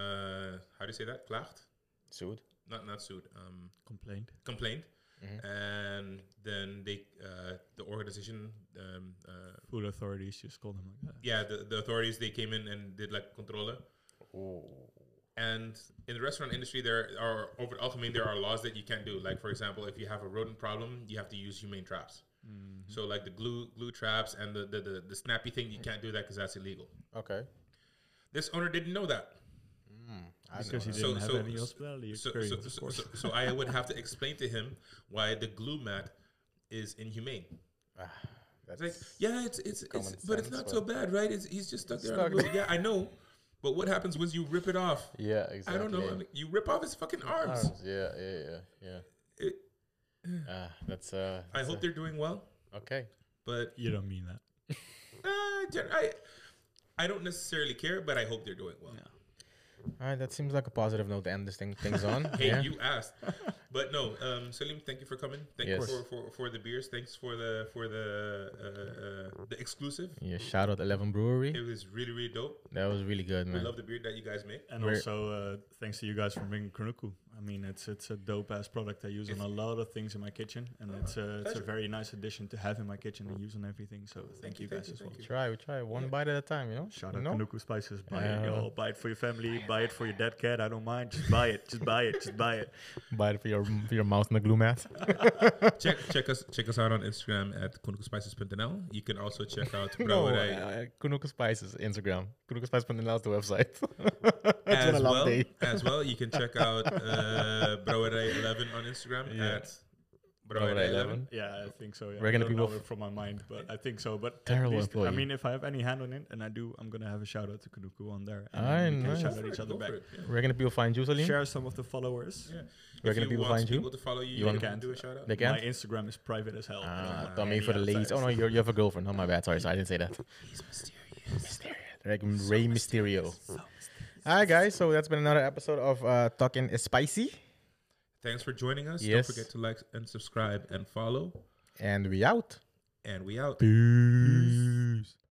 [SPEAKER 1] uh, how do you say that? Klacht?
[SPEAKER 2] sued.
[SPEAKER 1] Not not sued. Um,
[SPEAKER 3] Complained.
[SPEAKER 1] complained, and then they uh, the organization. Um, uh,
[SPEAKER 3] Food authorities just called them like that.
[SPEAKER 1] yeah, the, the authorities they came in and did like controle. And in the restaurant industry, there are over I mean, there are laws that you can't do. Like for example, if you have a rodent problem, you have to use humane traps. So like the glue glue traps and the the, the, the snappy thing, you can't do that because that's illegal.
[SPEAKER 2] Okay.
[SPEAKER 1] This owner didn't know that.
[SPEAKER 2] I
[SPEAKER 3] Because he
[SPEAKER 1] So-
[SPEAKER 3] didn't have
[SPEAKER 1] so-
[SPEAKER 3] any
[SPEAKER 1] so-
[SPEAKER 3] hospitality
[SPEAKER 1] So,
[SPEAKER 3] experience,
[SPEAKER 1] so,
[SPEAKER 3] of
[SPEAKER 1] so,
[SPEAKER 3] course.
[SPEAKER 1] so, so I would have to explain to him why the glue mat is inhumane.
[SPEAKER 2] That's
[SPEAKER 1] It's like, yeah, it's it's, it's
[SPEAKER 2] common
[SPEAKER 1] but it's
[SPEAKER 2] sense,
[SPEAKER 1] not
[SPEAKER 2] but-
[SPEAKER 1] so bad, right? It's, he's just stuck there. on
[SPEAKER 2] Stuck
[SPEAKER 1] the glue. Yeah, I know. But what happens when you rip it off?
[SPEAKER 2] yeah, exactly.
[SPEAKER 1] I don't know. I mean, you rip off his fucking arms.
[SPEAKER 2] Arms, Yeah, yeah, yeah,
[SPEAKER 1] It-
[SPEAKER 2] yeah. Ah, that's uh.
[SPEAKER 1] I
[SPEAKER 2] that's,
[SPEAKER 1] hope they're doing well,
[SPEAKER 2] uh, okay.
[SPEAKER 1] but
[SPEAKER 3] you don't mean that.
[SPEAKER 1] uh, gen- I I don't necessarily care, but I hope they're doing well.
[SPEAKER 2] All right, that seems like a positive note to end this thing things on.
[SPEAKER 1] Hey,
[SPEAKER 2] yeah.
[SPEAKER 1] you asked, but no, um, Salim, thank you for coming. Thank
[SPEAKER 2] Yes.
[SPEAKER 1] you for, for, for the beers. Thanks for the for the uh, uh, the exclusive.
[SPEAKER 2] yeah. Shout out Eleven
[SPEAKER 1] It
[SPEAKER 2] Brewery.
[SPEAKER 1] was really really dope.
[SPEAKER 2] That was really good,
[SPEAKER 1] We
[SPEAKER 2] man.
[SPEAKER 1] love the beer that you guys make.
[SPEAKER 3] And
[SPEAKER 2] We're-
[SPEAKER 3] also, uh, thanks to you guys for bringing Kronuku. I mean, it's it's a dope ass product I use on a lot of things in my kitchen, and
[SPEAKER 2] Uh-huh.
[SPEAKER 3] it's a it's a
[SPEAKER 1] pleasure.
[SPEAKER 3] very nice addition to have in my kitchen and use on everything. So thank,
[SPEAKER 1] Thank you,
[SPEAKER 3] you
[SPEAKER 1] thank
[SPEAKER 3] guys
[SPEAKER 1] you,
[SPEAKER 3] as well.
[SPEAKER 1] thank you.
[SPEAKER 2] Try, we try one bite at a time. You know.
[SPEAKER 3] Shout out
[SPEAKER 2] no?
[SPEAKER 3] Kanuku spices. Buy
[SPEAKER 2] Yeah.
[SPEAKER 3] it, y'all. Buy it for your family. Buy it for your dead cat. I don't mind. Just buy it. Just buy it. Just buy it.
[SPEAKER 2] Bite for your for your mouth in the glue mat.
[SPEAKER 1] check check us check us out on Instagram at kunukuspices.nl. You can also check out
[SPEAKER 2] no,
[SPEAKER 1] Bro
[SPEAKER 2] uh,
[SPEAKER 1] What I-
[SPEAKER 2] uh, Kunuka Spices Instagram. KunukaSpice.nl is the website. That's
[SPEAKER 1] as
[SPEAKER 2] what I love,
[SPEAKER 1] well,
[SPEAKER 2] Dave.
[SPEAKER 1] as well, you can check out uh, Brouwerij11 on Instagram
[SPEAKER 2] Yeah.
[SPEAKER 1] at Brouwerij11.
[SPEAKER 3] Yeah, I think so. Yeah.
[SPEAKER 2] Where
[SPEAKER 3] I
[SPEAKER 2] gonna
[SPEAKER 3] don't
[SPEAKER 2] people
[SPEAKER 3] know
[SPEAKER 2] f-
[SPEAKER 3] it from my mind, but I think so. But at
[SPEAKER 2] Terrible
[SPEAKER 3] least, I
[SPEAKER 2] employee.
[SPEAKER 3] mean, if I have any hand on it, and I do, I'm gonna have a shout out to Kanuku on there, and
[SPEAKER 2] Aye,
[SPEAKER 3] then we can
[SPEAKER 2] nice.
[SPEAKER 3] shout out each other
[SPEAKER 1] Go
[SPEAKER 3] back.
[SPEAKER 1] for it, yeah.
[SPEAKER 2] Where can people find you, Salim?
[SPEAKER 3] Share some of the followers.
[SPEAKER 1] Yeah.
[SPEAKER 2] Where
[SPEAKER 1] If
[SPEAKER 2] can
[SPEAKER 1] you
[SPEAKER 2] people
[SPEAKER 1] want
[SPEAKER 2] find you?
[SPEAKER 1] people to follow you,
[SPEAKER 2] You
[SPEAKER 1] you,
[SPEAKER 2] wanna-
[SPEAKER 1] can do a shout out.
[SPEAKER 2] They can.
[SPEAKER 3] My Instagram is private as hell. I don't
[SPEAKER 2] Ah,
[SPEAKER 3] want
[SPEAKER 2] dummy
[SPEAKER 3] any
[SPEAKER 2] for the
[SPEAKER 3] upsides.
[SPEAKER 2] ladies. Oh no, you're, you have a girlfriend. Oh my bad. Sorry, sorry. I didn't say that.
[SPEAKER 1] He's mysterious.
[SPEAKER 2] Like Ray Mysterio. Hi guys. So that's been another episode of uh, Talking is Spicy,
[SPEAKER 1] Thanks for joining us.
[SPEAKER 2] Yes.
[SPEAKER 1] Don't forget to like and subscribe and follow.
[SPEAKER 2] and we out.
[SPEAKER 1] And we out.
[SPEAKER 2] Peace.